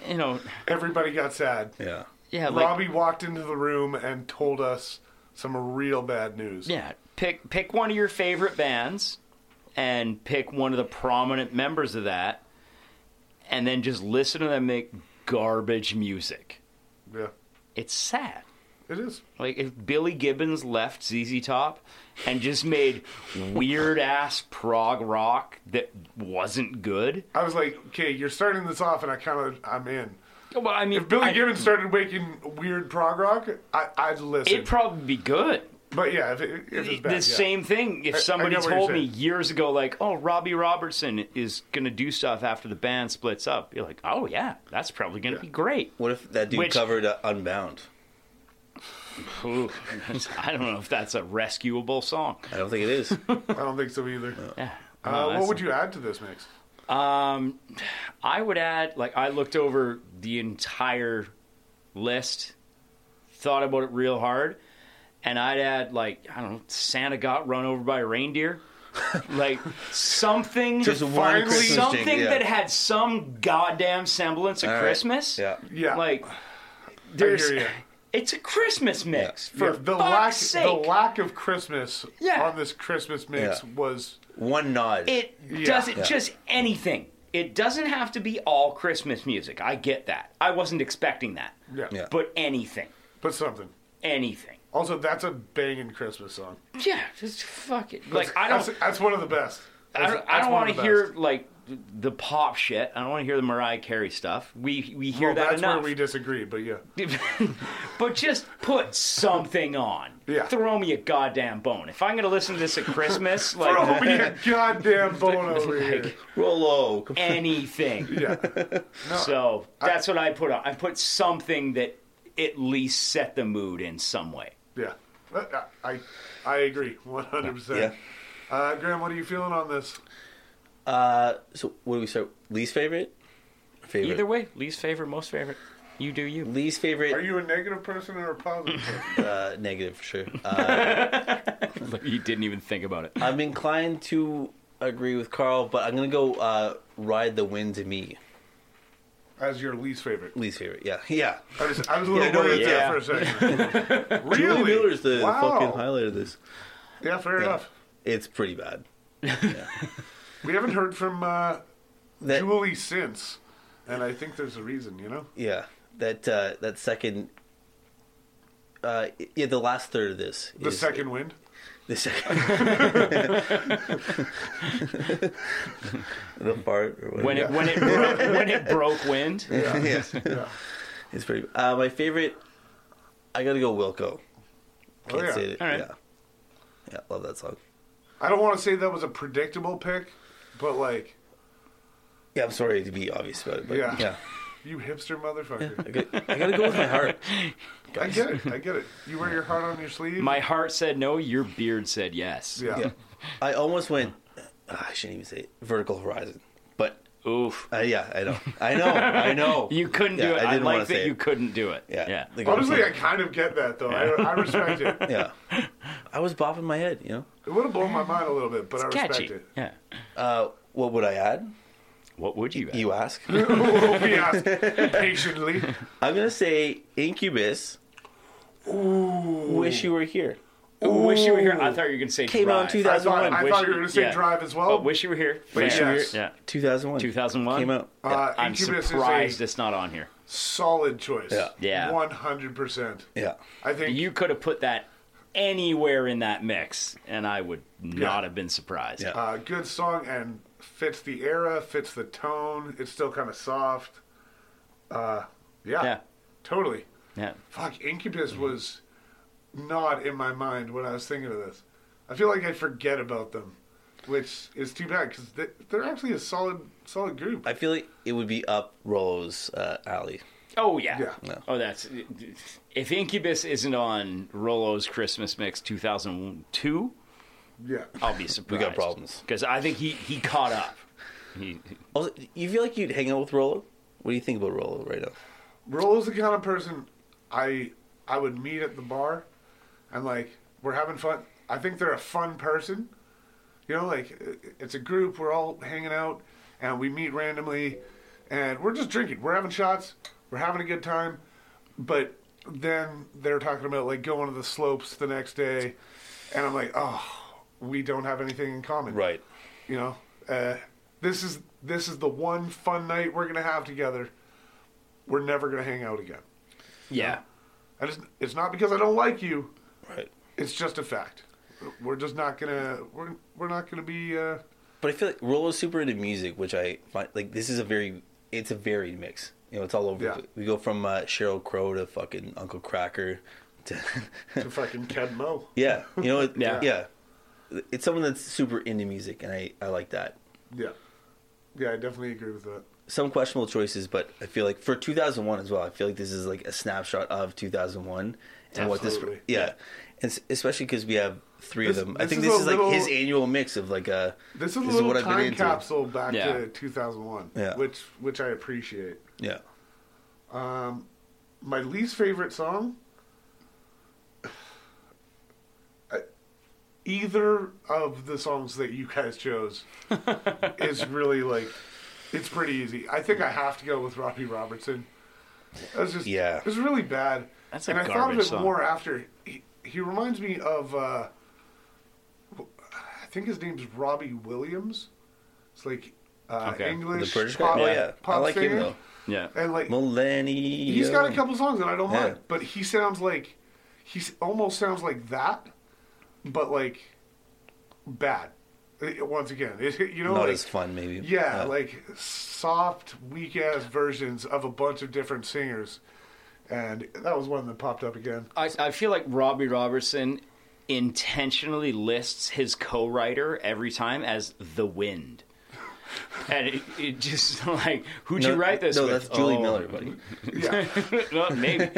you know Everybody got sad. Yeah. yeah like Robbie walked into the room and told us some real bad news. yeah pick pick one of your favorite bands and pick one of the prominent members of that and then just listen to them make garbage music Yeah, it's sad it is. Like if Billy Gibbons left ZZ Top and just made weird ass prog rock that wasn't good. I was like, okay, you're starting this off, and I kind of I'm in. Well, I mean, If Billy I- Gibbons started making weird prog rock, I, I'd listen. it'd probably be good. but yeah, if, it, if it's The bad, yeah. same thing. If I- I somebody get what you're told me saying. years ago, like, "Oh, Robbie Robertson is going to do stuff after the band splits up," you're like, "Oh yeah, that's probably going to be great." What if that dude Which- covered uh, Unbound? Ooh, I don't know if that's a rescuable song. I don't think it is. I don't think so either. Yeah. No, Uh, that's- what would you add to this mix? Um, I would add, like, I looked over the entire list, thought about it real hard, and I'd add, like, I don't know, Santa got run over by a reindeer. like, something, Just one finally- Christmas jingle, something yeah. that had some goddamn semblance of All right. Christmas. Yeah. Yeah, Like, there's. ya. It's a Christmas mix Yeah, for the fuck's lack sake. the lack of Christmas Yeah. on this Christmas mix Yeah. was One nod. it Yeah. doesn't Yeah. just anything. It doesn't have to be all Christmas music. I get that. I wasn't expecting that. yeah, Yeah. But anything, but something. anything. Also, that's a banging Christmas song. Yeah, just fuck it. Like I don't, That's, that's one of the best. I That's- don't, I that's don't one want of to the hear best. like the pop shit. I don't want to hear the Mariah Carey stuff. We we hear Well, that that's enough. where we disagree, but yeah. but just put something on. Yeah. Throw me a goddamn bone. If I'm gonna listen to this at Christmas, like Throw me a goddamn bone over here. Rolo. come- anything. Yeah. So that's what I put on. I put something that at least set the mood in some way. Yeah. I, I, I agree 100%. Yeah. Uh, Graham, what are you feeling on this? Uh, so what do we start? Least favorite. Favorite. Either way, least favorite, most favorite. You do you. Least favorite. Are you a negative person or a positive person? uh, negative for sure. Uh, You didn't even think about it. I'm inclined to agree with Carl, but I'm gonna go uh, ride the wind to me. As your least favorite. Least favorite. Yeah, yeah. I was, I was a little Yeah, no, worried yeah. there for a second. really? Julie Miller's the Wow. fucking highlight of this. Yeah, fair enough. It's pretty bad. We haven't heard from uh, That Julie since, and I think there's a reason, you know? yeah. That uh, that second. Uh, yeah, the last third of this. The is- second wind. The second. the fart or whatever. When it when it broke, when it broke wind. yeah. Yeah. It's pretty. Uh, my favorite. I gotta go Wilco. Can't Oh, yeah. say it. All right. Yeah. Yeah, love that song. I don't want to say that was a predictable pick, but like, Yeah, I'm sorry to be obvious about it, but Yeah. yeah, you hipster motherfucker. I, got, I gotta go with my heart. I get it. I get it. You wear your heart on your sleeve. My heart said no. Your beard said yes. yeah. Yeah, I almost went. ah, I shouldn't even say it, vertical horizon, but Oof. uh, yeah, I know, I know, I know. You couldn't do Yeah, it. I I, didn't wanna like say that you it. couldn't do it. yeah, Yeah. Like, Honestly, I kind of get that though. I, I respect it. yeah, I was bopping my head. You know, It would have blown my mind a little bit, but I respect Catchy. it. Yeah. uh, what would I add? What would you? You ask. We'll be asked patiently. I'm gonna say Incubus. Wish you were here. Wish you were here. I thought you were gonna say Came out in drive. 2000. I thought, I Wish- thought you were going to say yeah. drive as Oh. well. But wish you were here. Wish You Were yeah. Here. Yeah. 2001. 2001 came out. uh, I'm Incubus surprised is it's not on here. a solid choice. Yeah. Yeah. One hundred percent. Yeah, I think You could have put that anywhere in that mix, and I would not Yeah. have been surprised. Yeah. uh, good song and fits the era, fits the tone. It's still kind of soft. Uh, yeah, Yeah. totally. Yeah. Fuck, Incubus was not in my mind when I was thinking of this. I feel like I forget about them, which is too bad because they, they're actually a solid, solid group. I feel like it would be up Rolo's uh, alley. Oh yeah. Yeah. No. Oh, that's if Incubus isn't on Rolo's Christmas Mix 2002, yeah, I'll be surprised. problems. because I think he he caught up. He, Also, you feel like you'd hang out with Rolo? What do you think about Rolo right now? Rolo's the kind of person I I would meet at the bar, and like we're having fun. I think they're a fun person. You know, like i- it's a group. We're all hanging out, and we meet randomly, and we're just drinking. We're having shots. We're having a good time. But then they're talking about like going to the slopes the next day, and I'm like, oh, we don't have anything in common you know, uh, this is this is the one fun night we're gonna have together. We're never gonna hang out again. yeah. And it's it's not because I don't like you. Right. It's just a fact. We're just not gonna we're we're not gonna be. Uh, But I feel like Rolo's super into music, which I find like this is a very it's a varied mix. You know, it's all over. Yeah. We go from uh, Cheryl Crow to fucking Uncle Cracker to to fucking Ted Mo. yeah, you know, it, Yeah. yeah. It's someone that's super into music, and I I like that. Yeah, yeah, I definitely agree with that. Some questionable choices, but I feel like for 2001 as well. I feel like this is like a snapshot of 2001 and what this Absolutely. yeah, and s- especially because we have three This- of them. I this think is this a is like his little- annual mix of like uh, a This is a little time capsule back Yeah. to 2001, Yeah. which which I appreciate. Yeah, My least favorite song. I- Either of the songs that you guys chose is really like, it's pretty easy. I think I have to go with Robbie Robertson. That was just, Yeah. it was really bad. That's a and I thought of garbage it song. more after. He, he reminds me of, uh, I think his name's Robbie Williams. It's like uh, Okay. The English the British guy. pop, Oh yeah, pop I like singer. him though. Yeah. And like Millennium. He's got a couple songs that I don't Yeah. mind, but he sounds like he almost sounds like that, but like bad. It- Once again, it, you know, Not like, as fun, maybe. Yeah, Uh, like soft, weak ass versions of a bunch of different singers. And that was one that popped up again. I, I feel like Robbie Robertson intentionally lists his co-writer every time as the wind. And it, it just like who'd no, you write this No, with? that's Julie Oh. Miller, buddy. Yeah. well, maybe,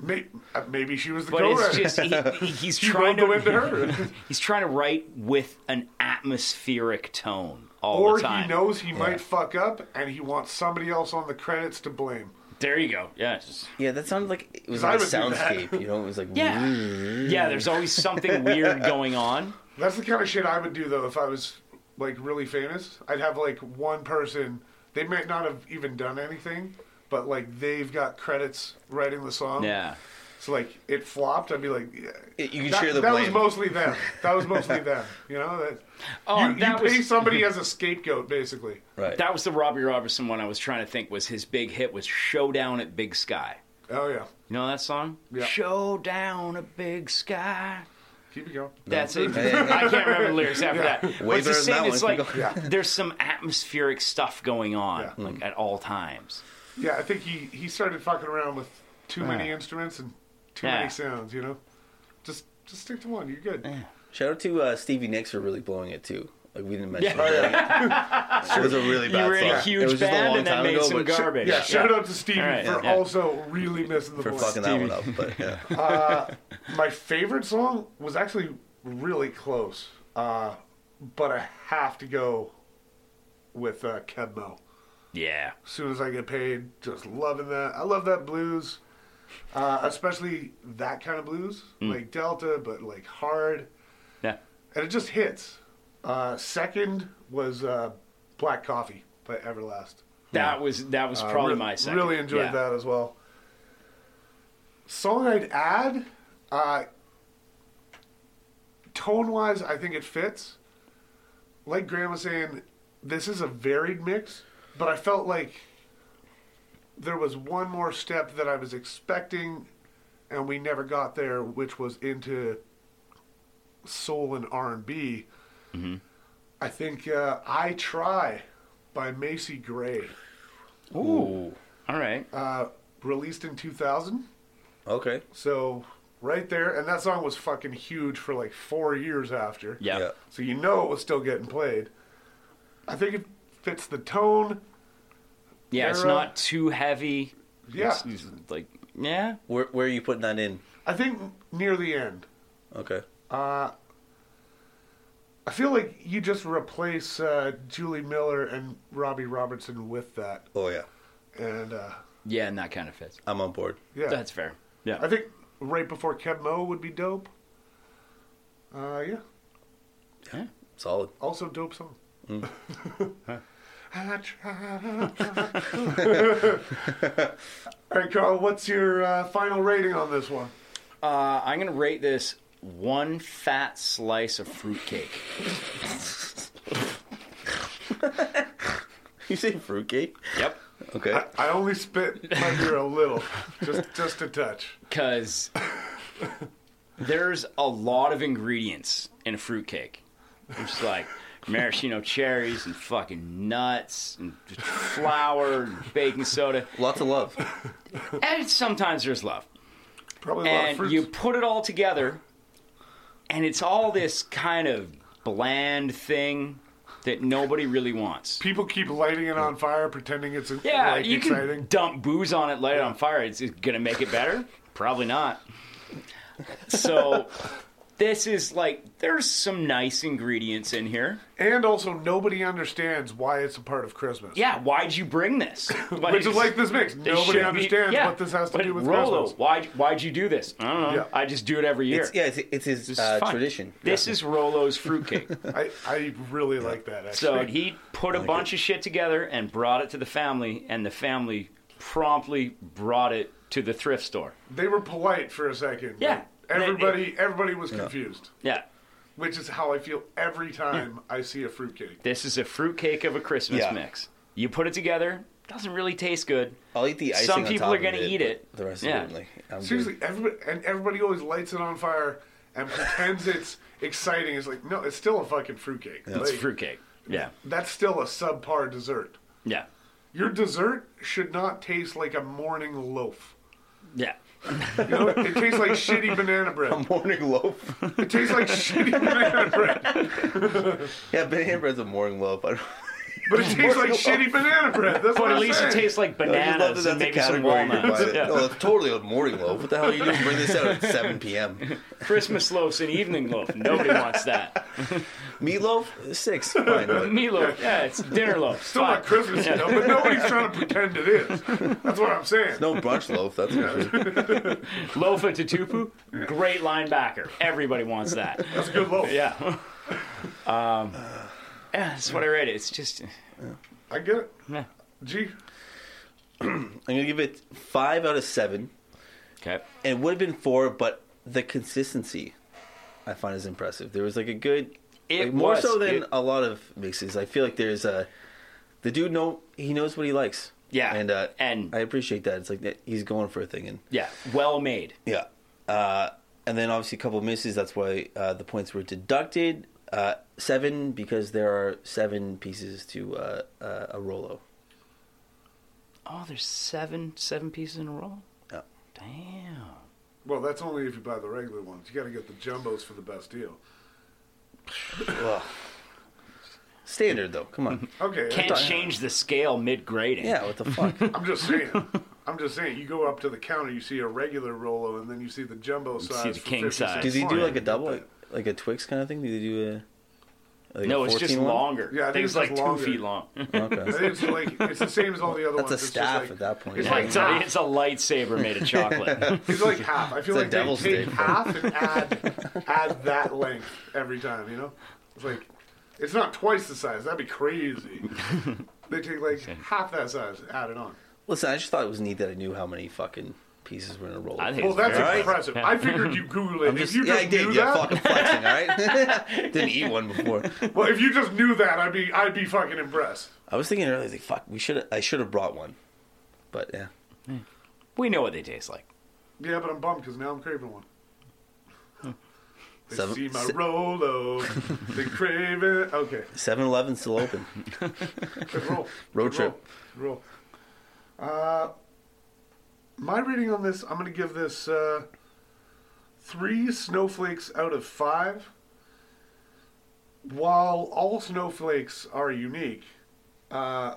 maybe, maybe she was the but co it's writer. just he, he- he's She trying wrote the wind to to her. he's trying to write with an atmospheric tone all or the time. he knows he might fuck up and he wants somebody else on the credits to blame. There you go. Yeah, it's just- Yeah, that sounded like it was I like a would do that. soundscape. You know, it was like yeah, Mm. yeah. There's always something weird going on. That's the kind of shit I would do though if I was like really famous. I'd have like one person. They might not have even done anything, but like they've got credits writing the song. Yeah. So like it flopped. I'd be like, yeah. It- you can that, share the that blame. was mostly them. That was mostly them. You know that. Oh, you, that you pay was- somebody as a scapegoat basically. right. That was the Robbie Robertson one I was trying to think was his big hit was Showdown at Big Sky. Oh yeah. You know that song? Yeah. Showdown at Big Sky. Keep it going. That's it. I can't remember the lyrics after that. Way but it's the better than same. that It's one. like there's some atmospheric stuff going on Yeah. like at all times. Yeah, I think he he started fucking around with too many instruments and too Yeah. many sounds. You know, just just stick to one. You're good. Shout out to uh, Stevie Nicks for really blowing it too. Like we didn't mention. that. it was a really bad you were in song. a it huge was just a band long and time then made ago, some but sh- garbage. Yeah, shout out to Stevie All right, for yeah. also really missing the for point. fucking that one up. But yeah. My favorite song was actually really close, uh, but I have to go with uh, Kebmo. Yeah. As soon as I get paid, just loving that. I love that blues, uh, especially that kind of blues, like Delta, but like hard, Yeah. and it just hits. Uh, second was uh, Black Coffee by Everlast. That was that was probably Uh, Re- my second. Really enjoyed Yeah. that as well. Song I'd add, uh, tone wise, I think it fits. Like Graham was saying, this is a varied mix, but I felt like there was one more step that I was expecting, and we never got there, which was into soul and R and B. Mm-hmm. I think uh, "I Try" by Macy Gray Ooh. All right. released in 2000. Okay. So right there, and that song was fucking huge for like four years after. yeah. Yeah. So you know it was still getting played. I think it fits the tone. Yeah, it's Era. not too heavy. Yeah. It's- it's like yeah. Where where are you putting that in? I think near the end. Okay. I feel like you just replace uh, Julie Miller and Robbie Robertson with that, Oh yeah. and uh, Yeah, and that kind of fits. I'm on board. yeah, That's fair. Yeah. I think right before Kev Mo would be dope. Uh, yeah, Yeah. Solid. also dope song. I try. All right, Carl, what's your uh, final rating on this one? Uh, I'm gonna rate this one fat slice of fruitcake. You say fruitcake? Yep. Okay. I only spit my beer a little, just just a touch. Cause there's a lot of ingredients in a fruitcake. It's like maraschino cherries and fucking nuts and flour and baking soda. Lots of love. And sometimes there's love. Probably a lot of and fruits. you put it all together, and it's all this kind of bland thing that nobody really wants. People keep lighting it on fire, pretending it's Yeah, like, you exciting. can dump booze on it, light it on fire. It's gonna make it better? Probably not. So, this is like there's some nice ingredients in here. And also, nobody understands why it's a part of Christmas. Yeah, why'd you bring this? Which is like this mix. It Nobody should be- understands yeah. what this has to But do with Rolo, Christmas. Why why'd you do this? I don't know. Yeah. I just do it every year. It's, yeah, it's, it's his This is uh, fine. tradition. This is Rolo's fruitcake. I, I really like that, actually. So he put a bunch of shit together and brought it to the family, and the family promptly brought it to the thrift store. they were polite for a second. Yeah. but Everybody, everybody was confused, Yeah, which is how I feel every time I see a fruitcake. this is a fruitcake of a Christmas Yeah. mix. You put it together, doesn't really taste good. I'll eat the icing. Some on people top are gonna of it, eat it. but The rest Yeah. of it, like, I'm good. Seriously, everybody, and everybody always lights it on fire and pretends it's exciting. It's like, no, it's still a fucking fruitcake. It's Like, fruitcake. Yeah. That's still a subpar dessert. Yeah. Your dessert should not taste like a morning loaf. Yeah. You know, it tastes like shitty banana bread. Morning loaf. It tastes like shitty banana bread. Yeah, banana bread's a morning loaf. I don't... But it tastes like shitty banana bread. That's what But I'm at least it saying. tastes like I just love that bananas that's and a maybe some category you walnuts. buy it. Yeah. No, it's totally a morning loaf. What the hell are you doing? Bring this out at 7 p.m. Christmas loaf's an evening loaf. Nobody wants that. Meatloaf? Six. Fine, but- Meatloaf. Yeah, it's dinner loaf. Still not Fine. Christmas, you know, but nobody's trying to pretend it is. That's what I'm saying. No brunch loaf. That's for sure. Loaf of Tatupu. Great linebacker. Everybody wants that. That's a good loaf. Yeah. Um, yeah, that's what I read. It's just I get it. yeah. Gee, I'm gonna give it five out of seven. okay. And it would have been four, but the consistency I find is impressive. There was like a good, It like, more was. so than It- a lot of mixes. I feel like there's a the dude know he knows what he likes. Yeah, and uh, and- I appreciate that. It's like that he's going for a thing, and Yeah, well made. yeah, uh, and then obviously a couple of misses. That's why uh, the points were deducted. Uh, seven because there are seven pieces to uh, uh, a Rolo. Oh, there's seven seven pieces in a row. Yeah. Damn. well, that's only if you buy the regular ones. You got to get the jumbos for the best deal. Standard though, come on. Okay, Can't change the scale mid grading. yeah, what the fuck? I'm just saying. I'm just saying. You go up to the counter, you see a regular Rolo, and then you see the jumbo size. the for king 50 size. cents. Do they Fine. do like a double, like, like a Twix kind of thing? Do they do a? Like a No, it's just 14 one? longer. Yeah, I think Things it's just like longer. two feet long. Okay. I think It's, like, it's the same as all the other That's ones. a It's just staff like- at that point. It's yeah. like It's a, it's a lightsaber made of chocolate. It's like half. I feel It's a like they devil's take dick. half and add add that length every time. You know, it's like it's not twice the size. That'd be crazy. they take like half that size, add it on. Listen, I just thought it was neat that I knew how many fucking pieces were in a roll. I think Well, it's that's very- impressive. I figured you Google it. I'm if just, you yeah, just I did. knew Yeah, that, fucking flexing, all right? Didn't eat one before. well, if you just knew that, I'd be I'd be fucking impressed. I was thinking earlier, like, fuck, we should. I should have brought one, but yeah. we know what they taste like. Yeah, but I'm bummed because now I'm craving one. They Seven- see my se- Rolo, they crave it. Okay, 7-Eleven's still open. good roll. Road Good trip. roll. Good roll. Uh, my rating on this, I'm going to give this uh, three snowflakes out of five. While all snowflakes are unique, uh,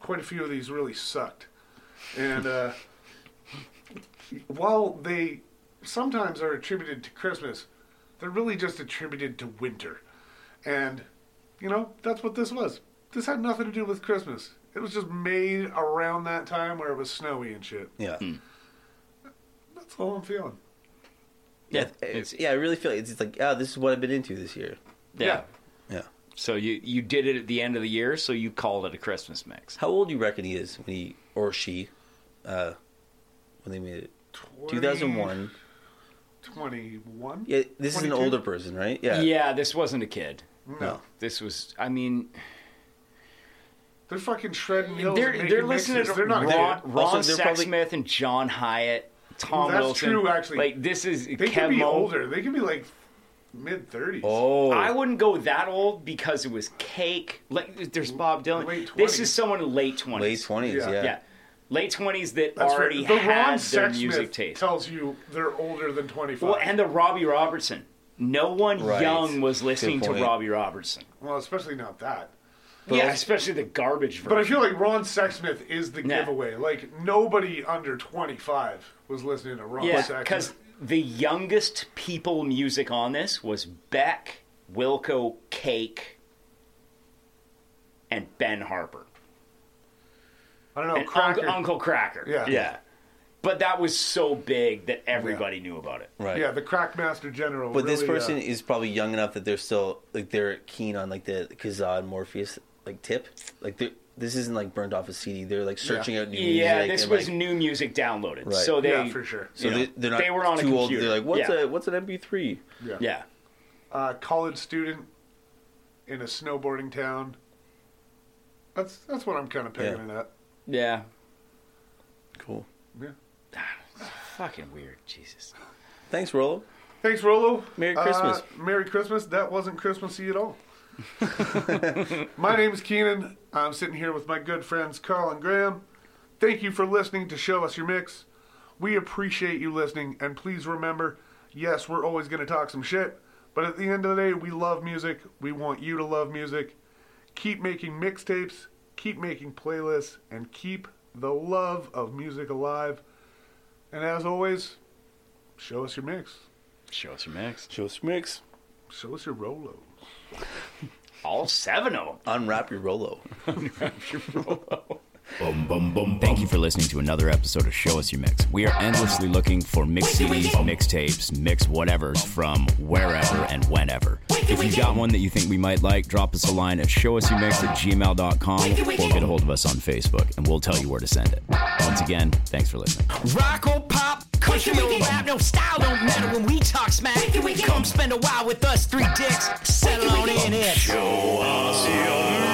quite a few of these really sucked. And uh, while they sometimes are attributed to Christmas, they're really just attributed to winter. And, you know, that's what this was. This had nothing to do with Christmas. It was just made around that time where it was snowy and shit. Yeah. That's all I'm feeling. Yeah. It's, yeah, I really feel it's, it's like, oh, this is what I've been into this year. yeah. Yeah. So you you did it at the end of the year, so you called it a Christmas mix. How old do you reckon he is when he or she, uh, when they made it? 20 Two thousand one. 21? Yeah, this is an 22? older person, right? Yeah. Yeah, this wasn't a kid. No. This was, I mean, They're fucking shredding hills. and they're making they're listening mixes. to They're not Ron, good. Ron Also, they're probably- Sexsmith and John Hyatt, Tom That's Wilson. true, actually. Like this is They Kev could be Mo. older. They could be like mid 30s. Oh. I wouldn't go that old because it was cake. Like there's Bob Dylan. Late 20s. This is someone in late late twenties. twenties. Yeah. Yeah. Yeah. Late twenties that That's right. already The had Ron their Sexsmith music taste. tells you they're older than 25. Well, and the Robbie Robertson. No one Right. young was listening to point. Robbie Robertson. Well, especially not that. yeah, especially the garbage version. But I feel like Ron Sexsmith is the Nah. giveaway. Like nobody under 25 was listening to Ron Yeah, Sexsmith. because the youngest people music on this was Beck, Wilco, Cake, and Ben Harper. I don't know. and Oh, Cracker. Uncle, Uncle Cracker. Yeah. Yeah. But that was so big that everybody knew about it. Right. yeah, the Crackmaster General. But this really, uh, person is probably young enough that they're still like they're keen on like the Kazaa and Morpheus like tip. Like they're- this isn't like burned off a CD. They're like searching out new Yeah, music. this and, was like, new music downloaded. Right. So they yeah, for sure. so you know, they, they're not they were on a too old. computer. They're like, what's Yeah. a what's an MP3? Yeah. Yeah. Uh, college student in a snowboarding town. That's that's what I'm kind of picking Yeah. it at. Yeah. Cool. Yeah. Fucking weird, Jesus. Thanks, Rolo. Thanks, Rolo. Merry Uh, Christmas. Merry Christmas. That wasn't Christmassy at all. my name is Keenan. I'm sitting here with my good friends Carl and Graham. Thank you for listening to Show Us Your Mix. We appreciate you listening, and please remember yes, we're always going to talk some shit, but at the end of the day, we love music. We want you to love music. Keep making mixtapes, keep making playlists, and keep the love of music alive. And as always, show us your mix. Show us your mix. Just mix. Show us your Rolo. All seven of them. Unwrap your Rolo. Bum bum bum Thank you for listening to another episode of Show Us Your Mix. We are endlessly looking for mix CDs, mixtapes, mix whatevers from wherever and whenever. If you've got one that you think we might like, drop us a line at showusyourmix at gmail.com or get a hold of us on Facebook and we'll tell you where to send it. Once again, thanks for listening. Rock or pop, cushion or rap, no style don't matter when we talk smack. Come spend a while with us, three dicks, settle on in it. Show us your